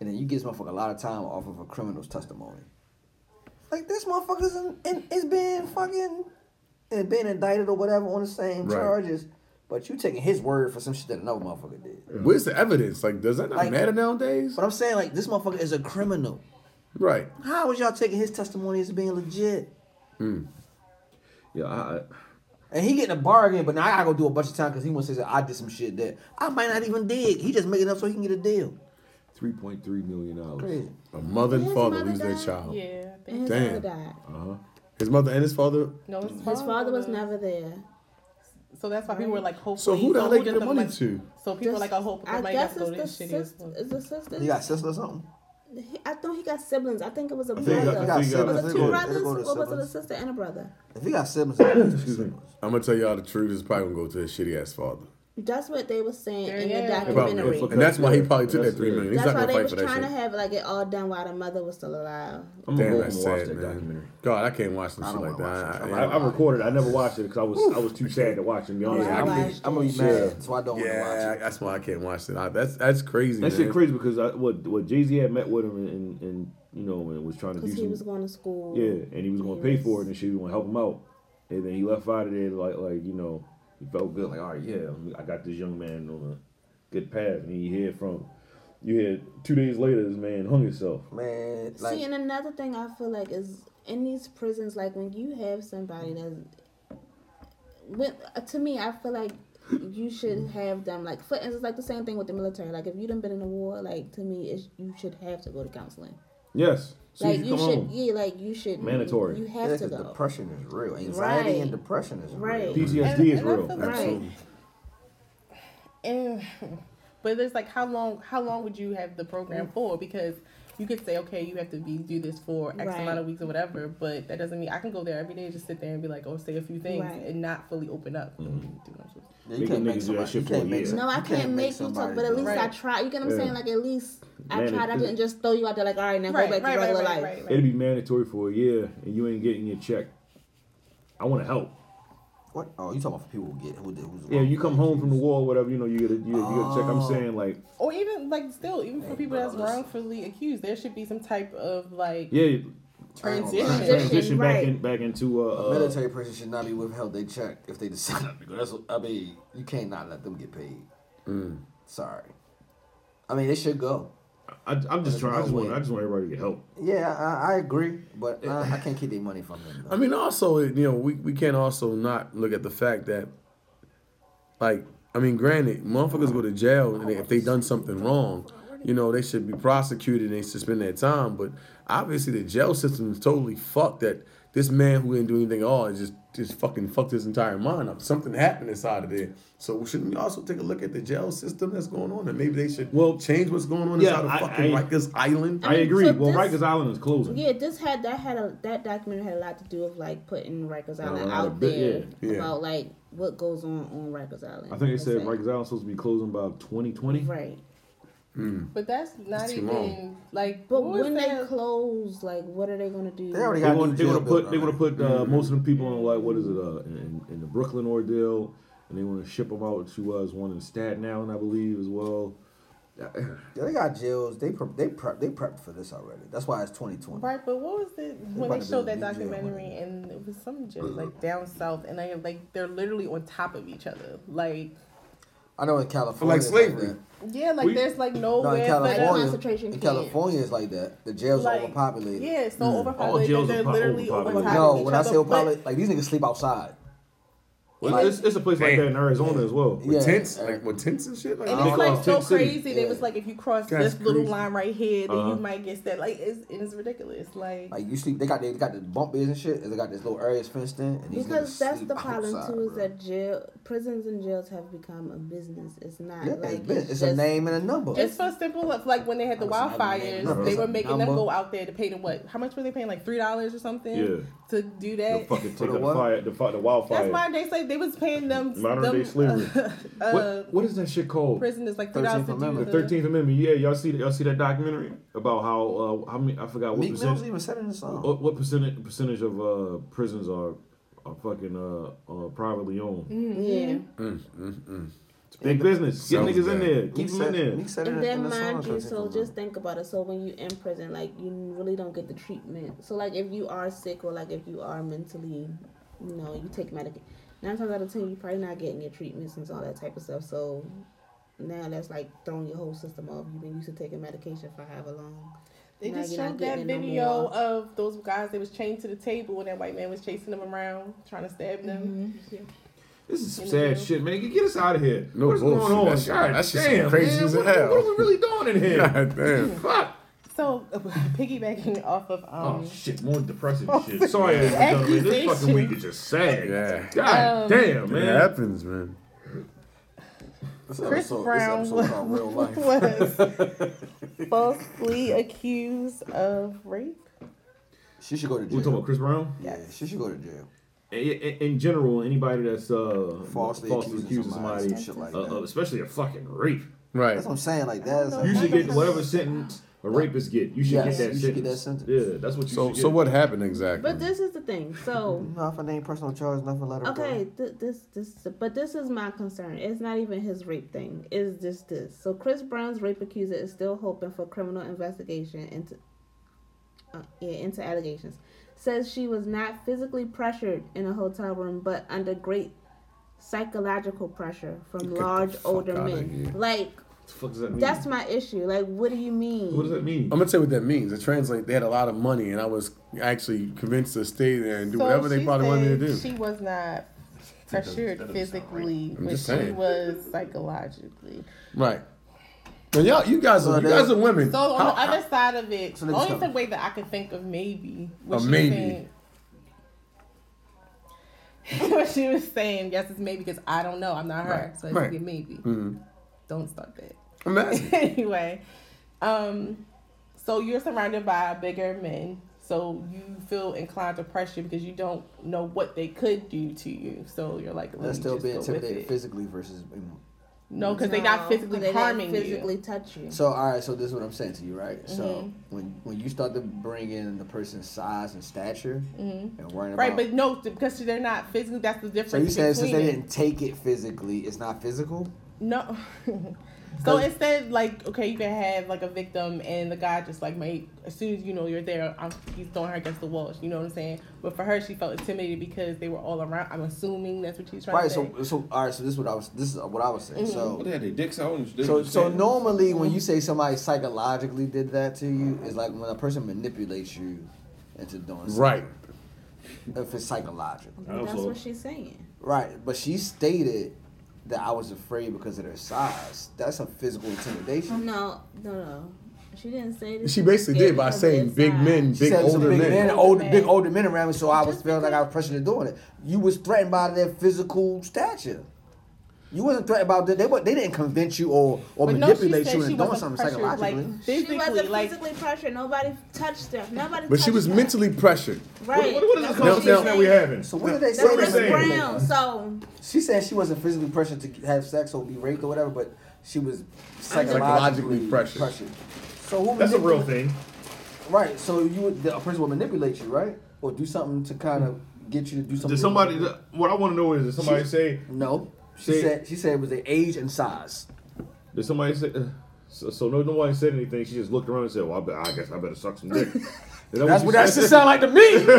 S7: and then you get this motherfucker a lot of time off of a criminal's testimony. Like this motherfucker's in, in, is being fucking and being indicted or whatever on the same
S8: Right.
S7: charges, but you taking his word for some shit that another motherfucker did.
S8: Where's the evidence? Like, does that not
S7: Like-
S8: matter nowadays?
S7: But I'm saying like this motherfucker is a criminal.
S8: Right.
S7: How was y'all taking his testimony as being legit?
S16: Yeah, I,
S7: And he getting a bargain, but now I gotta go do a bunch of time because he wants to say I did some shit that I might not even dig. He just making up so he can get a deal.
S16: three point three million dollars.
S7: Crazy.
S8: A mother and
S9: His
S8: father
S9: mother
S8: lose their
S9: died?
S8: child.
S4: Yeah,
S9: And his
S8: Damn.
S9: mother died.
S16: Uh-huh.
S8: His mother and his father.
S4: No, his
S9: His
S4: father,
S9: father was never there.
S4: So that's why people were like, hopefully.
S8: So who the hell they give
S4: does
S8: the money to?
S4: So people were like,
S9: Just-
S4: I hope
S9: I
S4: might have
S9: guess
S4: to go to
S9: it's
S4: this
S9: the
S4: shitty.
S9: sis- is the sisters.
S7: You got sister or something?
S9: He- I thought he got siblings. I think it was a
S8: think
S9: brother.
S8: he got- I think he got-
S9: was
S8: I
S9: it
S8: think
S9: two
S8: he got-
S9: brothers,
S8: he got
S9: or was it a
S8: siblings.
S9: sister and a brother?
S7: If he got siblings,
S8: Excuse me. I'm gonna tell y'all the truth. This is probably gonna go to his shitty ass father.
S9: That's what they were saying in
S4: Yeah.
S9: the
S4: About
S9: documentary.
S8: And that's why he probably took that three million. He's
S9: That's
S8: not
S9: why
S8: gonna
S9: they
S8: fight
S9: was
S8: for that
S9: trying to
S8: shit.
S9: have like it all done while the mother was still alive.
S8: Damn, that's
S3: watch
S8: sad,
S3: that
S8: man. God, I can't watch some shit like that.
S3: I, I recorded. it. I never watched it because I was I was too sad to watch. it, To be honest,
S8: Yeah,
S3: with you.
S8: I'm gonna be mad. So I don't yeah, want to watch it. That's why I can't watch it. I, that's that's crazy.
S3: That
S8: man.
S3: shit crazy because I, what what Jay Z had met with him and, and, and you know and was trying to do
S9: Because
S3: some,
S9: he was going to school.
S3: yeah, and he was going to pay for it and shit. He was going to help him out, and then he left out of there like like you know he felt good like all right yeah I'm- I got this young man on a good path and he hear from you hear two days later this man hung himself
S17: man
S9: See, and another thing I feel like is in these prisons, like when you have somebody that's, when, uh, to me, I feel like you should have them. Like for instance, like the same thing with the military. Like if you done been in a war, like to me, it's, you should have to go to counseling.
S3: yes Soon as
S9: like you
S3: come
S9: should,
S3: home.
S9: yeah, like you should
S3: Mandatory.
S9: You have
S3: Yeah,
S9: to
S3: 'cause
S9: go.
S7: Depression is real. Anxiety
S9: Right.
S7: and depression is
S9: Right.
S7: real.
S3: PTSD
S4: And-
S3: is
S4: and I
S3: real
S4: feel like- And, but it's like how long how long would you have the program
S8: Mm.
S4: for? Because you could say, okay, you have to be do this for X
S9: Right.
S4: amount of weeks or whatever, but that doesn't mean I can go there every day and just sit there and be like, oh, say a few things
S9: Right.
S4: and not fully open up.
S8: Mm.
S4: Do what I'm supposed to.
S3: Yeah, you Making can't make niggas do that somebody- shit you for a can't make year. some-
S9: No, I
S3: you
S9: can't,
S3: can't make
S9: make you talk,
S3: somebody
S9: but at
S3: do
S9: least
S3: it.
S9: I try. You get what I'm
S3: Yeah.
S9: saying? Like at least I
S3: Man,
S9: tried. I
S3: it-
S9: didn't just throw you out there like, all right, now
S4: Right,
S9: go back
S4: right,
S9: to
S4: right,
S9: regular
S4: right,
S9: life.
S3: it'd be mandatory for a year and you ain't getting your check I want to help
S7: What? Oh, you talking about for people who get who did who's
S3: yeah you come home from the war or whatever you know you get a, you, you get a check I'm
S7: Oh.
S3: saying like
S4: Or even like still, even for people that's wrongfully accused, there should be some type of like
S3: yeah
S4: transition.
S3: transition back in back into uh,
S7: A
S3: uh
S7: military person should not be withheld their check if they decide not to go. That's what, I mean, you can't not let them get paid.
S3: Mm.
S7: Sorry. I mean, they should go.
S3: I, I'm just trying. I just, want, I just want everybody to get help.
S7: Yeah, I, I agree, but I, I can't keep their money from them.
S8: I mean, also, you know, we, we can't also not look at the fact that, like, I mean, granted, motherfuckers go to jail and they, if they done something wrong, you know, they should be prosecuted and they suspend their time. But obviously, the jail system is totally fucked. That this man who didn't do anything at all is just just fucking fucked his entire mind up. Something happened inside of there. So shouldn't we also take a look at the jail system that's going on and maybe they should well change what's going on
S3: yeah,
S8: inside of
S3: I-
S8: fucking
S3: I-
S8: Rikers Island?
S3: I agree.
S9: so
S3: well,
S9: this-
S3: Rikers Island is closing.
S9: Yeah, this had that had a that documentary had a lot to do with like putting Rikers
S3: Yeah,
S9: Island
S3: a
S9: out
S3: bit,
S9: there
S3: yeah. Yeah.
S9: about like what goes on on Rikers Island.
S3: I think they said Rikers Island's supposed to be closing by 2020.
S9: Right.
S4: But that's not
S3: That's too
S4: even
S3: long.
S4: like.
S9: But
S4: what was
S9: when they
S4: that?
S9: close, like what are they gonna do?
S3: They
S7: got new
S3: want, they
S7: jail
S3: want to put
S7: built
S3: they want to put uh,
S8: Mm-hmm.
S7: already.
S3: most of the people on like what is it uh, in, in the Brooklyn ordeal, and they want to ship them out to us one in Staten Island, I believe, as well.
S7: Yeah, they got jails. They pre- they prep they prepped for this already. That's why it's 2020.
S4: Right, but what was it
S7: about
S4: when
S7: to
S4: they showed
S7: build
S4: that
S7: a new jail, Uh-huh.
S4: documentary and it was some jail like down south and they like they're literally on top of each other. Like
S7: I know in California,
S8: Like
S7: it's
S8: slavery.
S7: that.
S4: yeah, like
S7: We-
S4: there's like
S7: No, in
S4: nowhere for
S7: California,
S4: them.
S7: in California, it's like that. The jails
S4: Like,
S7: are overpopulated.
S4: yeah, it's so overpopulated
S7: jails
S4: that
S7: are
S4: they're
S7: po-
S4: literally on top of
S7: No,
S4: each
S7: when I
S4: other,
S7: say
S4: but-
S7: overpopulated, like these niggas sleep outside.
S3: Well, it's, it's a place like that in Arizona as well.
S7: Yeah. With
S8: tents? like with tents and shit.
S4: And it's like so crazy. They was like, if you cross
S7: That's
S4: this little
S7: crazy.
S4: line right here, then
S7: Uh-huh.
S4: you might get that. Like it's and it's ridiculous. Like
S7: Like you sleep, they got they got the bump beds and shit, and they got this little areas fenced in. And these
S9: Because
S7: niggas
S9: that's
S7: sleep
S9: the problem
S7: outside,
S9: too, is
S7: bro.
S9: that jail prisons and jails have become a business. It's not
S7: Yeah,
S9: like
S7: it's, been- it's a
S9: just-
S7: name and a number.
S4: Just for simple, of, like when they had the
S7: That's not the
S4: wildfires,
S7: name.
S4: they
S7: It's
S4: were
S7: a
S4: making them
S7: number.
S4: go out there to pay them what? How much were they paying? Like three dollars or something
S3: Yeah.
S4: to do
S3: the
S4: that.
S3: fucking
S7: For
S3: take
S7: the
S3: the,
S7: what?
S3: fire, the, fi-
S4: <laughs>
S3: the
S4: That's
S3: wildfire.
S4: why they say they was paying them
S3: Modern
S4: them,
S3: day slavery.
S4: <laughs> Uh,
S3: what, what is that shit called?
S4: prison is like three dollars to do
S3: The
S4: the-
S3: Thirteenth Amendment. Yeah, y'all see y'all see that documentary about how uh, how many I forgot what
S7: Meek Mill's
S3: percentage
S7: even said it in the song.
S3: what, what percentage percentage of uh, prisons are are fucking uh, uh, privately owned.
S9: Yeah.
S3: Mm, mm, mm. It's big business. Get
S8: Sounds
S3: niggas in
S8: bad.
S3: there.
S8: Meek
S3: Keep
S8: said-
S3: them in
S8: Meek
S3: there.
S8: said
S9: And then mind you, so just think about it. So when you in prison, like you really don't get the treatment. So like if you are sick or like if you are mentally, you know, you take medic. Nine times out of ten, you're probably not getting your treatments and all that type of stuff. So now that's like throwing your whole system off. You've been used to taking medication for however long.
S4: They
S9: Now
S4: just
S9: you're not
S4: showed that
S9: getting it no
S4: video
S9: more.
S4: of those guys that was chained to the table and that white man was chasing them around, trying to stab
S9: Mm-hmm.
S4: them.
S3: This is some
S4: In
S3: sad
S4: the jail.
S3: shit, man. Get- Get us out of here.
S8: No
S3: What's going
S8: bullshit.
S3: on?
S8: That shit-
S3: God
S8: that shit
S3: damn,
S8: sound crazy
S3: man.
S8: as
S3: What,
S8: hell.
S3: what are we really doing
S8: <laughs>
S3: in here?
S8: <laughs> God damn.
S3: Fuck.
S4: So uh, <laughs> piggybacking off of um,
S3: Oh shit, more depressing
S4: the
S3: shit. Sorry, ladies and gentlemen. This fucking
S4: accusation.
S3: week is just sad.
S8: Yeah.
S3: God
S4: Um,
S3: damn,
S8: It
S3: man.
S8: happens, man.
S4: Chris Brown <laughs>
S3: Oh.
S4: was,
S3: <laughs>
S4: was falsely accused of rape.
S7: She should go to jail.
S3: We talking about Chris Brown?
S7: Yeah, she should go to jail.
S16: i- i- in general, anybody that's uh,
S7: Falsely accusing
S16: accusing
S7: somebody, some shit like
S16: uh,
S7: that.
S16: of- especially a fucking rape,
S8: right?
S7: That's what I'm saying. Like that's
S16: you should get whatever sentence a rapist get. You should get
S7: Yes,
S16: that
S7: you should
S16: sentence.
S7: get
S16: Yeah, that's what you
S8: So
S16: should get.
S8: so what happened exactly?
S9: But this is the thing. So
S7: nothing ain't personal charge. Nothing. Let her
S9: okay, th- this this but this is my concern. It's not even his rape thing. It's just this. So Chris Brown's rape accuser is still hoping for criminal investigation into uh, yeah into allegations. Says she was not physically pressured in a hotel room, but under great psychological pressure from large older
S8: outta
S9: men.
S8: here.
S9: Like
S16: the fuck does that mean?
S9: that's my issue. Like what do you mean?
S16: mean?
S8: I'm gonna tell you what that means. It translates. They had a lot of money, and I was actually convinced to stay there and do
S4: So
S8: whatever they
S4: she
S8: probably wanted me to do.
S4: said She was not pressured physically,
S8: I'm
S4: but
S8: just
S4: she
S8: saying.
S4: was psychologically.
S8: Right. And y'all, you guys are you guys are women.
S4: So on
S8: How-
S4: the other side of it,
S8: So niggas
S4: only
S8: don't-
S4: the way that I could think of maybe
S8: A
S4: was she
S8: maybe.
S4: saying- <laughs> what she was saying, yes, it's maybe because I don't know. I'm not her, so it's
S8: Right.
S4: a maybe.
S8: Mhm.
S4: Don't start that.
S8: I'm asking.
S4: <laughs> anyway, um, so you're surrounded by bigger men, so you feel inclined to pressure because you don't know what they could do to you. So you're like, let
S7: That's
S4: me
S7: still
S4: just
S7: being
S4: go with
S7: intimidated
S4: it.
S7: physically versus. being-
S4: No, because they not physically
S9: they didn't
S4: harming
S9: physically
S4: you.
S9: touch you.
S7: So all right, so this is what I'm saying to you, right? So
S4: Mhm.
S7: when when you start to bring in the person's size and stature
S4: Mhm.
S7: and worrying
S4: Right,
S7: about
S4: but no, th- because they're not physically. That's the difference.
S7: so you said since
S4: between
S7: they
S4: it.
S7: didn't take it physically, it's not physical.
S4: No. <laughs> so instead, like, okay, you can have like a victim, and the guy just like, mate, as soon as you know you're there, I'm, he's throwing her against the wall. You know what I'm saying? But for her, she felt intimidated because they were all around. I'm assuming that's what she's trying
S7: Right.
S4: to say.
S7: So so all right. So this is what I was. This is what I was saying.
S4: Mhm.
S7: So
S3: Mm-hmm.
S4: Well,
S16: they had their dicks out. And
S7: So so normally when you say somebody psychologically did that to you, it's like when a person manipulates you into doing something.
S8: Right.
S7: If it's psychological.
S9: That's what she's saying.
S7: Right, but she stated that I was afraid because of their size. That's a physical intimidation.
S9: No, no, no. She didn't say this.
S7: She basically
S8: did by saying big men,
S7: She
S8: big
S7: said it was
S8: older
S7: big
S8: men.
S7: older, big older men around me, so I was feeling like I was pressured to doing it. You was threatened by their physical stature. You wasn't threatened about that. They wa- they didn't convince you or, or
S4: But no, she
S7: manipulate
S4: said
S7: you
S4: she
S7: into doing
S4: wasn't
S7: something
S4: pressured, like,
S7: psychologically.
S9: she wasn't physically pressured. Nobody touched her. Nobody.
S8: But she
S9: touched
S8: was
S9: her.
S8: mentally pressured.
S9: Right.
S16: What, what is
S9: That's
S16: this
S9: what
S16: conversation
S8: she
S16: that we
S8: said.
S16: having?
S7: So what did they
S9: That's
S7: say?
S9: what
S7: that-
S9: Chris Brown. So
S7: She said she wasn't physically pressured to have sex or be raped or whatever, but she was psychologically,
S8: Psychologically pressured.
S7: pressured. So who
S8: That's a real
S7: manipulate- right? So you would- the a person will manipulate you, right, or do something to kind of get you to do something.
S16: Did somebody? What I want to know is, did somebody
S7: She-
S16: say?
S7: No. She said she said it was their age and size.
S16: Did somebody say? Uh, so, so no, nobody said anything. She just looked around and said, "Well, I, bet, I guess I better suck some dick." Is that
S7: That's
S16: you
S7: what that
S16: said?
S7: shit sound like to <laughs> me.
S16: Well,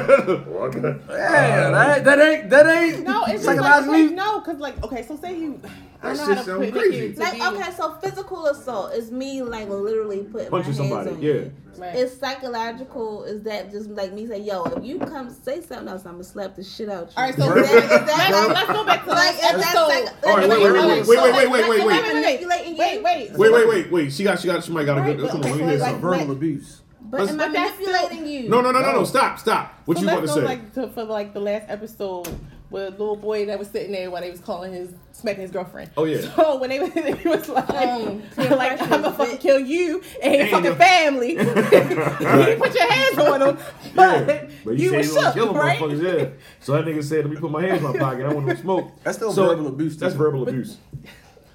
S16: <laughs> okay.
S7: Yeah, that, that ain't that ain't
S4: No, it's just like,
S7: psychologically.
S4: like no, because like okay, so say you. I don't
S7: That shit
S4: know how to
S7: sound
S4: put
S7: crazy.
S4: it. to
S9: like
S4: be-
S9: okay, so physical assault is me like literally putting my
S16: punching
S9: hands
S16: somebody.
S9: on you.
S16: Yeah.
S9: It's psychological. Is that just like me saying, "Yo, if you come say something else, I'm gonna slap the shit out you." All right,
S4: so
S16: <laughs>
S9: is that,
S4: <laughs>
S9: is
S4: that-
S9: like,
S4: let's go back to
S9: like,
S4: last
S9: is that
S4: episode.
S9: psych-
S16: All right, wait, wait, wait, wait, wait, wait, wait, wait, wait.
S9: manipulating you.
S16: Wait, wait, wait, wait. She got, she got, somebody got a
S9: Right,
S16: good. Come
S9: but-
S16: on, let me hear
S9: like,
S16: something.
S9: Verbal
S7: abuse.
S9: But am I manipulating you?
S16: No, no, no, no, no. Stop, stop. What
S4: so
S16: you
S4: let's
S16: about to
S4: go
S16: say?
S4: Like to, for like the last episode with a little boy that was sitting there while they was calling his smacking his girlfriend.
S16: Oh, yeah.
S4: So when they was, <laughs> he was like, like I'm gonna fucking kill you and your
S16: And
S4: fucking
S16: your- <laughs>
S4: family. <laughs> You didn't put your hands on him, but
S16: Yeah. But
S4: you
S16: you,
S4: were
S16: said you gonna
S4: shook,
S16: kill them
S4: right?
S16: motherfuckers, yeah. So that nigga said, let me put my hands in my pocket. I want to smoke. That's
S8: still verbal
S16: abuse. That's verbal abuse.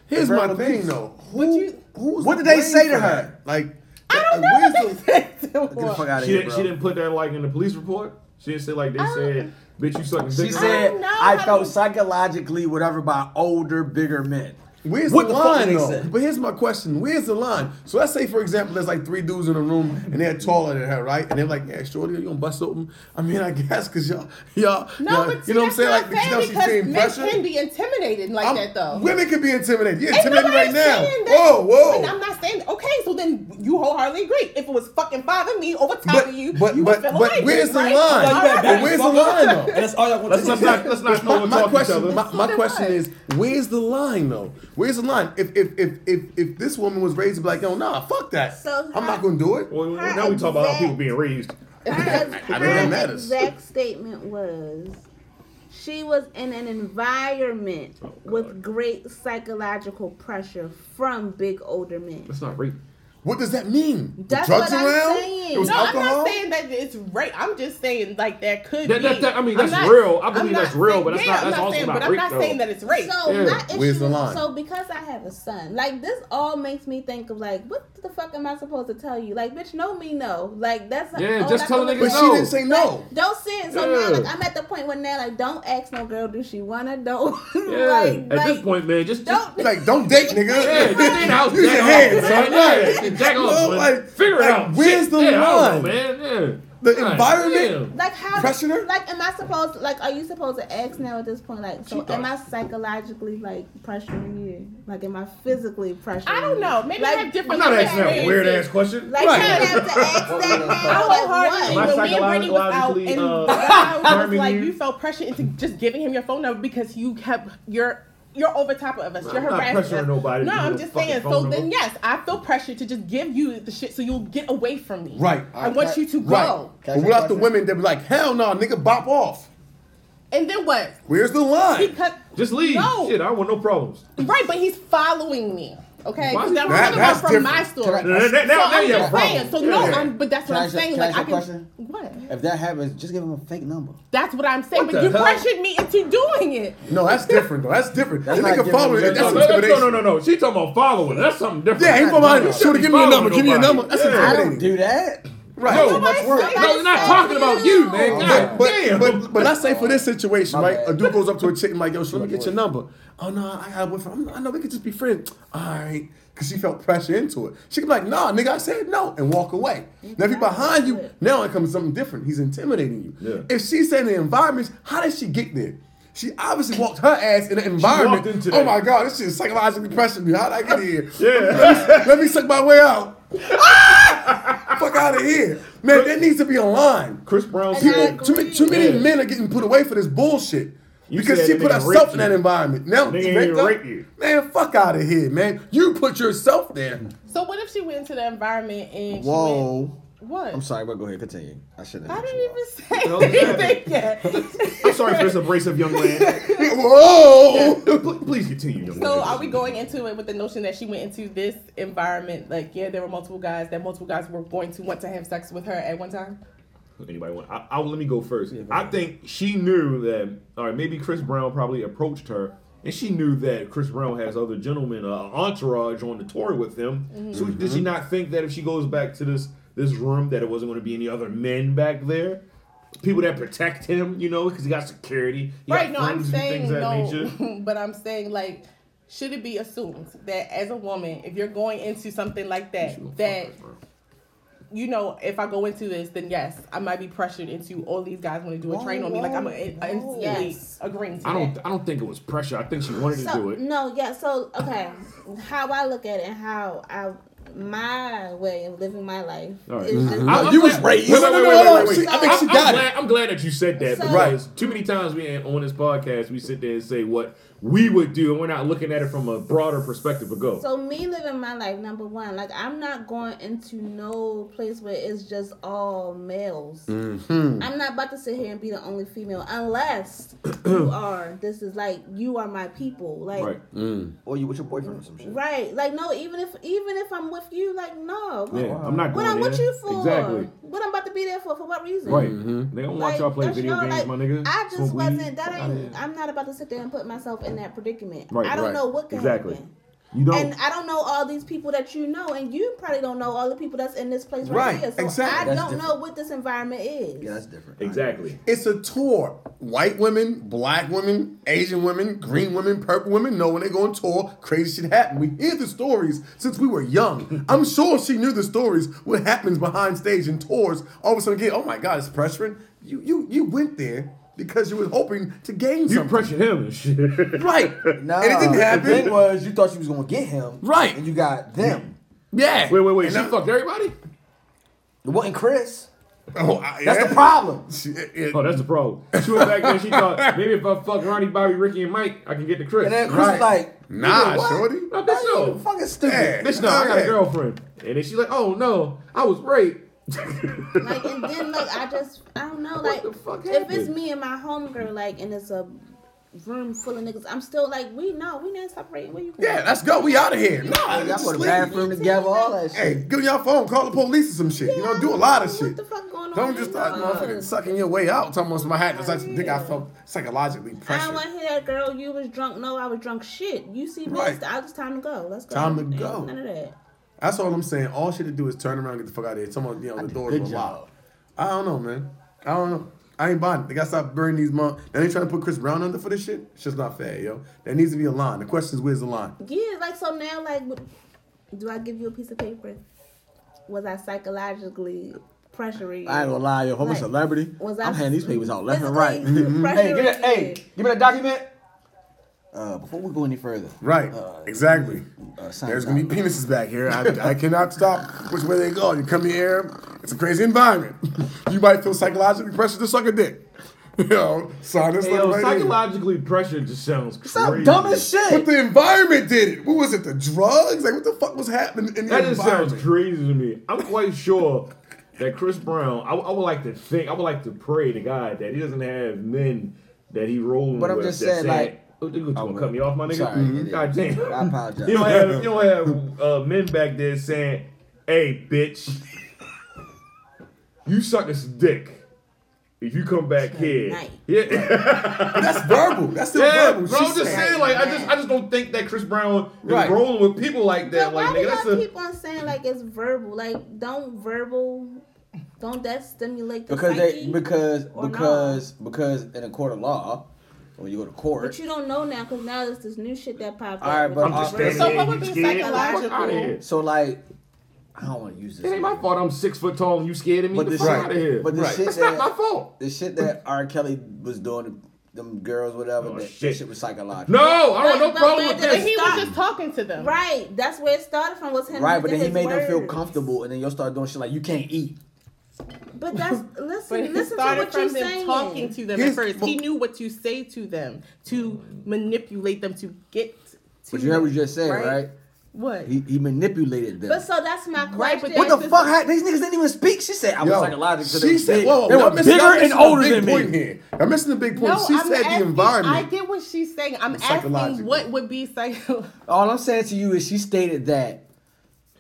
S8: Here's my
S16: Verbal
S8: thing
S16: abuse.
S8: though.
S4: Would you?
S8: What did they say to her? Like, I don't know. What
S4: they said to
S8: Get the fuck out of
S16: she,
S8: here,
S16: didn't-
S8: bro.
S16: she didn't put that like in the police report. She didn't say like
S8: Uh,
S16: they said, bitch, you sucking dick.
S7: She said I felt psychologically whatever by older, bigger men.
S8: Where's
S7: What
S8: the,
S7: the fuck
S8: line
S7: they
S8: though?
S7: said?
S8: But here's my question: Where's the line? So let's say, for example, there's like three dudes in a room and they're taller than her, right? And they're like, "Yeah, shorty, you gonna bust open?" I mean, I guess because y'all, y'all,
S4: No,
S8: y'all
S4: but see,
S8: you know what
S4: that's
S8: I'm
S4: what
S8: saying? Like,
S4: I'm
S8: you know,
S4: saying,
S8: she's being
S4: because men can
S8: pressured.
S4: be intimidated like that though.
S8: Women can be intimidated. You're
S4: Ain't
S8: intimidated
S4: nobody
S8: right now.
S4: saying that.
S8: Whoa, whoa.
S4: But I'm not saying okay. So then you wholeheartedly agree. If it was fucking five of me over top of you,
S8: But
S4: you would
S8: but
S4: feel
S8: but
S4: away,
S8: where's the
S4: right?
S8: line?
S4: All right.
S8: But where's the line though?
S10: that's all I want
S8: let's,
S10: to
S8: let's
S10: say.
S8: not let's not
S10: Let's not
S8: <laughs> my, my
S10: talk to
S8: question,
S10: each other.
S8: My, my question is, where's the line though? Where's the line? If if if if, if this woman was raised to be like, yo, nah, fuck that.
S9: So
S8: I'm not gonna do it.
S16: Well, now we talk about how people being raised.
S9: <laughs>
S8: I know that
S9: Her
S8: matters.
S9: exact statement was she was in an environment
S3: Oh,
S9: with great psychological pressure from big older men.
S16: That's not rape.
S8: What does that mean? The
S4: That's
S8: drugs
S4: what I'm
S8: around?
S4: saying.
S8: It was
S4: no,
S8: alcohol.
S4: I'm not saying that it's rape. I'm just saying like that could
S3: That-
S4: be.
S3: that- that- I mean,
S4: I'm
S3: that's
S4: not-
S3: real. I believe
S4: not
S3: that's real,
S4: saying-
S3: but that's
S4: yeah,
S3: not-
S4: I'm
S3: that's also
S4: saying,
S3: not
S4: But I'm
S3: rape,
S4: not
S3: though.
S4: saying that it's rape.
S9: So
S3: Yeah.
S9: my issue
S3: Where's
S9: is,
S3: the line?
S9: so because I have a son, like this all makes me think of like, what the fuck am I supposed to tell you? Like, bitch, no me no. Like that's
S3: Yeah,
S9: oh,
S3: just
S9: that's
S3: tell
S9: the
S3: the niggas
S9: way-
S3: But she no. didn't say no.
S9: Like, don't sit. So
S3: Yeah.
S9: now, like, I'm at the point where now, like, don't ask no girl, do she wanna? Don't. <laughs>
S3: Yeah.
S9: like,
S3: At this point, man, just, just
S8: like don't date, nigga.
S3: Yeah, just stay in the
S8: <laughs>
S3: house.
S8: Use
S3: jack
S8: your
S3: off,
S8: hands,
S3: man.
S8: son.
S3: Yeah,
S8: Right.
S3: jack off,
S8: Well,
S3: man.
S8: like,
S3: Figure it
S8: like,
S3: out.
S8: where's
S3: Shit.
S8: the
S3: Yeah, I don't know,
S8: line?
S3: man? Yeah.
S8: The
S3: God
S8: environment-
S9: Like how?
S8: Pressure?
S9: Like, am I supposed? Like, are you supposed to ask now at this point? Like, so
S4: thought-
S9: am I psychologically like pressuring you? Like, am I physically pressuring?
S4: I don't know. Maybe I have different
S9: I'm not asking
S4: experiences.
S9: that weird ass
S3: question.
S9: Like, you have to ask that now.
S4: I
S9: like,
S4: went hard on you
S9: what?
S4: when me and Brittany was out, and
S3: uh, <laughs>
S4: I was
S3: harming
S4: like,
S3: you?
S4: you felt pressure into just giving him your phone number because you kept your. You're over top of us.
S3: I'm
S4: You're
S3: not
S4: harassing us.
S3: pressuring nobody
S4: No,
S3: to give
S4: I'm
S3: a
S4: just
S3: fucking
S4: saying.
S3: phone
S4: So
S3: number.
S4: then, yes, I feel pressure to just give you the shit so you'll get away from me.
S8: Right.
S4: I want you to go.
S8: Right. But what about the women that be like, hell no, nigga, bop off.
S4: And then what?
S8: Where's the line?
S4: Because
S3: Just leave.
S4: No.
S3: Shit, I want no problems.
S4: Right, but he's following me. Okay,
S3: Why-
S4: because I'm
S3: That-
S4: talking
S3: that's
S4: about from my
S3: different.
S4: story.
S3: Can I- Now- now-
S4: so
S3: now
S4: I'm
S3: you have
S4: just
S3: a
S4: saying. So
S3: problem.
S4: no,
S3: Yeah.
S4: I'm, but that's
S7: Can
S4: what
S7: I
S4: I'm
S7: ask-
S4: saying.
S7: can I
S4: Like
S7: ask
S4: I
S7: a
S4: can.
S7: question?
S4: What?
S7: If that happens, just give him a fake number.
S4: That's what I'm saying.
S7: What
S4: but
S7: the
S4: you
S7: hell?
S4: pressured me into doing it.
S8: No, that's different. though. That's different.
S7: That's
S8: That
S7: not
S8: nigga
S7: giving
S8: following.
S7: them
S8: That's
S7: your
S3: No, no,
S8: intimidation.
S3: no, no, no. She talking about following. That's something different.
S8: Yeah, ain't nobody.
S3: She
S8: Should give me a number. Give me a number. That's
S3: I
S8: intimidating.
S3: don't do
S7: that.
S8: Right.
S3: No, No, we're not talking about you, man. God
S8: but,
S3: damn.
S8: but, but let's say for this situation, right? A dude goes up to a chick and like, yo, should me get your number? Oh no, I got a boyfriend. I'm- I know we could just be friends. All right, because she felt pressure into it. She could be like, nah, nigga, I said no, and walk away. Now if he behind you, now it comes something different. He's intimidating you. If she's saying the environment, how did she get there? She obviously walked her ass in an environment.
S3: walked into
S8: oh
S3: that.
S8: my god, this shit is psychologically pressuring me. How did I get
S3: <laughs>
S8: here? yeah. Let me, let me suck my way out. Ah! Fuck out of here, man. There needs to be a line.
S3: Chris Brown.
S8: People, too, ma- too many
S3: Yeah.
S8: men are getting put away for this bullshit because
S3: said
S8: she
S3: that
S8: put
S3: nigga
S8: herself
S3: raped
S8: in that
S3: you.
S8: environment. Now,
S3: Nigga ain't
S8: man,
S3: even
S8: go-
S3: rape you.
S8: man, fuck out of here, man. You put yourself there.
S4: So what if she went into the environment and she
S7: Whoa.
S4: went- what?
S7: I'm sorry, but go ahead, continue. I shouldn't.
S4: I
S7: have.
S4: didn't even say <laughs> anything yet.
S3: I'm sorry for this abrasive young man.
S4: <laughs>
S8: Whoa!
S3: Please continue, young
S4: So
S3: man.
S4: are we going into it with the notion that she went into this environment? Like, yeah, there were multiple guys. That multiple guys were going to want to have sex with her at one time.
S3: Anybody want? I, I let me go first. I think she knew that. All right, maybe Chris Brown probably approached her, and she knew that Chris Brown has other gentlemen, uh, entourage on the tour with him.
S4: Mm-hmm.
S3: So
S8: Mhm.
S3: did she not think that if she goes back to this this room, that it wasn't going to be any other men back there, people that protect him, you know, because he got security. he got
S4: right? No, I'm
S3: friends and things
S4: saying
S3: of that nature.
S4: no, <laughs> but I'm saying like, should it be assumed that as a woman, if you're going into something like that, that you know, if I go into this, then yes, I might be pressured into all these guys want to do a train on me. Like I'm a, a, instantly
S9: Yes.
S4: agreeing to
S3: I don't.
S4: that.
S3: I don't think it was pressure. I think she wanted to do
S9: So
S3: it.
S9: no, yeah. So okay, how I look at it and how I my way of living my life.
S3: All right. Mm-hmm.
S9: is just-
S3: I- I'm
S8: You was
S3: glad-
S8: raised-
S3: Wait,
S8: No,
S3: wait, wait,
S8: no,
S3: wait,
S8: no,
S3: wait,
S8: no,
S3: wait.
S8: she- I think she
S3: I'm-
S8: got
S3: I'm
S8: it.
S3: glad, I'm glad that you said that
S8: So-
S3: because too many times we ain't on this podcast we sit there and say what we would do and we're not looking at it from a broader perspective. But go.
S9: So me living my life, number one, like I'm not going into no place where it's just all males.
S3: Mm-hmm.
S8: Mhm.
S9: I'm not about to sit here and be the only female
S3: <clears throat>
S9: unless you are. This is like you are my people. Like right.
S7: Or you with your boyfriend or some shit.
S9: Like no, even if even if I'm with you, like no.
S3: Yeah,
S8: Oh,
S3: I'm not
S9: What
S3: going
S9: I'm with
S3: there.
S9: you for?
S3: Exactly.
S9: What I'm about to be there for? For what reason?
S3: Right.
S8: Mm-hmm.
S3: They don't
S9: Like,
S3: want y'all play
S9: that's
S3: video
S9: y'all,
S3: games,
S9: like,
S3: my nigga.
S9: I just
S3: Smoke weed.
S9: wasn't. that
S3: Fuck outta
S9: ain't.
S3: here.
S9: I'm not about to sit there and put myself in that predicament.
S3: Right,
S9: I don't
S3: right.
S9: know what could
S3: Exactly.
S9: happen.
S3: You don't.
S9: And I don't know all these people that you know, and you probably don't know all the people that's in this place right,
S8: Right,
S9: here. So
S8: exactly.
S9: I
S8: That's
S9: don't
S8: different.
S9: know what this environment is.
S8: Yeah, that's
S7: different.
S3: Exactly.
S8: It's a tour. White women, black women, Asian women, green women, purple women know when they go on tour, crazy shit happen. We hear the stories since we were young. I'm sure she knew the stories, what happens behind stage in tours. All of a sudden, again, oh my God, it's pressuring. You you you went there because you were hoping to gain
S3: You
S8: something.
S3: pressured him and shit.
S8: Right.
S7: Nah,
S8: and it didn't happen.
S7: The thing was, you thought you was gonna get him,
S8: right?
S7: And you got them.
S8: <laughs> Yeah.
S3: Wait, wait, wait.
S7: And
S3: she
S7: I-
S3: fucked everybody.
S7: It wasn't Chris.
S8: Oh, I-
S7: That's
S8: yeah.
S7: the problem.
S3: Oh, that's the problem. She went back there. and She
S8: <laughs>
S3: thought maybe if I fuck Ronnie, Bobby, Ricky, and Mike, I can get to Chris.
S7: And then Chris was like,
S8: Nah,
S7: "Nigga, what?"
S8: shorty.
S3: No, bitch, no.
S7: fucking stupid.
S3: Bitch, no, I got a
S8: Yeah.
S3: girlfriend. And then she's like, oh no, I was raped.
S9: Like, and then like I just I don't know. Like, if
S3: fuck
S9: it's
S3: happened?
S9: me and my homegirl, like, and it's a room full of niggas. I'm still like, we no, we not separating. Where you going?
S8: Yeah, let's go. We out of here. Nah,
S9: Y'all
S8: just
S9: go to
S8: leave.
S9: bathroom together, all that
S8: Hey, give me your phone. Call the police or some shit. you know, do a lot of shit.
S9: going
S8: Don't just start
S9: Uh.
S8: motherfucking sucking your way out. Talking about my hat. That's like, think I felt psychologically
S9: I don't
S8: pressured.
S9: want to hear that girl. You was drunk. No, I was drunk. Shit, you see me.
S8: Right.
S9: It's I was time to go. Let's go.
S8: Time to
S9: Ain't
S8: go.
S9: None of that.
S8: That's all I'm saying. All shit to do is turn around, and get the fuck out of here. Someone, you know, the doors
S9: good
S8: were locked. I don't know, man. I don't know. I ain't buying. it. They gotta stop burning these months. Now they trying to put Chris Brown under for this shit. It's just not fair, yo. There needs to be a line. The question is, where's the line?
S9: Yeah, like so now, like, w- do I give you a piece of paper? Was I psychologically pressuring? you?
S7: I ain't gonna lie, yo. If I'm a
S9: Like,
S7: celebrity,
S9: was I
S7: I'm handing these papers out left and
S9: physically <laughs>
S11: <laughs>
S7: right. Mhm. Hey, give me that. Hey, give me that document. Uh, before we go any further,
S8: Right. exactly.
S7: sign
S8: There's
S7: it
S8: gonna be penises back here. I, I cannot stop which way they go. You come here, it's a crazy environment. you might feel psychologically pressured to suck a dick. <laughs> You know, sign this
S2: Hey,
S8: letter
S2: yo,
S8: right here.
S2: psychologically pressured just sounds crazy.
S8: But the environment did it. What was it? The drugs? Like what the fuck was happening in the
S2: That just
S8: environment?
S2: sounds crazy to me. I'm quite sure that Chris Brown. I, I would like to think. I would like to pray to God that he doesn't have men that he rolling
S7: But I'm
S2: with.
S7: just
S2: that
S7: saying,
S2: say,
S7: like-
S2: Oh, you gonna
S7: I'm-
S2: cut me off, my nigga? Mm-hmm.
S7: Sorry, it is.
S2: God damn.
S7: I apologize.
S2: You don't have you don't have uh, men back there saying, "Hey, bitch, you suck this dick." If you come back here, <laughs> yeah,
S8: that's verbal. That's still
S2: yeah,
S8: verbal.
S2: Bro,
S8: She
S2: I'm just
S8: said-
S2: saying, like, I just, I just don't think that Chris Brown is
S8: Right.
S2: rolling with people like that.
S9: Why
S2: Like,
S9: do
S2: nigga,
S9: y'all
S2: that's a
S9: keep on saying like it's verbal? Like, don't verbal, don't that stimulate the
S7: because
S9: psyche?
S7: they because
S9: or not?
S7: because because in a court of law, when you go to court,
S9: But you don't know now because now there's this new shit that popped
S7: All right,
S9: up.
S7: but
S9: with
S7: all-
S9: verbal.
S7: So like, I don't want to use this.
S2: It ain't my fault. I'm six foot tall and you scared of me. Get the fuck out of here.
S7: But the
S2: Right.
S7: shit
S2: That's
S7: that,
S2: not my fault.
S7: The shit that R. Kelly was doing, to them girls,
S2: Oh,
S7: whatever. that, shit. that shit was psychological.
S4: But- but where did it start? He was just talking to them.
S9: Right, that's where it started from. Was him
S7: Right, but then he
S9: his
S7: made them feel
S9: words.
S7: comfortable, and then you'll start doing shit like you can't eat.
S9: But
S7: <laughs>
S9: that's
S4: But
S9: listen,
S4: it
S9: listen to
S4: started
S9: what
S4: from
S9: you're
S4: them
S9: saying.
S4: talking to them at first. He knew what you say to them to manipulate them to get.
S7: But you heard what you just said,
S4: Right.
S7: right?
S4: What?
S7: He, he manipulated them.
S9: But so that's my question.
S4: Right, but
S7: what the fuck? How, these niggas didn't even speak. She said, "I was
S8: Yo,
S7: psychological."
S8: She said, "Whoa,
S7: they
S8: y'all
S7: were
S8: missing-
S7: bigger
S8: y'all
S7: and
S8: missing a
S7: older
S8: big
S7: than me."
S8: point Here. I'm missing the big point.
S4: No,
S8: she
S4: I'm
S8: said
S4: asking,
S8: the environment.
S4: I get what she's saying. I'm asking
S7: Psychological.
S4: what would be <laughs> psycho.
S7: All I'm saying to you is she stated that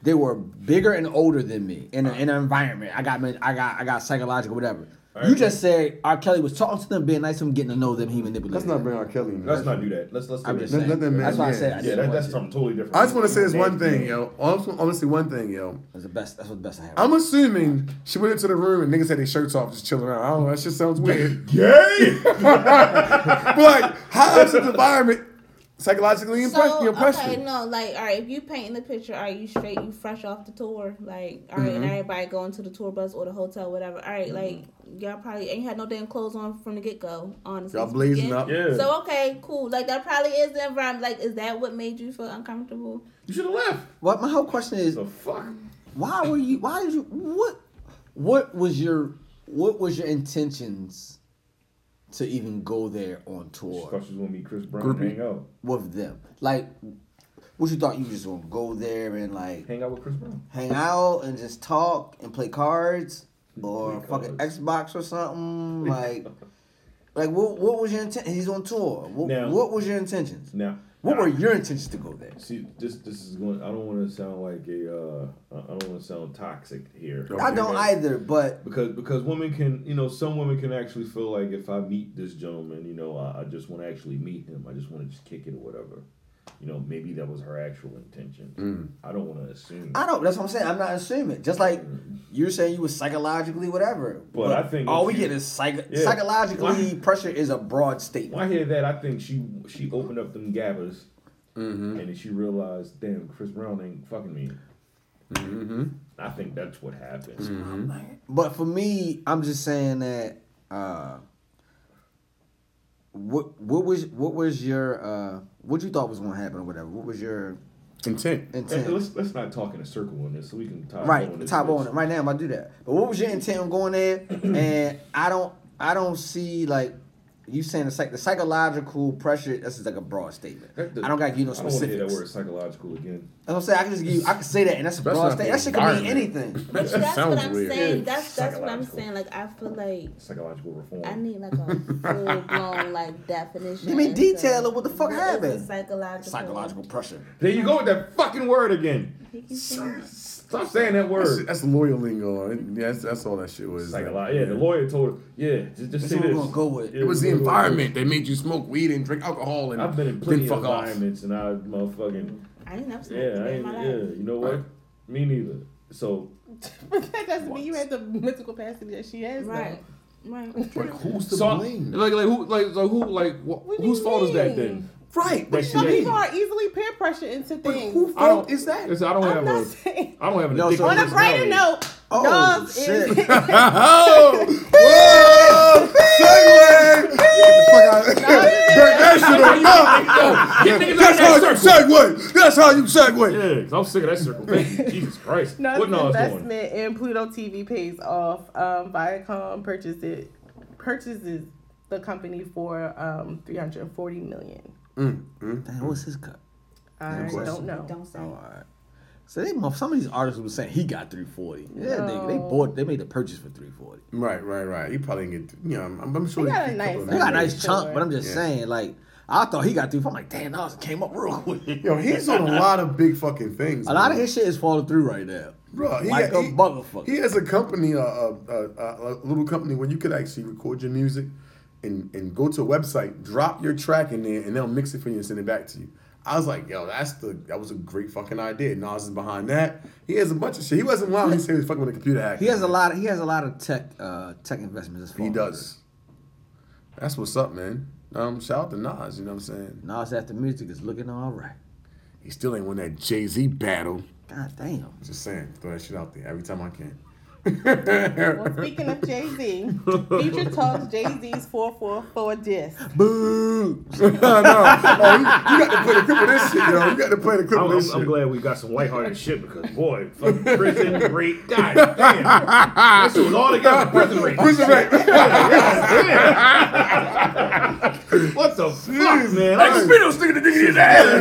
S7: they were bigger and older than me in, a, in an environment. I got men- I got I got psychological whatever. You just said R. Kelly was talking to them, being nice to them, getting to know them, he manipulated. Let's not
S8: bring R. Kelly.
S3: Let's not do that. Let's let's.
S7: I'm
S3: do
S7: just
S3: that.
S7: saying. Let- let that man- That's why I said I
S3: yeah,
S7: didn't
S3: that,
S7: want
S3: that's
S7: to.
S3: something totally different.
S8: I just want to say this one
S3: Man,
S8: thing, yo. Honestly, honestly, one thing, yo.
S7: That's the best. That's what the best I have.
S8: I'm assuming she went into the room and niggas had their shirts off, just chilling around. I don't know. That shit sounds weird.
S3: <laughs>
S7: <laughs>
S3: Gay.
S8: but like, how is the environment psychologically impressed?
S9: So
S8: your
S9: okay,
S8: pressure.
S9: no, like all right, if you painting the picture, are you straight? You fresh off the tour, like all
S11: Mm-hmm.
S9: right, and
S8: Mhm.
S9: everybody going to the tour bus or the hotel, whatever. All right, like
S11: Mm-hmm.
S9: y'all probably ain't had no damn clothes on from the get go. Honestly,
S8: Y'all blazing
S9: speaking.
S8: up. Yeah.
S9: So okay, cool. Like that probably is the environment. Like, is that what made you feel uncomfortable?
S2: You should have left.
S7: What my whole question is,
S2: fuck?
S7: why were you? Why did you? What? What was your? What was your intentions to even go there on tour?
S3: thought she was gonna meet Chris Brown and hang out.
S7: with them. Like, what you thought you just gonna go there and like
S3: hang out with Chris Brown,
S7: hang out and just talk and play cards or fucking Xbox or
S3: <laughs>
S7: something like. Like what? What was your intent? He's on tour. What,
S3: Now-
S7: what was your intentions?
S3: Now,
S7: what were your intentions to go there?
S3: See, this this is going. I don't want to sound like a. Uh, I I don't want to sound toxic here.
S7: I don't either, but
S3: because because women can, you know, some women can actually feel like if I meet this gentleman, you know, I, I just want to actually meet him. I just want to just kick it or whatever. You know, maybe that was her actual intention.
S7: Mm.
S3: I don't want to assume.
S7: I don't. That's what I'm saying. I'm not assuming. Just like you're saying, you were psychologically whatever.
S3: But I think
S7: all
S3: if
S7: we
S3: you-
S7: get is psych-
S3: Yeah.
S7: psychologically pressure is a broad statement.
S3: When I hear that, I think she she opened up them gabbers,
S8: Mm-hmm.
S3: and then she realized, damn, Chris Brown ain't fucking me. Mm-hmm. I think that's what happened.
S8: Mm-hmm.
S7: But for me, I'm just saying that uh what what was what was your uh what you thought was gonna happen or whatever? What was your
S8: intent?
S3: Hey,
S7: Intent.
S3: Let's let's not talk in a circle on this, so we can top on
S7: Right,
S3: this
S7: top
S3: bitch.
S7: on it. Right now, I'm
S3: <clears throat>
S7: gonna do that. But what was your intent on going there? and I don't I don't see like
S11: You saying it's like the psychological pressure? This is like a broad statement. I don't got to give you no
S3: I don't want to hear that
S11: specifics.
S3: word psychological again.
S11: That's what I'm saying. I can just give you. I can say that, and that's a
S3: That's
S11: broad
S3: not
S11: statement.
S3: the
S11: That shit could mean
S3: environment.
S11: anything.
S3: That
S9: But that's what I'm saying. That's that's what I'm saying. Like I feel like
S3: Psychological reform.
S9: I need
S11: <laughs>
S9: like a full blown like definition.
S11: Give me
S9: as to
S11: detail of what the fuck
S9: what is
S11: happened.
S9: a Psychological.
S11: Psychological pressure.
S3: There you go with that fucking word again.
S9: He keeps saying that.
S3: Stop saying that word.
S8: That's, that's lawyer lingo. Yeah, that's, that's all that shit was.
S3: Psycholo- yeah, the lawyer told her, yeah, just, just
S8: That's
S3: say
S8: what we're
S3: this.
S8: gonna go with.
S3: Yeah,
S8: It was the
S3: we're gonna go with
S8: environment
S3: this.
S8: that made you smoke weed and drink alcohol and
S3: I've been in plenty
S8: then
S3: of
S8: fuck off.
S3: environments and I motherfucking.
S9: I ain't never seen
S3: Yeah, I
S9: that in
S3: ain't,
S9: my
S3: yeah,
S9: life.
S3: you know what? Me neither. So,
S4: that doesn't mean you had the mental capacity that she has.
S9: Right. Right.
S3: who's to <laughs> blame? Like, like who, like, like who, like, wh- whose fault is that then?
S4: Right.
S3: That
S4: But
S3: she
S4: some
S3: did.
S4: people are easily peer pressured into things.
S3: I don't, is that? I don't
S4: I'm
S3: have
S4: not
S3: a.
S4: saying-
S3: I don't have an
S4: No,
S3: addictive
S4: so on a brighter
S3: personality.
S4: note,
S3: Oh,
S4: dogs
S11: <laughs>
S3: shit.
S4: is.
S8: Oh! Whoa!
S9: <laughs>
S8: Segway! Break that shit Oh!
S4: <laughs>
S8: on
S3: <laughs> Get
S8: up.
S3: niggas
S8: That's how
S3: out
S8: you
S3: of that
S8: segue. That's how you segue.
S3: Yeah, 'cause I'm sick of that
S4: <laughs>
S3: circle. Thank you. Jesus Christ.
S4: No,
S3: what
S4: it's an
S3: no, it's going?
S4: investment in Pluto TV pays off. Um, Viacom purchased it, purchases the company for um, 340 million.
S11: Mm, mm, Damn, what's his cut?
S4: I
S11: Good
S4: don't
S11: question.
S4: know.
S11: All right. So they, mo- some of these artists were saying he got 340. Yeah, they, they
S4: No.
S11: bought, they made the purchase for 340.
S8: Right, right, right. He probably didn't get. You know, I'm, I'm sure
S4: He got a nice
S8: couple of
S11: He got a
S8: million.
S11: nice chunk, but I'm just
S8: Yeah.
S11: saying, like, I thought he got 340. I'm like, damn, that came up real quick. <laughs>
S8: Yo, he's on a lot of big fucking things.
S11: A lot of
S8: man.
S11: his shit is falling through right now.
S8: Bro, he,
S11: like
S8: he,
S11: a motherfucker.
S8: he has a company, a, a, a, a a little company where you could actually record your music and, and go to a website, drop your track in there, and they'll mix it for you and send it back to you. I was like, yo, that's the that was a great fucking idea. Nas is behind that. He has a bunch of shit. He wasn't lying. when He said he was fucking with a computer hack.
S11: He has a lot. He has a lot of tech, uh, tech investments. He
S8: does. That's what's up, man. Um, shout out to Nas. You know what I'm saying?
S11: Nas after music is looking all right.
S8: He still ain't won that Jay Z battle.
S11: God damn.
S8: Just saying, throw that shit out there every time I can. <laughs>
S4: Well, speaking of Jay Z,
S3: <laughs>
S4: Future talks Jay Z's 444 disc.
S8: Boo! no, no, you, you got to play the clip of this shit, yo. You got to play the clip
S3: I'm,
S8: of this
S3: I'm,
S8: shit.
S3: I'm glad we got some white-hearted shit because
S4: <laughs>
S3: boy, fucking prison rate, god damn, this was all together prison rate.
S8: Prison rate.
S3: <laughs> <laughs> what the fuck, man?
S8: Like Speedo
S3: sticking the dick
S8: in his ass.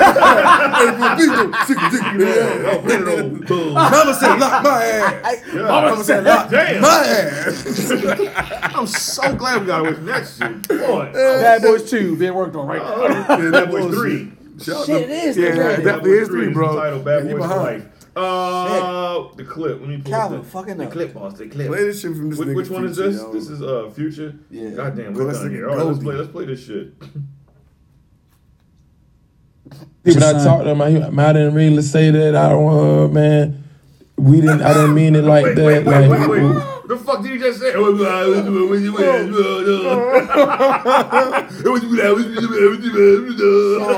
S8: Mama said, lock my ass.
S3: Mama
S8: Mama said,
S3: said,
S8: lock my
S3: "Damn."
S8: ass.
S3: I'm so glad we got away from that shit. Boy,
S11: Bad Boys 2 being worked on right now.
S3: yeah, that boy three.
S8: Shit, it is Yeah, three. that definitely is three, bro.
S3: Title Bad
S8: Yeah,
S3: Boys
S8: you
S3: for
S8: behind.
S3: Life. Uh, the clip. Let me pull
S8: Calvin,
S3: up the,
S8: fucking
S7: uh,
S3: the
S8: up.
S3: clip, boss. The clip.
S8: Play this shit from this
S3: Which,
S8: nigga
S3: which one is
S8: Future,
S3: this?
S8: yo.
S3: This is uh Future.
S8: Yeah.
S3: Goddamn,
S8: Go
S3: we're
S8: listen
S3: done
S8: to
S3: here. All right, let's
S8: Goldie.
S3: play. Let's play this shit.
S18: Yeah, but I talked to him. I, I didn't really say that. I don't want, man. We didn't. I didn't mean it like
S3: Wait,
S18: that.
S3: wait, wait,
S18: like,
S3: wait, wait. What the fuck did you just say?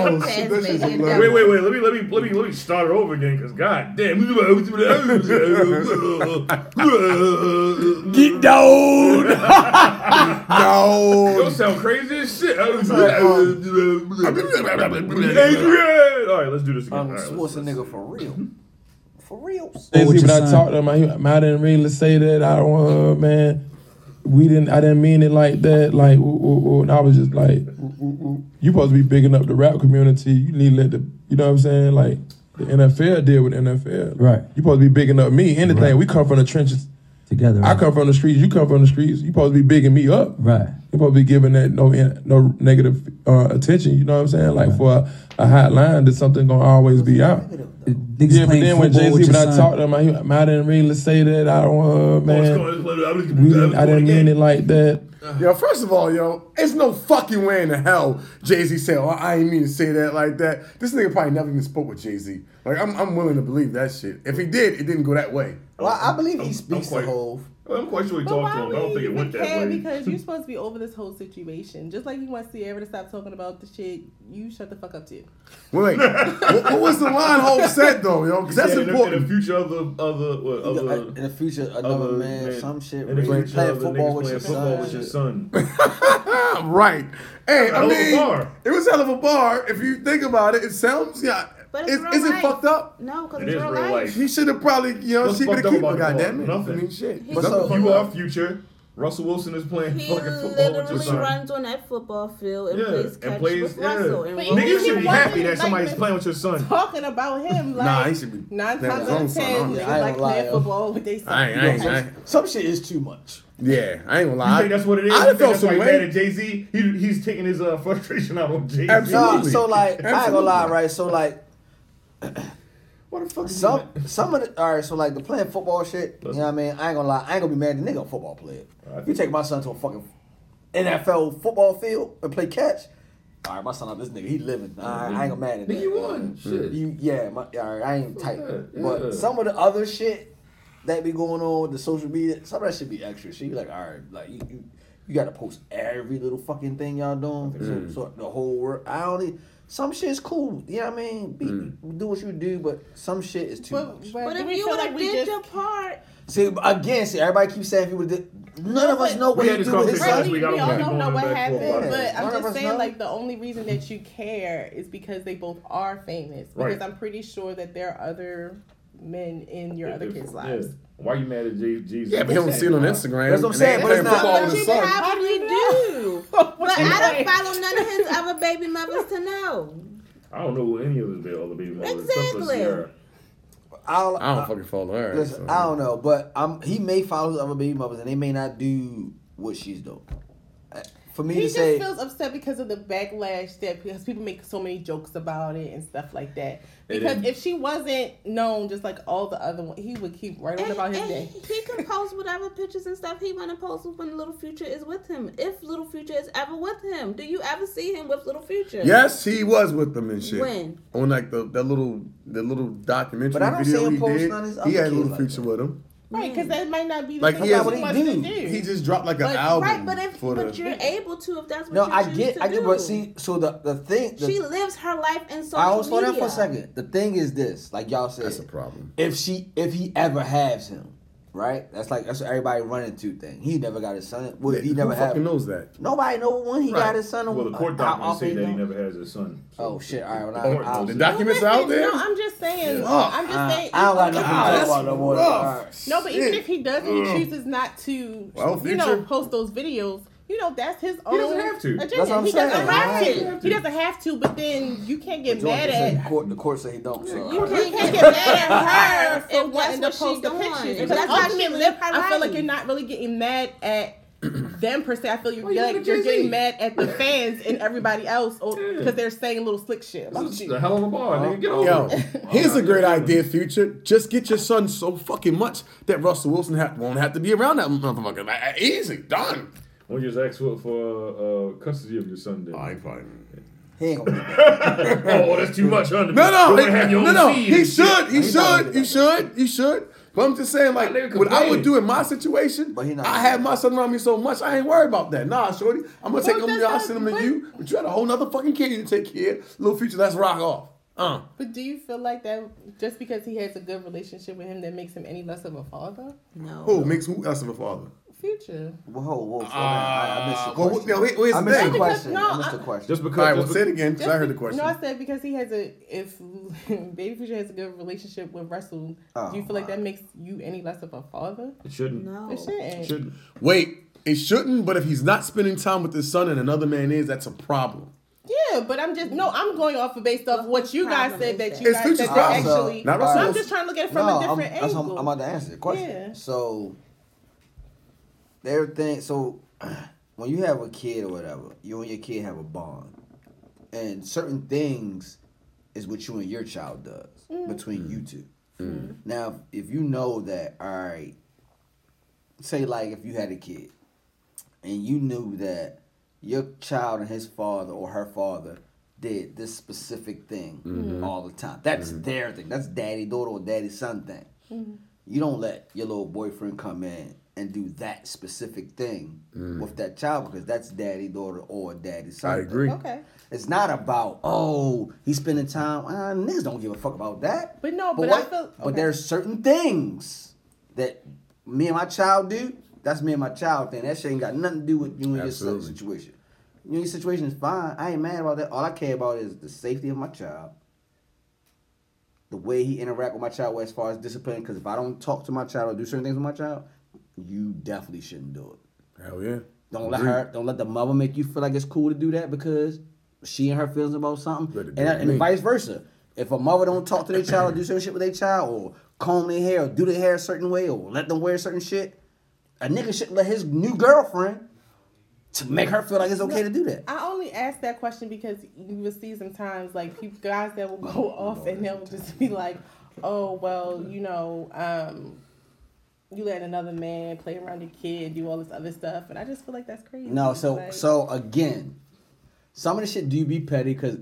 S3: Wait, wait, wait. Let me, let me, let me, let me start it over again. Cause god damn. Get down.
S8: no.
S3: Don't sound crazy as shit. Adrian. All right, let's do this
S18: Um,
S3: again. All right, let's-
S11: nigga for
S3: <laughs>
S11: real. For real.
S18: Crazy, but I talked to him. I, I didn't really say that. I don't want, man. We didn't. I didn't mean it like that. Like, woo, woo, woo. and I was just like, woo, woo, woo. you supposed to be bigging up the rap community. You need to let the, you know what I'm saying? Like, the NFL deal with the NFL.
S19: Right.
S18: You supposed to be bigging up me. Anything. We come from the trenches.
S19: Together.
S18: I come from the streets. You come from the streets. You supposed to be bigging me up.
S19: Right.
S18: You supposed to be giving that no no negative uh, attention. You know what I'm saying? Like for a, a hot line, that something gonna always be out. yeah, but
S19: playing
S18: then when
S19: football
S18: Jay
S19: with
S18: Z, when
S19: your
S18: I
S19: son.
S18: talked to him, I, I didn't really say that. I don't, uh, man. We didn't, I didn't mean it like that.
S8: Yo, first of all, yo, it's no fucking way in the hell Jay Z said, oh, I ain't mean to say that like that. This nigga probably never even spoke with Jay Z. Like, I'm, I'm willing to believe that shit. If he did, it didn't go that way.
S11: Well, I believe
S8: he
S11: speaks
S8: to
S11: Hove.
S3: I'm quite sure he
S4: But
S3: talked to
S4: why
S3: him.
S4: would
S3: but I don't
S4: he
S3: think it
S4: even
S3: went that
S4: care?
S3: way.
S4: Because
S3: <laughs>
S4: you're supposed to be over this whole situation. Just like you want Sierra to stop talking about the shit, you shut the fuck up too.
S8: Wait, what, what was the line Hope said, though, yo? Because that's
S3: Yeah, in the- in the
S8: important.
S3: future of the of the what, of the
S7: uh,
S11: In the future, another man, some shit.
S3: in the
S11: really
S3: future
S11: playing
S3: of the
S11: football
S3: niggas
S11: with your
S3: playing football
S11: son.
S3: with your son.
S8: right. Hey,
S3: Hell
S8: I
S3: of a
S8: mean,
S3: bar.
S8: it was hell of a bar. If you think about it, it sounds yeah.
S9: But it's
S8: Is,
S9: real
S8: is it
S9: life.
S8: fucked up?
S9: No, because
S3: It
S9: it's
S3: is
S9: real
S3: real
S9: life.
S3: life.
S8: He should have probably, you know,
S3: What's
S8: she could
S3: fucked
S8: have
S3: up
S8: kept
S3: about
S8: it.
S3: the ball?
S8: Goddamn it.
S18: <laughs>
S8: I
S3: Nothing.
S8: mean, shit.
S3: But so, you are future. Russell Wilson is playing
S9: He
S3: fucking football with your
S9: literally
S3: son.
S9: runs on that football field and
S3: yeah,
S9: plays catch
S3: and plays.
S9: with
S3: Yeah,
S9: Russell. And rolls.
S3: niggas should be happy that somebody's playing with your son.
S4: Talking about him, like
S3: Nah, he should be-
S4: nine times
S3: that's his
S4: out
S3: own
S4: of
S3: son,
S4: ten,
S3: I'm-
S4: niggas
S3: I ain't
S4: like
S3: gonna
S4: playing
S3: lie,
S4: football with they son.
S8: I ain't, I ain't, I ain't.
S7: Some shit is too much.
S8: Yeah, I ain't gonna lie.
S3: You think that's what it
S8: I
S3: is? You
S8: done
S3: think
S8: felt
S3: that's why
S8: some
S3: he mad
S8: way.
S3: at Jay Z. He, he's taking his uh, frustration out on Jay Z.
S7: Nah, so like, I ain't gonna lie, right? So like,
S3: what the fuck? is
S7: Some,
S2: <laughs>
S7: some of the all right. So like the playing football shit. You know what I mean? I ain't gonna lie. I ain't gonna be mad. at The nigga a football player. You take my son to a fucking NFL football field and play catch. All right, my son, this nigga, he living. All right, I ain't gonna mad at that.
S2: Nigga, you won. Shit.
S7: You, yeah, my, all right, I ain't tight.
S2: that, yeah.
S7: But some of the other shit that be going on with the social media, some of that shit be extra. She be like, all right, like you, you, you gotta post every little fucking thing y'all doing.
S2: Mm.
S7: So, so the whole world, I only some shit's cool. You know what I mean? Be, Do what you do, but some shit is too much.
S9: But
S4: do
S9: if
S4: we
S9: you
S4: feel
S9: would have
S4: like we
S9: did
S4: just-
S9: your part,
S7: See again, see everybody keeps saying if you would. do- None of us know what
S3: We
S7: he
S3: had
S7: do
S3: this
S7: with his
S3: conversation last
S7: son.
S3: week. I don't
S4: We all
S3: want to keep
S4: don't know
S3: going
S4: what
S3: back and
S4: happened,
S3: forth.
S4: but
S7: None
S4: I'm
S7: of us
S4: just saying,
S7: know.
S4: like, the only reason that you care is because they both are famous. Because
S3: Right.
S4: I'm pretty sure that there are other men in your other kids'
S3: Yeah.
S4: <laughs> lives.
S3: Why you mad at Jay Z?
S8: Yeah, but he don't see it on Instagram.
S7: That's what I'm saying,
S8: And
S7: but
S8: they
S7: it's
S8: playing
S7: not-
S8: football
S9: but
S8: with
S9: you
S8: his
S9: could
S8: son.
S9: probably do. But I don't follow none of his other baby mothers to
S7: <laughs>
S9: know.
S3: I don't know who any of his other baby mothers except for
S9: Exactly.
S3: Sierra.
S7: I'll,
S8: I don't fucking follow her.
S7: Listen,
S8: so.
S7: I don't know, but i he may follow his other baby mothers, and they may not do what she's doing. Uh, For me
S4: He
S7: to
S4: just
S7: say,
S4: feels upset because of the backlash that because people make so many jokes about it and stuff like that.
S7: It
S4: Because
S7: is.
S4: if she wasn't known, just like all the other ones, he would keep right on about his
S9: And
S4: day.
S9: he can post whatever pictures and stuff he want to post when Little Future is with him. If Little Future is ever with him, do you ever see him with Little Future?
S8: Yes, he was with them and shit.
S9: When?
S8: On like the that little that little documentary
S7: But I don't see
S8: video
S7: him
S8: he
S7: post
S8: did.
S7: none of his
S8: He
S7: other
S8: had a
S7: kids
S8: little
S7: like
S8: future with him.
S4: Right, because that might not be
S8: Like
S4: something
S8: he has,
S4: that much to do.
S8: he just dropped like an
S9: But-
S8: album.
S9: right, but if
S8: for
S9: but
S8: the,
S9: you're able to if that's what
S7: no,
S9: you
S7: I
S9: choose
S7: get,
S9: to
S7: I get,
S9: do.
S7: but see, so the the thing, the,
S9: she lives her life in social
S7: I will slow
S9: media.
S7: down for a second. The thing is this, like y'all said, that's a
S8: problem.
S7: If she, if he ever has him, right? That's like that's what everybody running to thing. He never got his son. Well,
S8: Yeah,
S7: he
S8: who
S7: never had.
S8: fucking knows that?
S7: Nobody know when he got his son. or-
S3: Well, the court
S7: uh, how
S3: documents say
S7: often
S3: that he
S7: know.
S3: never has his son.
S7: Oh shit! All right, well,
S3: The court
S7: I, I,
S3: knows it.
S8: documents out there.
S4: No, I'm just saying.
S7: Fuck.
S4: I'm
S7: Uh,
S4: just saying.
S7: I don't got
S4: even-
S7: nothing to talk about no more.
S8: rough.
S7: Oh, All right.
S4: No, but even
S8: Shit.
S4: if he doesn't,
S8: Ugh.
S4: he chooses not to,
S8: Well,
S4: you know,
S8: Future-
S4: post those videos. You know, that's his own.
S8: doesn't have to.
S4: Agenda.
S8: That's what I'm
S4: he
S8: saying.
S4: doesn't have
S8: Right.
S4: to. He doesn't have to. But then you can't get
S7: But Jordan
S4: mad
S7: said
S4: at.
S7: the court. The court said he don't. So
S4: You
S7: all right.
S4: can't get mad at her
S9: If
S4: for wanting to
S9: that's what
S4: post the
S9: she doing.
S4: pictures.
S9: If
S4: Because
S9: that's how she
S4: ultimately,
S9: live her
S4: I feel
S9: life.
S4: like you're not really getting mad at them per se. I feel you're,
S9: you
S4: like
S9: look at
S4: you're
S9: Jay-Z.
S4: getting mad
S8: <laughs>
S4: at the fans and everybody else because they're saying little slick shit about you.
S3: The hell of a bar, nigga. Get over
S8: Oh,
S4: <laughs>
S8: Yo,
S3: it.
S8: <laughs> here's a great idea, future. Just get your son so fucking much that Russell Wilson ha- won't have to be around that motherfucker. Like, uh, easy, done.
S3: When you just ask for, for uh, uh, custody of your son, then. I
S8: fine.
S7: He ain't gonna be
S3: oh, that's too much, huh?
S8: No, no,
S3: You
S8: he,
S3: wanna have your
S8: no,
S3: own
S8: no.
S3: seed
S8: He
S3: and shit.
S8: should, he should, he should, he should. But I'm just saying, like,
S3: nigga
S8: what I would
S3: complaining.
S8: do in my situation, I had my son around me so much, I ain't worried about that. Nah, shorty, I'm gonna take him, I'll send him to you. But you had a whole nother fucking kid you take care of. Little future, let's rock off. Uh.
S4: But do you feel like that just because he has a good relationship with him that makes him any less of a father?
S9: No.
S8: Who makes who else of a father?
S4: Future.
S7: Whoa, whoa, slow down. I, I missed your
S8: Uh, well,
S7: question.
S8: no, here- here's
S7: I
S8: the
S7: missed
S8: thing.
S7: the question.
S4: No,
S7: I missed the
S4: I-
S7: question.
S8: Just because- All right, well, just say it again, 'cause I heard the question.
S4: No, I said because he has a if <laughs> Baby Future has a good relationship with Russell, do you feel
S8: Ah.
S4: like that makes you any less of a father?
S3: It shouldn't.
S4: No. It shouldn't.
S3: shouldn't.
S8: Wait, it shouldn't, but if he's not spending time with his son and another man is, that's a problem.
S4: Yeah, but I'm just no. I'm going off of based off what you guys said that you
S8: It's
S4: guys
S8: Future's
S4: said that
S8: problem.
S4: actually.
S8: Not
S4: so I'm
S8: Russell's.
S4: just trying to look at it from a different
S7: I'm, that's how I'm-
S4: angle.
S7: I'm about to answer the question.
S4: Yeah.
S7: So everything. So <clears throat> when you have a kid or whatever, you and your kid have a bond, and certain things is what you and your child does
S4: Mm.
S7: between you two. Now, if you know that, all right. Say like if you had a kid, and you knew that your child and his father or her father did this specific thing
S8: Mm-hmm.
S2: Mhm.
S7: all the time. That's
S2: Mhm.
S7: their thing. That's daddy daughter or daddy son thing. You don't let your little boyfriend come in and do that specific thing with that child because that's daddy daughter or daddy son.
S8: Mm. I
S7: thing.
S8: agree.
S4: Okay.
S7: It's not about oh he's spending time. Uh, niggas don't give a fuck about that.
S4: But no, but I feel-
S7: But
S4: okay.
S7: there's certain things that me and my child do. That's me and my child thing. That shit ain't got nothing to do with you and your
S2: Absolutely.
S7: son's situation. You and your situation is fine. I ain't mad about that. All I care about is the safety of my child. The way he interact with my child as far as discipline. Because if I don't talk to my child or do certain things with my child, you definitely shouldn't do it.
S8: Hell yeah.
S7: Don't let her. Don't let the mother make you feel like it's cool to do that because she and her feelings about something, and,
S8: do it
S7: and
S8: me.
S7: vice versa. If a mother don't talk to their child or do certain shit with their child, or comb their hair, or do their hair a certain way, or let them wear certain shit, a nigga should let his new girlfriend to make her feel like it's okay to do that.
S4: I only asked that question because you will see sometimes like people, guys that will go off and they'll just be like, "Oh well, you know, um, you let another man play around your kid, do all this other stuff," and I just feel like that's crazy.
S7: No, so
S4: Like,
S7: so again, some of the shit do be petty because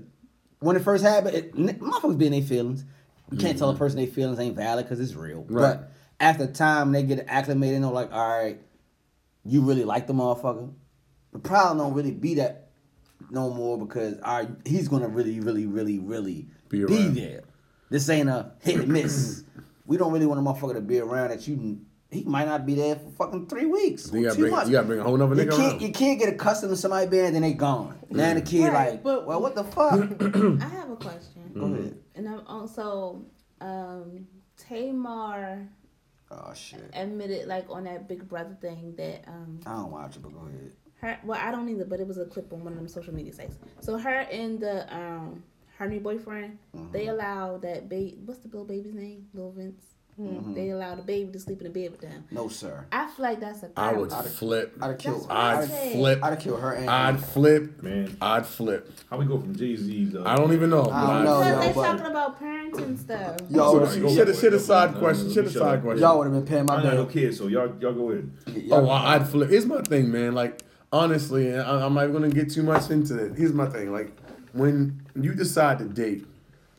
S7: when it first happened, it, n- motherfuckers be in their feelings. You can't
S8: Mm-hmm.
S7: tell a person their feelings ain't valid because it's real.
S2: Right.
S7: But after time, they get acclimated and they're like, all right, you really like the motherfucker. The problem don't really be that no more because all right, he's gonna really, really, really, really be, there. This ain't a hit and miss. we don't really want a motherfucker to be around that you. He might not be there for fucking three weeks.
S8: You
S7: or
S8: gotta
S7: two
S8: bring-
S7: months.
S8: you gotta bring a whole nother
S7: You
S8: nigga
S7: can't-
S8: around.
S7: You can't get accustomed to somebody being then they gone. Now the kid like, well, what the fuck?
S9: I have a question.
S7: Go ahead.
S9: And I'm also um, Tamar
S7: Oh shit.
S9: admitted like on that Big Brother thing that um,
S7: I don't watch it, but go ahead.
S9: her well I don't either, but it was a clip on one of them social media sites. So her and the um, her new boyfriend they
S8: Mm-hmm.
S9: allowed that baby what's the little baby's name Lil Vince.
S8: Mm-hmm.
S7: Mhm.
S9: They allowed the baby to sleep in the bed with them.
S7: No sir.
S9: I feel like that's a
S8: I would
S9: problem.
S8: flip.
S7: I'd
S9: kill- That's what I
S8: I'd
S9: said.
S8: flip.
S7: I'd kill her. And
S8: I'd flip.
S3: Man,
S8: I'd flip.
S3: How we go from Jay Z?
S8: I don't even know.
S7: I
S8: but
S7: don't
S8: I'd
S7: know,
S8: flip.
S7: yo,
S9: They're
S7: but
S9: talking about parenting stuff.
S8: Yo,
S3: Sorry,
S8: shit,
S3: go for
S8: shit,
S3: it,
S8: shit
S3: go
S8: aside
S3: for it.
S8: question.
S3: No, no,
S8: Shit
S3: no, shut
S8: aside
S3: up.
S8: question.
S3: Y'all
S7: would've been paying my
S3: I ain't got no kids, so y'all y'all go in.
S8: Oh, well, I'd flip. Here's my thing, man. Like, honestly, and I, I'm not even gonna get too much into it. Here's my thing. Like, when you decide to date,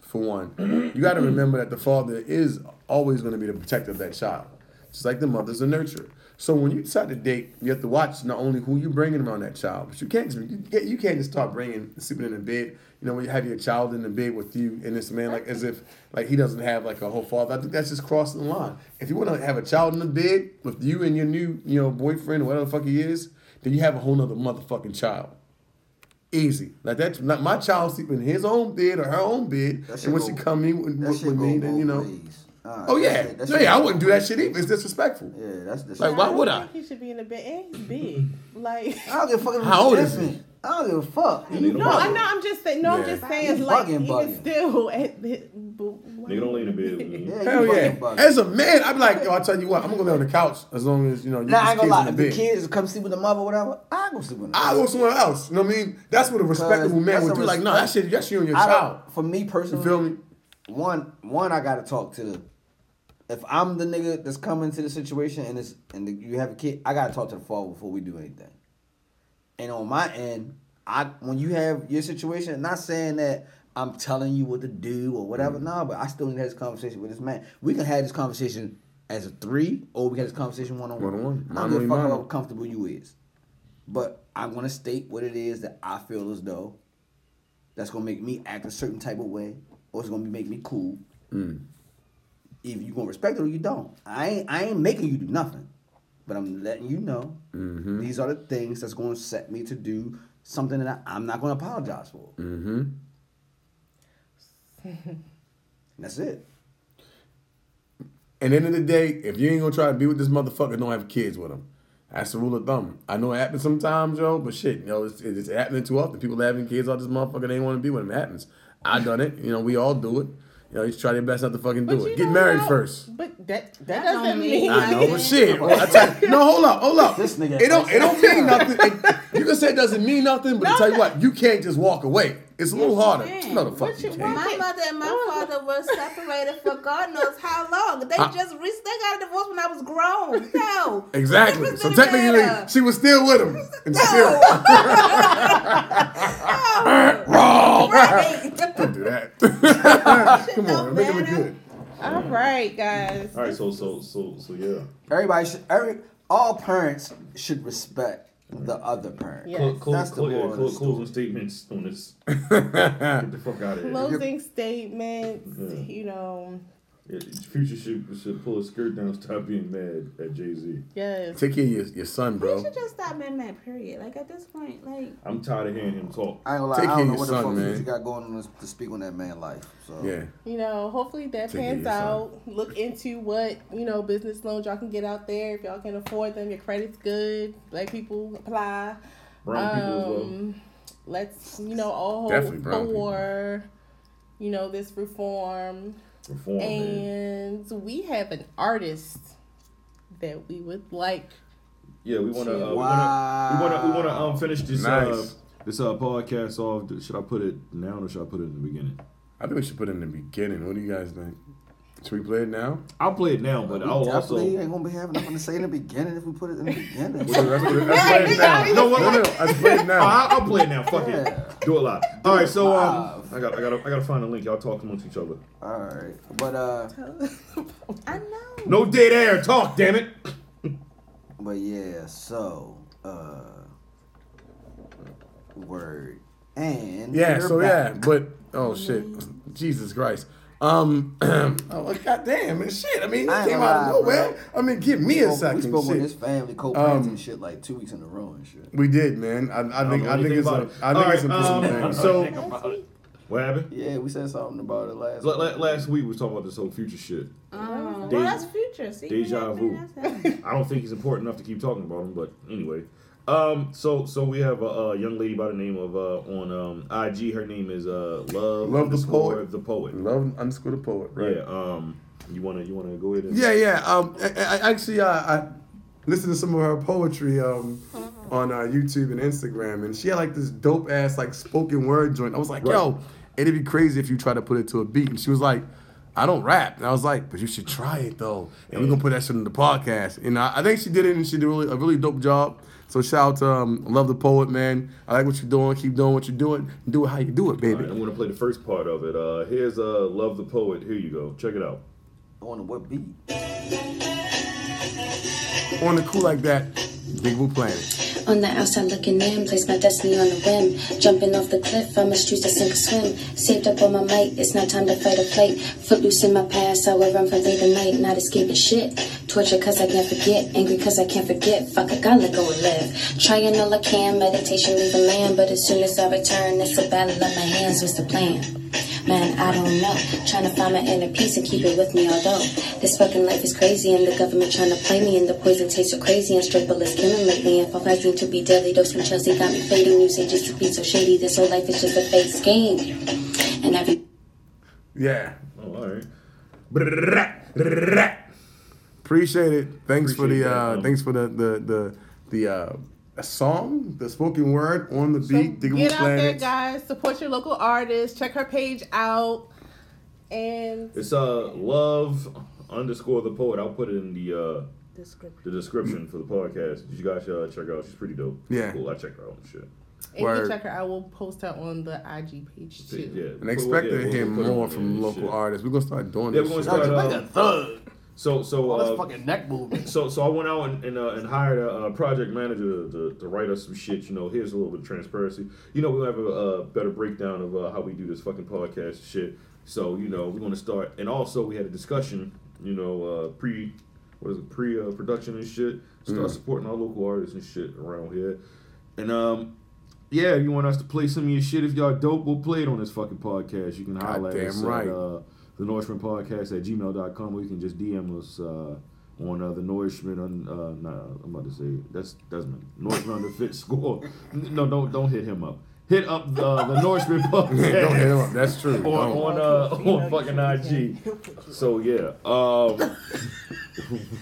S8: for one, you got to remember that the father is always going to be the protector of that child, just like the mother's a nurturer. So when you decide to date, you have to watch not only who you bringing around that child, but you can't just, you can't- you can't just start bringing sleeping in the bed. You know, when you have your child in the bed with you and this man, like as if like he doesn't have like a whole father. I think that's just crossing the line. If you want to have a child in the bed with you and your new you know boyfriend or whatever the fuck he is, then you have a whole nother motherfucking child. Easy. Like that. Like my child sleep in his own bed or her own bed, and when she come in with, with, with me, then you know. oh yeah,
S7: shit- that
S8: no,
S7: shit
S8: yeah. I
S7: go
S8: wouldn't do that shit either. It's disrespectful.
S7: Yeah, that's the
S8: like why
S4: don't
S8: would I? Mm-hmm.
S4: think He should be in the bed, and he's big.
S8: <laughs>
S4: Like
S7: I don't give a fuck. if
S8: How
S7: it's
S8: old is
S7: different. I don't give a fuck.
S4: No, I know. I'm just saying. No, I'm
S7: Yeah.
S4: just saying.
S7: You
S4: Like
S7: bugging,
S4: even
S7: bugging.
S4: still, <laughs> at the, but,
S3: Nigga don't lay in the bed with me.
S8: Hell yeah. As a man, I'd be like, yo, I tell you what, I'm gonna lay on the couch as long as you know. you
S7: Now I ain't
S8: kids
S7: gonna lie.
S8: in
S7: If
S8: the
S7: the
S8: bed.
S7: kids come sleep with the mother, or whatever, I go sleep with. Them.
S8: I go somewhere else. You know what I mean? That's what a respectable man
S7: that's
S8: would
S7: a
S8: do. Like, no, that
S7: respect-
S8: shit, that's you and your
S7: I don't-
S8: child.
S7: For me personally,
S8: feel me?
S7: One, one, I gotta talk to the. If I'm the nigga that's coming to the situation and it's and you have a kid, I gotta talk to the father before we do anything. And on my end, I when you have your situation, not saying that I'm telling you what to do or whatever, no, nah, but I still need to have this conversation with this man. We can have this conversation as a three, or we can have this conversation one on
S8: One-on-one.
S7: one. I don't
S8: Mano
S7: give a
S8: y
S7: fuck
S8: mano.
S7: how comfortable you is. But I'm gonna state what it is that I feel as though that's gonna make me act a certain type of way, or it's gonna make me cool.
S8: Mm.
S7: If you gonna respect it or you don't, I ain't I ain't making you do nothing, but I'm letting you know
S8: Mm-hmm.
S7: these are the things that's gonna set me to do something that I, I'm not gonna apologize for.
S8: Mm-hmm.
S7: <laughs> That's it.
S8: And end of the day, if you ain't gonna try to be with this motherfucker, don't have kids with him. That's the rule of thumb. I know it happens sometimes, yo, but shit, yo, it's, it's happening too often. People having kids out this motherfucker, they want to be with him. It happens. I done it. You know, we all do it. You know, you just try your best not to fucking do it. Get married first.
S4: but that that
S9: don't
S4: doesn't
S9: mean-
S4: mean.
S8: I know, but shit. I tell you- no, hold up, hold up. This nigga. It don't. It don't <laughs> mean nothing. It- you can say it doesn't mean nothing, but I tell you what, you can't just walk away. It's a little harder. No, the fuck you can't.
S9: My mother and my father were separated for God knows how long. They
S8: I-
S9: just re- they got a divorce when I was grown. No,
S8: Exactly. So technically, she was still with him. And still. Wrong. Don't do that. <laughs> Come on, make it look good.
S4: <laughs> All right, guys.
S3: All right, so so so so yeah.
S7: Everybody should every all parents should respect the other parent.
S3: Clo- clo-
S7: That's the
S3: clo- yeah,
S7: moral of
S3: clo-
S7: the story.
S3: closing statements on this. <laughs> Get the fuck out of here.
S4: Closing statements.
S8: Mm-hmm.
S3: Yeah.
S4: You know,
S3: Yeah, Future should, should pull his skirt down, and stop being mad at Jay Z.
S4: Yes.
S8: <laughs> Take care of your, your son,
S9: You
S8: bro.
S9: should just stop being mad, period. Like, at this point, like,
S3: I'm tired of hearing him talk.
S7: I ain't gonna lie,
S8: Take care
S7: I don't
S8: of
S7: know
S8: your
S7: what
S8: son,
S7: the fuck
S8: man.
S7: you got going on to speak on that man life. So
S8: Yeah.
S4: You know, hopefully that
S7: Take it
S4: pans
S7: easy, son.
S4: out. Look into what, you know, business loans y'all can get out there. If y'all can afford them, your credit's good. Black people apply.
S3: Brown people as well.
S4: Um, Let's, you know, all
S3: Definitely
S4: hold
S3: brown people.
S4: for, you know, this reform.
S3: Reform, Oh, man.
S4: and we have an artist that we would like.
S3: Yeah, we want to. Uh,
S4: Wow.
S3: We want to. We want to um, finish this.
S16: Nice.
S3: Uh, this uh, podcast off. Should I put it now or should I put it in the beginning?
S8: I think we should put it in the beginning. What do you guys think? Should we play it now?
S3: I'll play it now,
S7: we
S3: but
S8: Oh,
S7: definitely ain't gonna be having nothing to say in the beginning if we put it in the beginning. <laughs>
S8: Well, let's put it- let's play it now. No, what- what- let's play it now.
S3: Oh, I- I'll play it now. Fuck it. Do it live. All right. So um, I got. I got. to I got to find a link. Y'all talk amongst each other.
S7: All right. But uh,
S3: No dead air. Talk. Damn it.
S7: But yeah, so uh, word and
S8: Yeah,
S7: we're
S8: so yeah,
S7: back.
S8: but oh shit, Jesus Christ. Um, <clears throat> oh well, goddamn, man, shit. I mean,
S7: I
S8: this
S7: ain't
S8: came
S7: gonna
S8: out of
S7: lie,
S8: nowhere.
S7: bro.
S8: I mean, give me
S7: We
S8: a
S7: spoke-
S8: second.
S7: We spoke
S8: shit.
S7: on this family co-parents
S8: Um,
S7: and shit like two weeks in a row and shit.
S8: We did, man. I, I think I think it's a, I think it's important, man. um, So
S3: um, what happened?
S7: Yeah, we said something about it last.
S3: La- la- last week we was talking about this whole future shit.
S9: um,
S3: Deja-
S9: well, that's future. See,
S3: Deja vu. I don't think he's important enough to keep talking about him, but anyway. Um, so so we have a, a young lady by the name of uh, on um, IG. Her name is uh, Love
S8: Love the
S3: underscore
S8: Poet.
S3: The poet.
S8: Love underscore the poet, right?
S3: Yeah. Um, you wanna you wanna go ahead and
S8: Yeah, yeah. Um, I, I, actually, I, I listened to some of her poetry um, on uh, YouTube and Instagram, and she had like this dope ass like spoken word joint. I was like, yo, it'd be crazy if you try to put it to a beat. And she was like, I don't rap. And I was like, but you should try it though. And we're gonna put that shit in the podcast. And I, I think she did it, and she did really, a really dope job. So shout out to um, Love the Poet, man. I like what you're doing. Keep doing what you're doing. Do it how you do it, baby.
S3: I'm gonna play the first part of it. Uh, here's uh, Love the Poet. Here you go. Check it out.
S7: On what beat?
S8: On the cool like that, Big Blue Planet.
S19: <laughs> On the outside looking in, place my destiny on the whim. Jumping off the cliff, I must choose to sink or swim. Saved up all my might, it's not time to fight or flight. Footloose in my past, I will run from day to night, not escaping shit. Torture cause I can't forget, angry cause I can't forget. Fuck, I gotta let go and live. Trying all I can, meditation leaving land, but as soon as I return, it's a battle of my hands. What's the plan? Man, I don't know. Trying to find my inner peace and keep it with me, although this fucking life is crazy and the government trying to play me and the poison tastes so crazy and straight bullets killing lately and five seem to be deadly. Those from Chelsea got me fading. You say just to be so shady. This whole life is just a fake scheme. And every
S8: Yeah.
S3: Oh, all right.
S8: Appreciate it. Thanks for
S3: Appreciate
S8: the
S3: that,
S8: uh,
S3: um,
S8: thanks for the the the the uh, a song, the spoken word on the beat, Digable
S4: Get out there,
S8: Planet.
S4: guys. Support your local artist. Check her page out. And
S3: It's uh, Love underscore the poet. I'll put it in the uh,
S9: description.
S3: the description for the podcast. You guys should uh, check her out. She's pretty dope. She's
S8: Yeah.
S3: cool. I check her out and shit.
S4: if you check her, I will post her on the IG page too.
S3: Yeah,
S8: And expect
S3: Yeah,
S8: to hear
S3: we'll put it
S8: more
S3: on
S8: from
S3: there,
S8: local
S3: shit.
S8: artists. We're gonna start doing
S3: Yeah,
S8: this.
S3: we're gonna
S8: shit.
S3: start. uh, So so uh, fucking
S7: neck movement.
S3: <laughs> So so I went out and and, uh, and hired a uh, project manager to, to, to write us some shit. You know, here's a little bit of transparency. You know, we'll have a uh, better breakdown of uh, how we do this fucking podcast and shit. So you know, we're gonna start. And also, we had a discussion. You know, uh, pre what is it pre uh, production and shit. Start
S8: Mm.
S3: supporting our local artists and shit around here. And um, yeah, if you want us to play some of your shit, if y'all dope, we'll play it on this fucking podcast. You can holler at
S8: Goddamn
S3: us
S8: right.
S3: at uh, the Nourishment Podcast at gmail.com or you can just DM us uh, on uh, the Nourishment. Un, uh, nah, I'm about to say that's Desmond. Nourishment under fit score. N- No, don't don't hit him up. Hit up uh, the Nourishment
S8: <laughs>
S3: Podcast.
S8: Don't hit him up. That's true.
S3: On,
S8: Don't.
S3: on, uh, on fucking IG. So yeah. Um,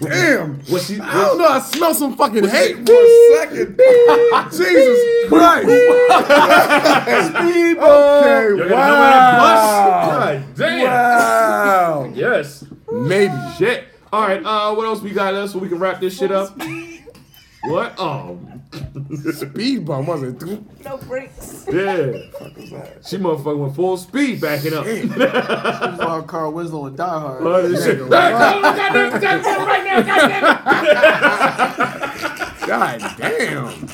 S8: <laughs> Damn.
S3: What she,
S8: I don't know. I smell some fucking hate for
S3: Beep.
S8: a second. <laughs> Jesus
S3: <laughs>
S8: Christ. Okay.
S3: Yo, you
S8: Wow.
S3: gotta know when to bust? God damn.
S8: Wow. <laughs>
S3: Yes.
S8: Maybe.
S3: Shit. All right. Uh, what else we got? Else so we can wrap this shit up. What? Oh.
S8: Speed bump wasn't.
S4: No breaks.
S3: Yeah. She motherfucking went full speed backing up. <laughs>
S7: Love Carl Winslow and Die Hard.
S3: Love this shit.
S8: God damn.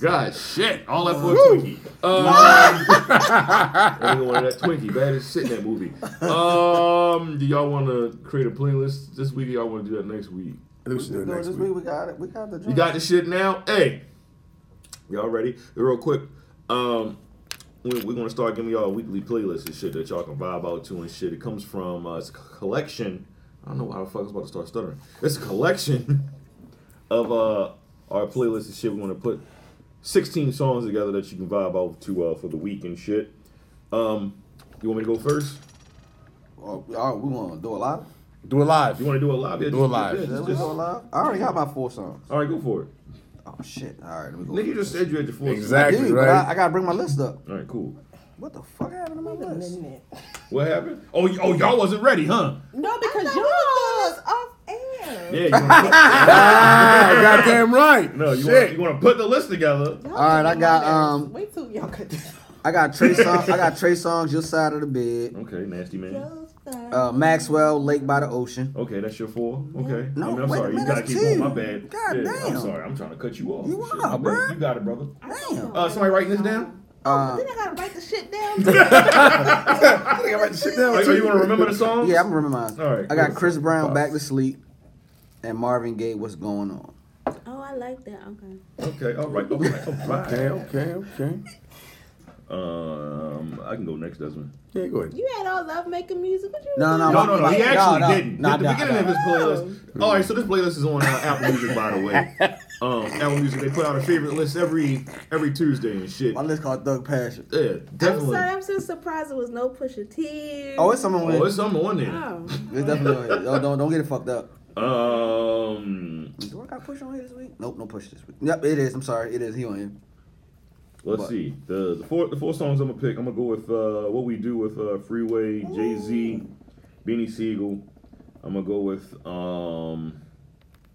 S3: God shit. All that for a
S8: Woo.
S3: Twinkie. <laughs> Um, everyone that Twinkie, bad as shit in that movie. Um, um, do y'all want to create a playlist this week? Or y'all want to do that next week?
S20: I think we should do it next
S7: this
S20: week.
S7: week we got it. We got the.
S3: You got the shit now? Hey, y'all ready? Real quick, um, we, we're gonna start giving y'all weekly playlists and shit that y'all can vibe out to and shit. It comes from uh, it's a collection. I don't know why the fuck I was about to start stuttering. It's a collection <laughs> of uh our playlists and shit. We're gonna put 16 songs together that you can vibe out to uh, for the week and shit. Um, you want me to go first?
S7: Oh, all right, we want to do it live.
S20: Do it live.
S3: You want to do it live? Yeah,
S20: Do
S3: just-
S20: it live.
S3: yeah, just-
S7: Did we
S3: just-
S7: go live? I already got my four songs.
S3: All right, go for it.
S7: Oh shit! All right, let me go.
S3: Nigga, you just said you had your four.
S7: I did, But I, I gotta bring my list up.
S3: All right, cool.
S7: What the fuck happened to my list?
S3: What happened? Oh, y- oh, y'all wasn't ready, huh?
S4: No, because you was off air.
S3: <laughs> Yeah, you wanna put-
S20: Ah, goddamn right.
S3: No, you want, you want to put the list together.
S7: All right, I got um,
S4: Wait till y'all cut this.
S7: I got Trey songs. I got Trey songs. Your side of the bed.
S3: Okay, nasty man.
S7: Uh, Maxwell, Lake by the Ocean.
S3: Okay, that's your four. Okay.
S7: No,
S3: I mean, I'm
S7: wait a
S3: sorry.
S7: minute,
S3: you gotta
S7: that's
S3: keep going.
S7: two.
S3: My bad.
S7: God
S3: yeah,
S7: damn.
S3: I'm sorry. I'm trying to cut you off.
S7: You
S3: Shit,
S7: are,
S3: my bad.
S7: bruh.
S3: You got it, brother.
S7: Damn. Oh,
S3: Uh, somebody writing this down?
S7: Uh,
S4: Then I gotta write the shit
S7: <laughs>
S4: down.
S3: Like, oh, you want to remember the song?
S7: yeah, I'm remember mine.
S3: All right,
S7: I got
S3: cool.
S7: Chris Brown,
S3: Pause.
S7: Back to Sleep, and Marvin Gaye, What's Going On.
S9: Oh, I like that. Okay.
S3: Okay, all right, all right, all right.
S20: Okay, okay, okay.
S3: Um, I can go next, Desmond.
S20: Yeah, go ahead.
S9: You had all love making music. What you
S7: No,
S9: was
S7: no,
S3: No,
S9: doing?
S3: no, no. He
S7: No,
S3: actually
S7: no,
S3: didn't.
S7: no,
S3: At the
S7: no,
S3: beginning
S7: no.
S3: of his playlist. All right, so this playlist is on uh, Apple Music, by
S7: <laughs>
S3: the way. Um, Apple Music, they put out a favorite list every every Tuesday and shit.
S7: My list called Thug Passion.
S3: Yeah,
S9: I'm
S3: definitely.
S9: sorry. I'm so surprised it was no Pusha T.
S7: Oh, it's someone
S3: Oh,
S7: with.
S3: it's something on there.
S9: Oh.
S7: It's definitely on here. Don't, don't, don't get it fucked up.
S3: Um,
S7: Do I got push on here this week? Nope, no push this week. Yep, it is. I'm sorry, it is. He on here.
S3: let's
S7: What?
S3: see. The, the four the four songs I'm gonna pick. I'm gonna go with uh, what we do with uh, Freeway, Jay Z, Beanie Siegel. I'm gonna go with um,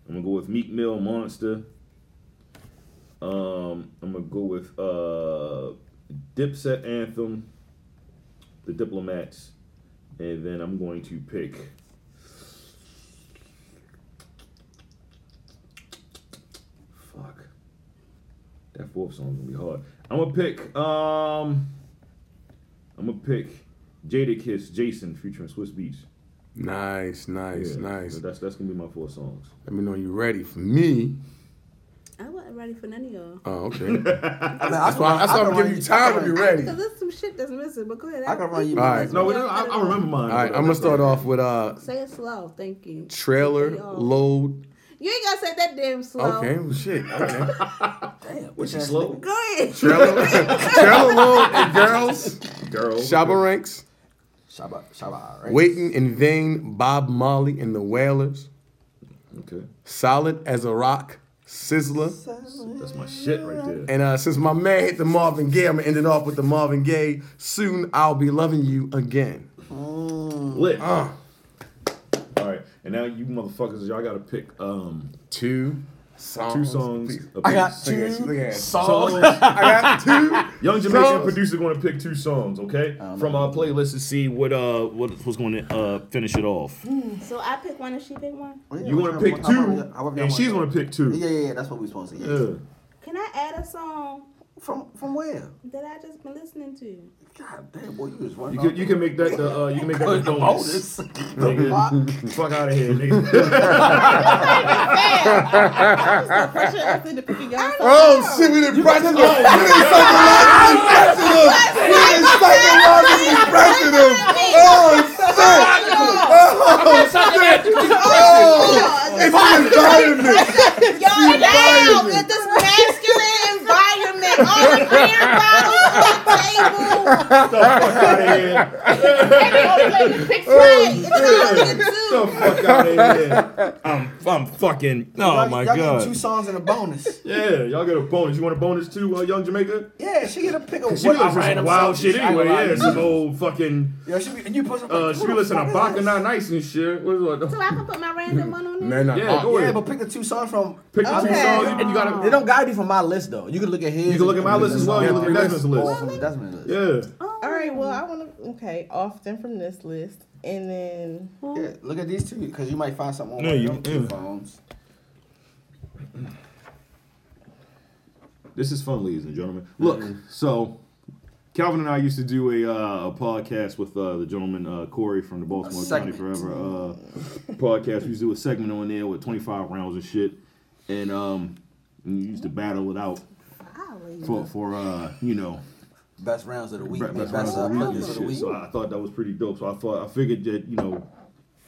S3: I'm gonna go with Meek Mill, Monster. Um, I'm gonna go with uh, Dipset Anthem, The Diplomats, and then I'm going to pick. Fuck. That fourth song's gonna be hard. I'm gonna pick. Um, I'm gonna pick Jada Kiss, Jason featuring Swiss Beats.
S20: Nice, nice,
S3: Yeah,
S20: nice.
S3: That's that's gonna be my four songs. <laughs>
S20: Let me know you ready for me.
S9: I wasn't ready for none of y'all.
S20: Oh,
S3: <laughs>
S20: okay.
S7: I, mean, I
S20: That's why,
S7: can run-
S20: that's
S7: I
S20: why
S7: can
S20: I'm giving
S7: run-
S20: you
S7: I can
S20: time to be
S7: run-
S20: ready.
S9: Because there's some shit that's missing. But go ahead.
S7: I can run you.
S20: All right.
S7: No,
S3: No, wait, no, I, I remember mine.
S20: All right, I'm gonna start off with uh
S9: Say it slow. Thank you.
S20: trailer
S9: Thank y'all.
S20: load.
S9: You ain't gotta say that damn slow.
S20: Okay, well, shit. Okay.
S3: Was she slow?
S9: Go ahead.
S20: trailer, <laughs> trailer load and girls.
S3: Girl.
S20: Shabba ranks.
S7: Shabba, shabba, right?
S20: Waiting in vain. Bob Marley and the Wailers.
S3: Okay,
S20: Solid as a rock. Sizzler.
S3: that's my shit right there.
S20: And uh, since my man hit the Marvin Gaye, I'm gonna end it off with the Marvin Gaye. Soon I'll be loving you again.
S3: Lit.
S20: Uh.
S3: All right, and now you motherfuckers, y'all gotta pick um
S20: Two songs.
S3: two songs. a
S7: I got
S3: piece.
S20: Look at you, look at you.
S3: songs.
S20: I got two.
S3: Young Jamaican
S20: songs.
S3: producer gonna pick two songs, okay, from our playlist to see what uh what was gonna uh finish it off.
S9: So I pick one and she pick one.
S3: You wanna pick two, and she's gonna pick
S7: Yeah,
S3: two.
S7: yeah, yeah. That's what we supposed to. Yeah.
S3: Yeah.
S9: Can I add a song
S7: From from where?
S9: that I just been listening to?
S7: God damn, boy, you was running.
S3: You can, you can make that the uh, you can make that <laughs> the bonus. Nigga. Fuck out of here, <laughs> nigga.
S4: <laughs> Pusha asked me to pick y'all songs.
S20: Oh shit, we didn't press him. We didn't psychologically
S8: <laughs>
S20: press him. We didn't
S7: Oh,
S20: psychologically press him. Oh shit. Oh shit. Oh, it's the environment.
S4: Y'all down
S20: environment.
S4: with this masculine environment. All the
S7: <laughs>
S4: beer bottles on the table.
S3: Fuck out of here.
S4: Everybody pick Frank. It's all good
S3: The
S4: too.
S3: fuck out of here. <laughs> I'm I'm fucking. Oh
S7: Y'all-
S3: my
S7: y'all get Two
S3: god.
S7: songs and a
S3: <laughs>
S7: bonus.
S3: Yeah, y'all get a bonus. You want a bonus too, uh, Young Jamaica?
S7: yeah, she get a pick of
S3: She
S7: what
S3: listen to some
S7: random
S3: wild
S7: song
S3: shit
S7: she- I ain't
S3: anyway.
S7: gonna lie
S3: Yeah,
S7: to
S3: some
S7: you.
S3: old fucking.
S7: Yeah, she be, and you put some.
S3: Uh, she listen to Baka Not Nice and shit. What is it?
S9: So I can put my
S8: Hmm.
S9: random one on there.
S20: Man, nah,
S3: Yeah,
S20: oh,
S3: go
S7: Yeah,
S3: ahead.
S7: but pick the two songs from.
S3: Pick the two
S4: Okay.
S3: songs and you
S7: They
S3: gotta.
S7: don't gotta be from my list though. You can look at his.
S3: You can look at my list as well. You can look at Desmond's
S7: Or
S3: list.
S7: from Desmond's list.
S3: Yeah.
S4: All right. Well, I want to. Okay, often from this list, and then
S7: Yeah, look at these two because you might find something on
S3: No,
S7: one
S3: you- mm.
S7: of them two
S3: yeah.
S7: phones. Mm-hmm.
S3: This is fun, ladies and gentlemen. Look, so Calvin and I used to do a, uh, a podcast with uh, the gentleman uh, Corey from the Baltimore County
S7: segment.
S3: Forever uh, podcast. We used to do a segment on there with 25 rounds of shit, and um, we used to battle it out for for uh, you know
S7: Best rounds of the week.
S3: Best,
S7: man.
S3: rounds
S7: Best
S3: of the week and
S7: rounds of the
S3: shit.
S7: week.
S3: So I thought that was pretty dope. So I thought I figured that you know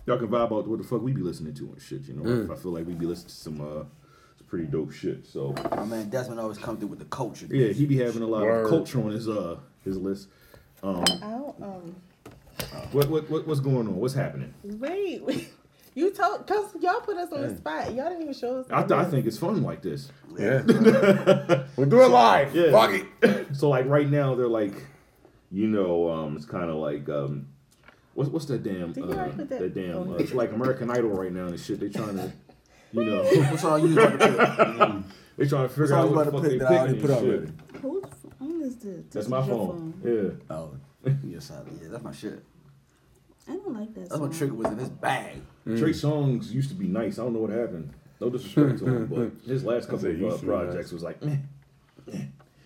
S3: y'all can vibe out what the fuck we be listening to and shit. You know,
S7: Mm.
S3: I feel like we be listening to some uh, some pretty dope shit. So
S7: My man Desmond always come through with the culture.
S3: yeah, he be having a lot
S7: Word.
S3: of culture on his uh his list. Um,
S4: Oh, um,
S3: what, what what what's going on? What's happening?
S4: wait. <laughs> You told, cause y'all put us on the
S7: Mm.
S3: Yeah.
S4: spot. Y'all didn't even show us.
S3: I, th- I think it's fun like this.
S8: Yeah.
S3: <laughs> we'll do it live. Yeah. Fuck it. So like right now they're like, you know, um, it's kind of like um, what's what's that damn
S4: Did you
S3: uh,
S4: already put
S3: that,
S4: that
S3: damn
S4: on?
S3: uh, it's like American Idol right now and shit. They trying to, you know, <laughs>
S7: What's all you about to pick?
S3: they trying to
S7: What's
S3: figure
S7: all
S3: out
S7: you
S3: what
S7: about
S3: the
S7: to pick
S3: fuck they
S7: that I already
S3: picking and
S7: put out
S3: shit.
S7: already?
S9: Whose phone is this? This
S3: That's
S9: is your
S3: my phone. Yeah.
S7: Oh, yes, I, yeah, that's my shit.
S9: I don't like that.
S7: That's when
S9: song.
S7: Trigger was in his bag.
S3: Trey Songs used to be nice. I don't know what happened. No disrespect to him,
S7: <laughs>
S3: but his last couple of uh, projects was like, meh.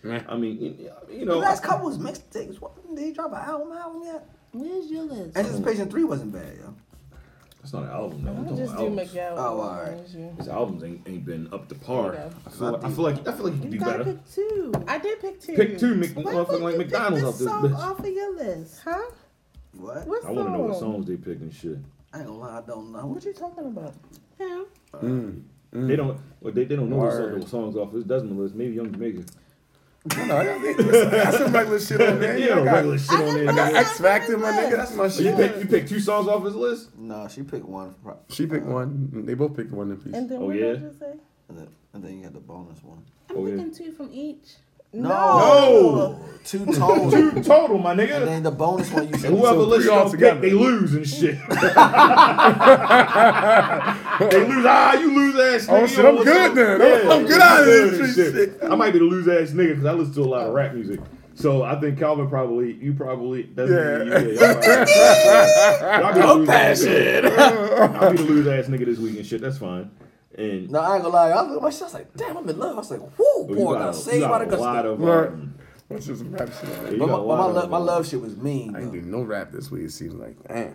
S3: meh. I mean, you- you know,
S7: the last couple was mixtapes. What did he drop an album album yet?
S9: Where's your list?
S7: Anticipation three wasn't bad, yo.
S3: It's not an album though. I'm talking
S4: Just
S3: about
S4: do
S3: albums.
S4: Miguel.
S7: Oh, all right.
S3: His albums ain't, ain't been up to par.
S4: Okay.
S3: I, feel like, I feel like I feel like he could do
S4: You gotta
S3: better.
S4: pick two. I did pick two.
S3: Pick two, Mc-
S4: Why
S3: motherfucking
S4: would
S3: like
S4: you pick
S3: McDonald's out this
S4: song
S3: bitch.
S4: off of your list, huh?
S7: What?
S4: What
S3: I want to know what
S4: song?
S3: songs they picked and shit.
S7: I ain't gonna lie, I don't know.
S4: What you talking about? Him.
S3: They don't. Well, they, they don't know what
S8: Mm. Word.
S3: song- what songs off his Desmond list. Maybe Young Jamaica.
S8: That's some regular shit on there.
S3: Yeah,
S8: I got,
S3: regular shit on there.
S8: I got X Factor, my nigga. That's my
S3: You
S8: shit.
S3: pick, you pick two songs off his list.
S7: No, she picked one.
S8: She picked one. They both picked one in piece.
S4: And then
S3: Oh,
S4: what
S3: yeah?
S4: did you say?
S7: And then, and then you got the bonus one.
S4: I'm
S3: Oh, yeah.
S4: picking two from each.
S3: No.
S7: Two total.
S3: Two total, my nigga.
S7: And then the bonus one you
S3: And whoever lists y'all pick, they lose and
S8: <laughs>
S3: shit. they lose. Ah, you lose ass nigga.
S8: Oh, shit, I'm good then. I'm- I'm good out of this
S3: good and shit. I might be the lose ass nigga because I listen to a lot of rap music. So I think Calvin probably, you probably, doesn't
S8: Yeah.
S3: you, yeah, y'all probably- I'll be the
S8: <laughs> Don't
S3: lose ass
S8: pass it.
S3: nigga. I'll be the lose ass nigga this week and shit. That's fine. And oh,
S7: No, I ain't gonna lie. I was at my shit. I was like, damn, I'm in love. I was like, whoo,
S3: you
S7: boy, I Oh,
S3: got
S7: got
S3: a- you
S7: saved
S3: got
S7: by
S3: a
S7: the gusto.
S3: lot of,
S8: Right.
S3: um,
S8: That's just some rap shit.
S3: you
S7: But my,
S3: got a
S7: but
S3: lot
S7: my,
S3: of,
S7: lo- my
S3: um,
S7: love shit was mean.
S8: I ain't do no rap this week. It seems like, damn.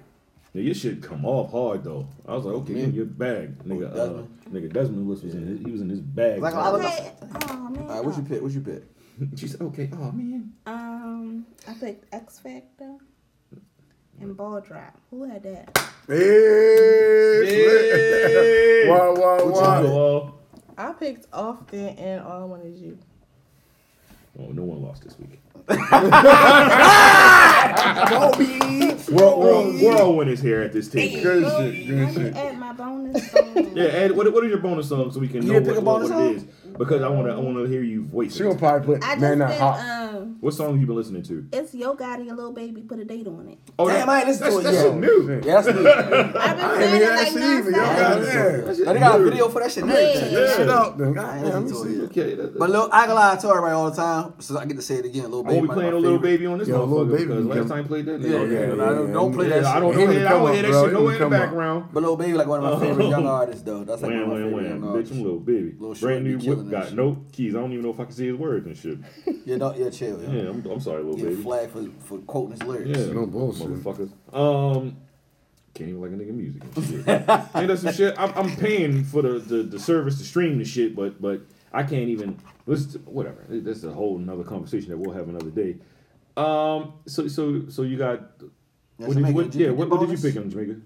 S3: Yeah, your shit come off hard though. I was like, okay, in your bag, nigga. Uh,
S7: Oh, Desmond.
S3: nigga, Desmond Lewis was in. His, he was in his bag.
S7: Like, I
S3: dog.
S7: look up.
S9: Oh man.
S7: All right, what you pick? What you pick? <laughs>
S3: She said, okay, oh man.
S9: Um, I picked X Factor and Ball Drop. Who had that?
S8: It's lit. Wah, wah, wah.
S3: Hello.
S4: I picked often and all I want is you.
S3: Oh, no one lost this
S7: <laughs>
S3: week. <laughs> Whirl, whirl, whirlwind is here at this table.
S8: Good shit,
S9: I
S8: good
S9: didn't
S8: shit.
S9: add my
S8: <laughs>
S9: bonus song.
S3: Yeah, and what, what is your bonus song so we can
S8: You
S3: know
S8: didn't pick
S3: what,
S8: a
S3: what,
S8: bonus
S3: what it is? Because I want to I want to hear you voice.
S8: She
S3: It.
S8: gonna probably put
S9: I just
S8: man uh, not
S9: been,
S8: hot.
S9: um,
S3: What song have you been listening to?
S9: it's Yo Gotti and Lil Baby put a date on it.
S3: Oh,
S7: Damn, I ain't listened to it
S3: that's
S7: yet.
S3: shit new.
S7: Yeah, that's me.
S9: I've been
S8: I
S9: playing it like
S8: ain't even asked you even. Yo,
S9: nonstop.
S8: goddamn.
S7: Now they got a video for that shit. and everything.
S9: Yeah.
S8: Shut up, then.
S7: I ain't
S8: Goddamn, let me
S7: listened to it
S8: see.
S7: yet.
S3: Okay, that,
S7: But
S3: that,
S7: Lil, I can lie to everybody all the time, so I get to say it again. Lil
S3: I won't
S7: Baby,
S3: be
S7: my,
S3: Oh, playing
S7: my
S3: a little
S7: favorite.
S3: baby on this
S8: Yo, Lil
S3: motherfucker
S8: Baby,
S3: because
S8: you
S3: last
S8: come-
S3: time I played that.
S7: Oh, Yeah,
S3: nigga.
S7: yeah,
S3: Okay.
S7: yeah, yeah, don't play that
S3: I
S7: shit.
S3: don't
S8: It
S3: know.
S8: ain't
S3: that- I
S8: come up,
S3: don't hear that
S8: bro.
S3: shit
S8: It
S3: nowhere
S8: ain't
S3: in the
S8: come up.
S3: background.
S7: But Lil Baby, like one of my favorite young
S3: Oh.
S7: artists, though. That's like
S3: Wham,
S7: one of
S3: wham,
S7: my favorite young
S3: wham. Bitch, I'm
S7: artists.
S3: little baby.
S7: Lil Shorty
S3: Brand
S7: be
S3: new whip
S7: killing that
S3: got
S7: shit.
S3: no keys. I don't even know if I can say his words and shit.
S7: Yeah, don't, yeah, chill. Yeah,
S3: Yeah, I'm, I'm sorry, little
S7: Get
S3: baby.
S7: flagged for, for quoting his lyrics.
S3: Yeah,
S8: No bullshit.
S3: motherfuckers. Um, can't even like a nigga music. And
S7: <laughs>
S3: shit. Ain't that some shit? I'm, I'm paying for the, the, the service to stream the shit, but but I can't even listen. To, whatever. That's a whole another conversation that we'll have another day. Um, so so so you got.
S7: Yeah,
S3: what did, you-
S7: Jamaica,
S3: what,
S7: did you
S3: yeah,
S7: pick your
S3: what, what did you
S7: bonus?
S3: pick him, Jamaica?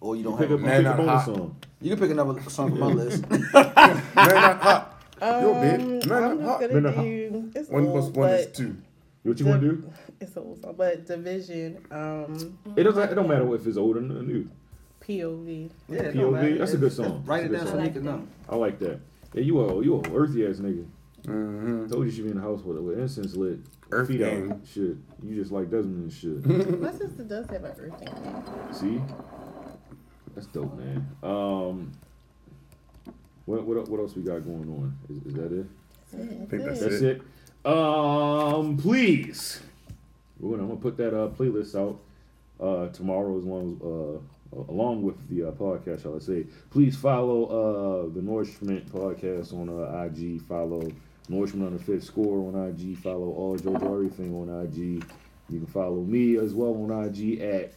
S7: Or you don't
S3: Pick
S7: have
S3: up,
S7: a
S3: pick
S8: Man
S3: a
S8: Not
S3: bonus
S8: Hot.
S3: song.
S7: You can pick another song from my list.
S8: Man not hot. Yo,
S4: Um,
S8: bitch. Man
S4: I'm
S8: not
S4: just
S8: hot.
S4: gonna
S3: Minute Hot.
S4: do it's
S8: One
S4: old,
S8: plus one
S4: but
S8: is two.
S3: What you want to do?
S4: it's an old song, but division, um,
S3: It doesn't. It don't matter if it's old or new.
S4: POV.
S7: Yeah, it don't matter.
S3: POV. That's a good song.
S7: Write it
S3: That's a
S7: down so
S3: good song.
S7: you can know.
S3: I like that. Yeah, you are you a earthy ass nigga.
S8: Mm-hmm.
S3: Told you she be in the house with with incense lit,
S8: Earth
S3: feet out,
S8: gang.
S3: shit. You just like Desmond
S4: <laughs>
S3: and
S4: My sister does have an earth thing.
S3: shit. See, that's dope, man. Um, what what el- what else we got going on? Is, is that it?
S8: I think that's
S3: That's
S8: it.
S3: it. Um, please. We're gonna, I'm gonna put that uh, playlist out uh, tomorrow, as long as uh, along with the uh, podcast, shall I say? Please follow uh, the Nourishment Podcast on uh, IG. Follow Norseman on the fifth score on IG. Follow all JoJo everything on IG. You can follow me as well on IG at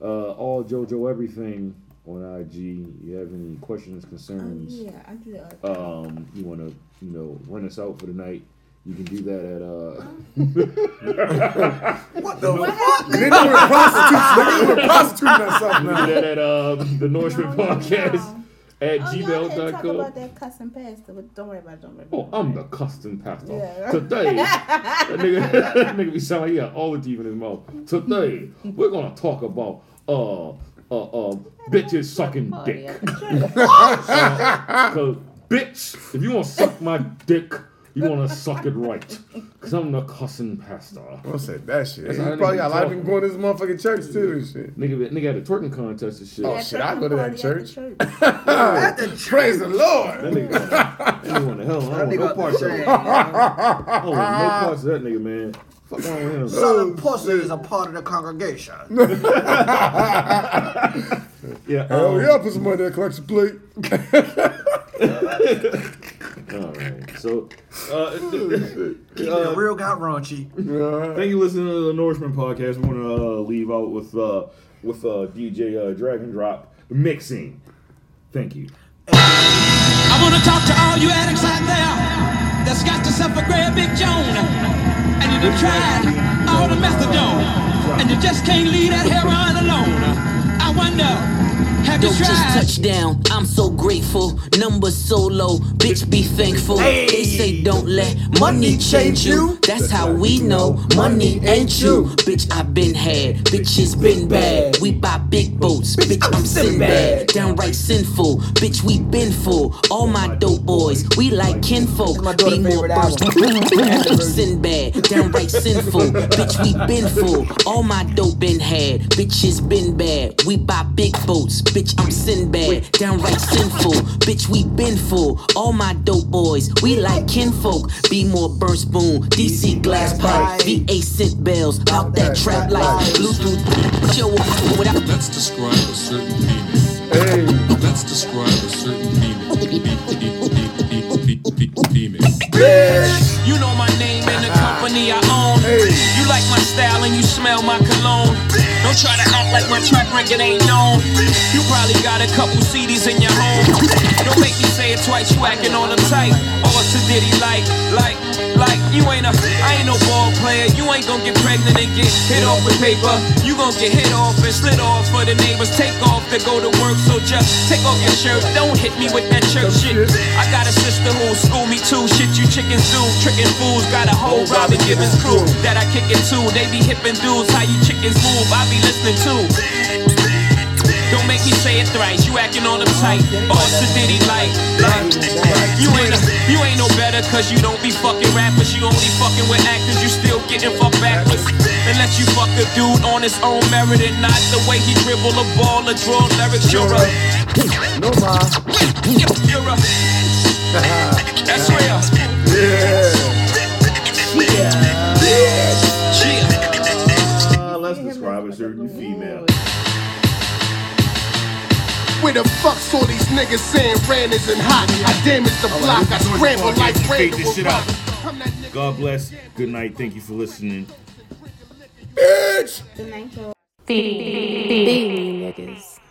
S3: uh, all JoJo everything on IG. You have any questions, concerns?
S9: yeah, I uh, do that.
S3: Um, you want to you know rent us out for the night? You can do that at uh. <laughs>
S21: What the fuck? Nigga, we're prostitutes. Nigga,
S8: <laughs>
S21: we're prostituting ourselves
S3: You
S21: now.
S3: can do that at um, the Norseman Podcast at
S9: oh, y'all didn't talk
S3: gmail.com.
S9: about that cussing pasta, but don't worry about it. Don't worry about
S3: Oh, I'm the custom pastor.
S9: Yeah.
S3: Today, that nigga, <laughs> that nigga be sounding like he got all the deep in his mouth. Today, we're gonna talk about uh uh uh bitches sucking dick. <laughs> Uh, 'cause bitch, if you wanna suck my dick, you wanna suck it right. Cause I'm the cussing pastor.
S21: I said that shit.
S3: That's
S21: He
S3: how that
S21: probably
S3: nigga
S21: got a lot of
S3: talk.
S21: people going to this motherfucking church too and shit.
S3: Nigga, nigga had a twerking contest and shit.
S21: Oh shit, I go to that church.
S3: Praise the Lord. That nigga, that nigga want the hell. I don't want no parts of that. I don't want no parts of that nigga, man. Fuck wrong with him. <laughs>
S7: Selling pussy is a part of the congregation.
S3: Yeah.
S21: Hell
S3: um,
S21: yeah, put some money in that collection plate.
S3: All right. So, uh, <laughs>
S7: Keeping
S3: uh,
S7: it real got raunchy.
S3: thank you for listening to the Norseman podcast. We want to uh, leave out with uh, with uh, DJ uh, Dragon Drop mixing. Thank you.
S22: I want to talk to all you addicts out there that's got yourself a great big Joan. And you done tried all the methadone. And you just can't leave that heroin alone. I wonder, have
S23: Yo,
S22: you
S23: just
S22: tried?
S23: touchdown. I'm so grateful. Numbers so low. Bitch, be thankful. They say don't let money change you. That's how we know money ain't you. Bitch, i been had. Bitch, it's been bad. We buy big boats. Bitch, I'm Sinbad. Downright sinful. Bitch, we been full. All my dope boys. We like kinfolk. Be more burst. I'm Sinbad. Downright sinful. Bitch, we been full. All my dope been had. Bitches been bad. We buy big boats. Bitch, I'm Sinbad. Downright sinful. Bitch, we been full. All my dope boys. We like kinfolk. Be more burn spoon. DC glass pipe. VA scent bells. Out that trap life. Bluetooth. Show up without.
S8: Let's describe a certain penis. Hey. Let's describe a certain penis.
S9: <laughs>
S8: Penis.
S22: You know my name and the company I own. You like my style and you smell my cologne. Don't try to act like my track record ain't known. You probably got a couple CDs in your home. Don't make me say it twice, you acting on a tight. Or it's a ditty like, like, like. You ain't a, I ain't no ball player. You ain't gonna get pregnant and get hit off with paper. You gonna get hit off and slid off for the neighbors. Take off to go to work, so just take off your shirt. Don't hit me with that church shit. I got a sister who school me too. Shit, you chickens do. Tricking fools, got a whole Robin Gibbons crew that I kick it to. They be hippin' dudes, how you chickens move. I be listening to. Don't make me say it thrice. You acting on them tight. All sedity like, like. You ain't a, you ain't no better cause you don't be fucking rappers. You only fucking with actors. You still getting fucked backwards. Unless you fuck a dude on his own merit and not the way he dribble a ball or draw lyrics. You're a. No, ma. You're a. That's real. Yeah.
S24: Uh, let's describe a certain female.
S2: Where the fuck's all these niggas saying ran isn't hot? I damage the block, I scramble like
S24: Fade
S2: Randall
S24: this
S2: with
S24: shit out.
S2: rock.
S24: God bless. Good night. Thank you for listening.
S2: Bitch!
S25: Thieving niggas.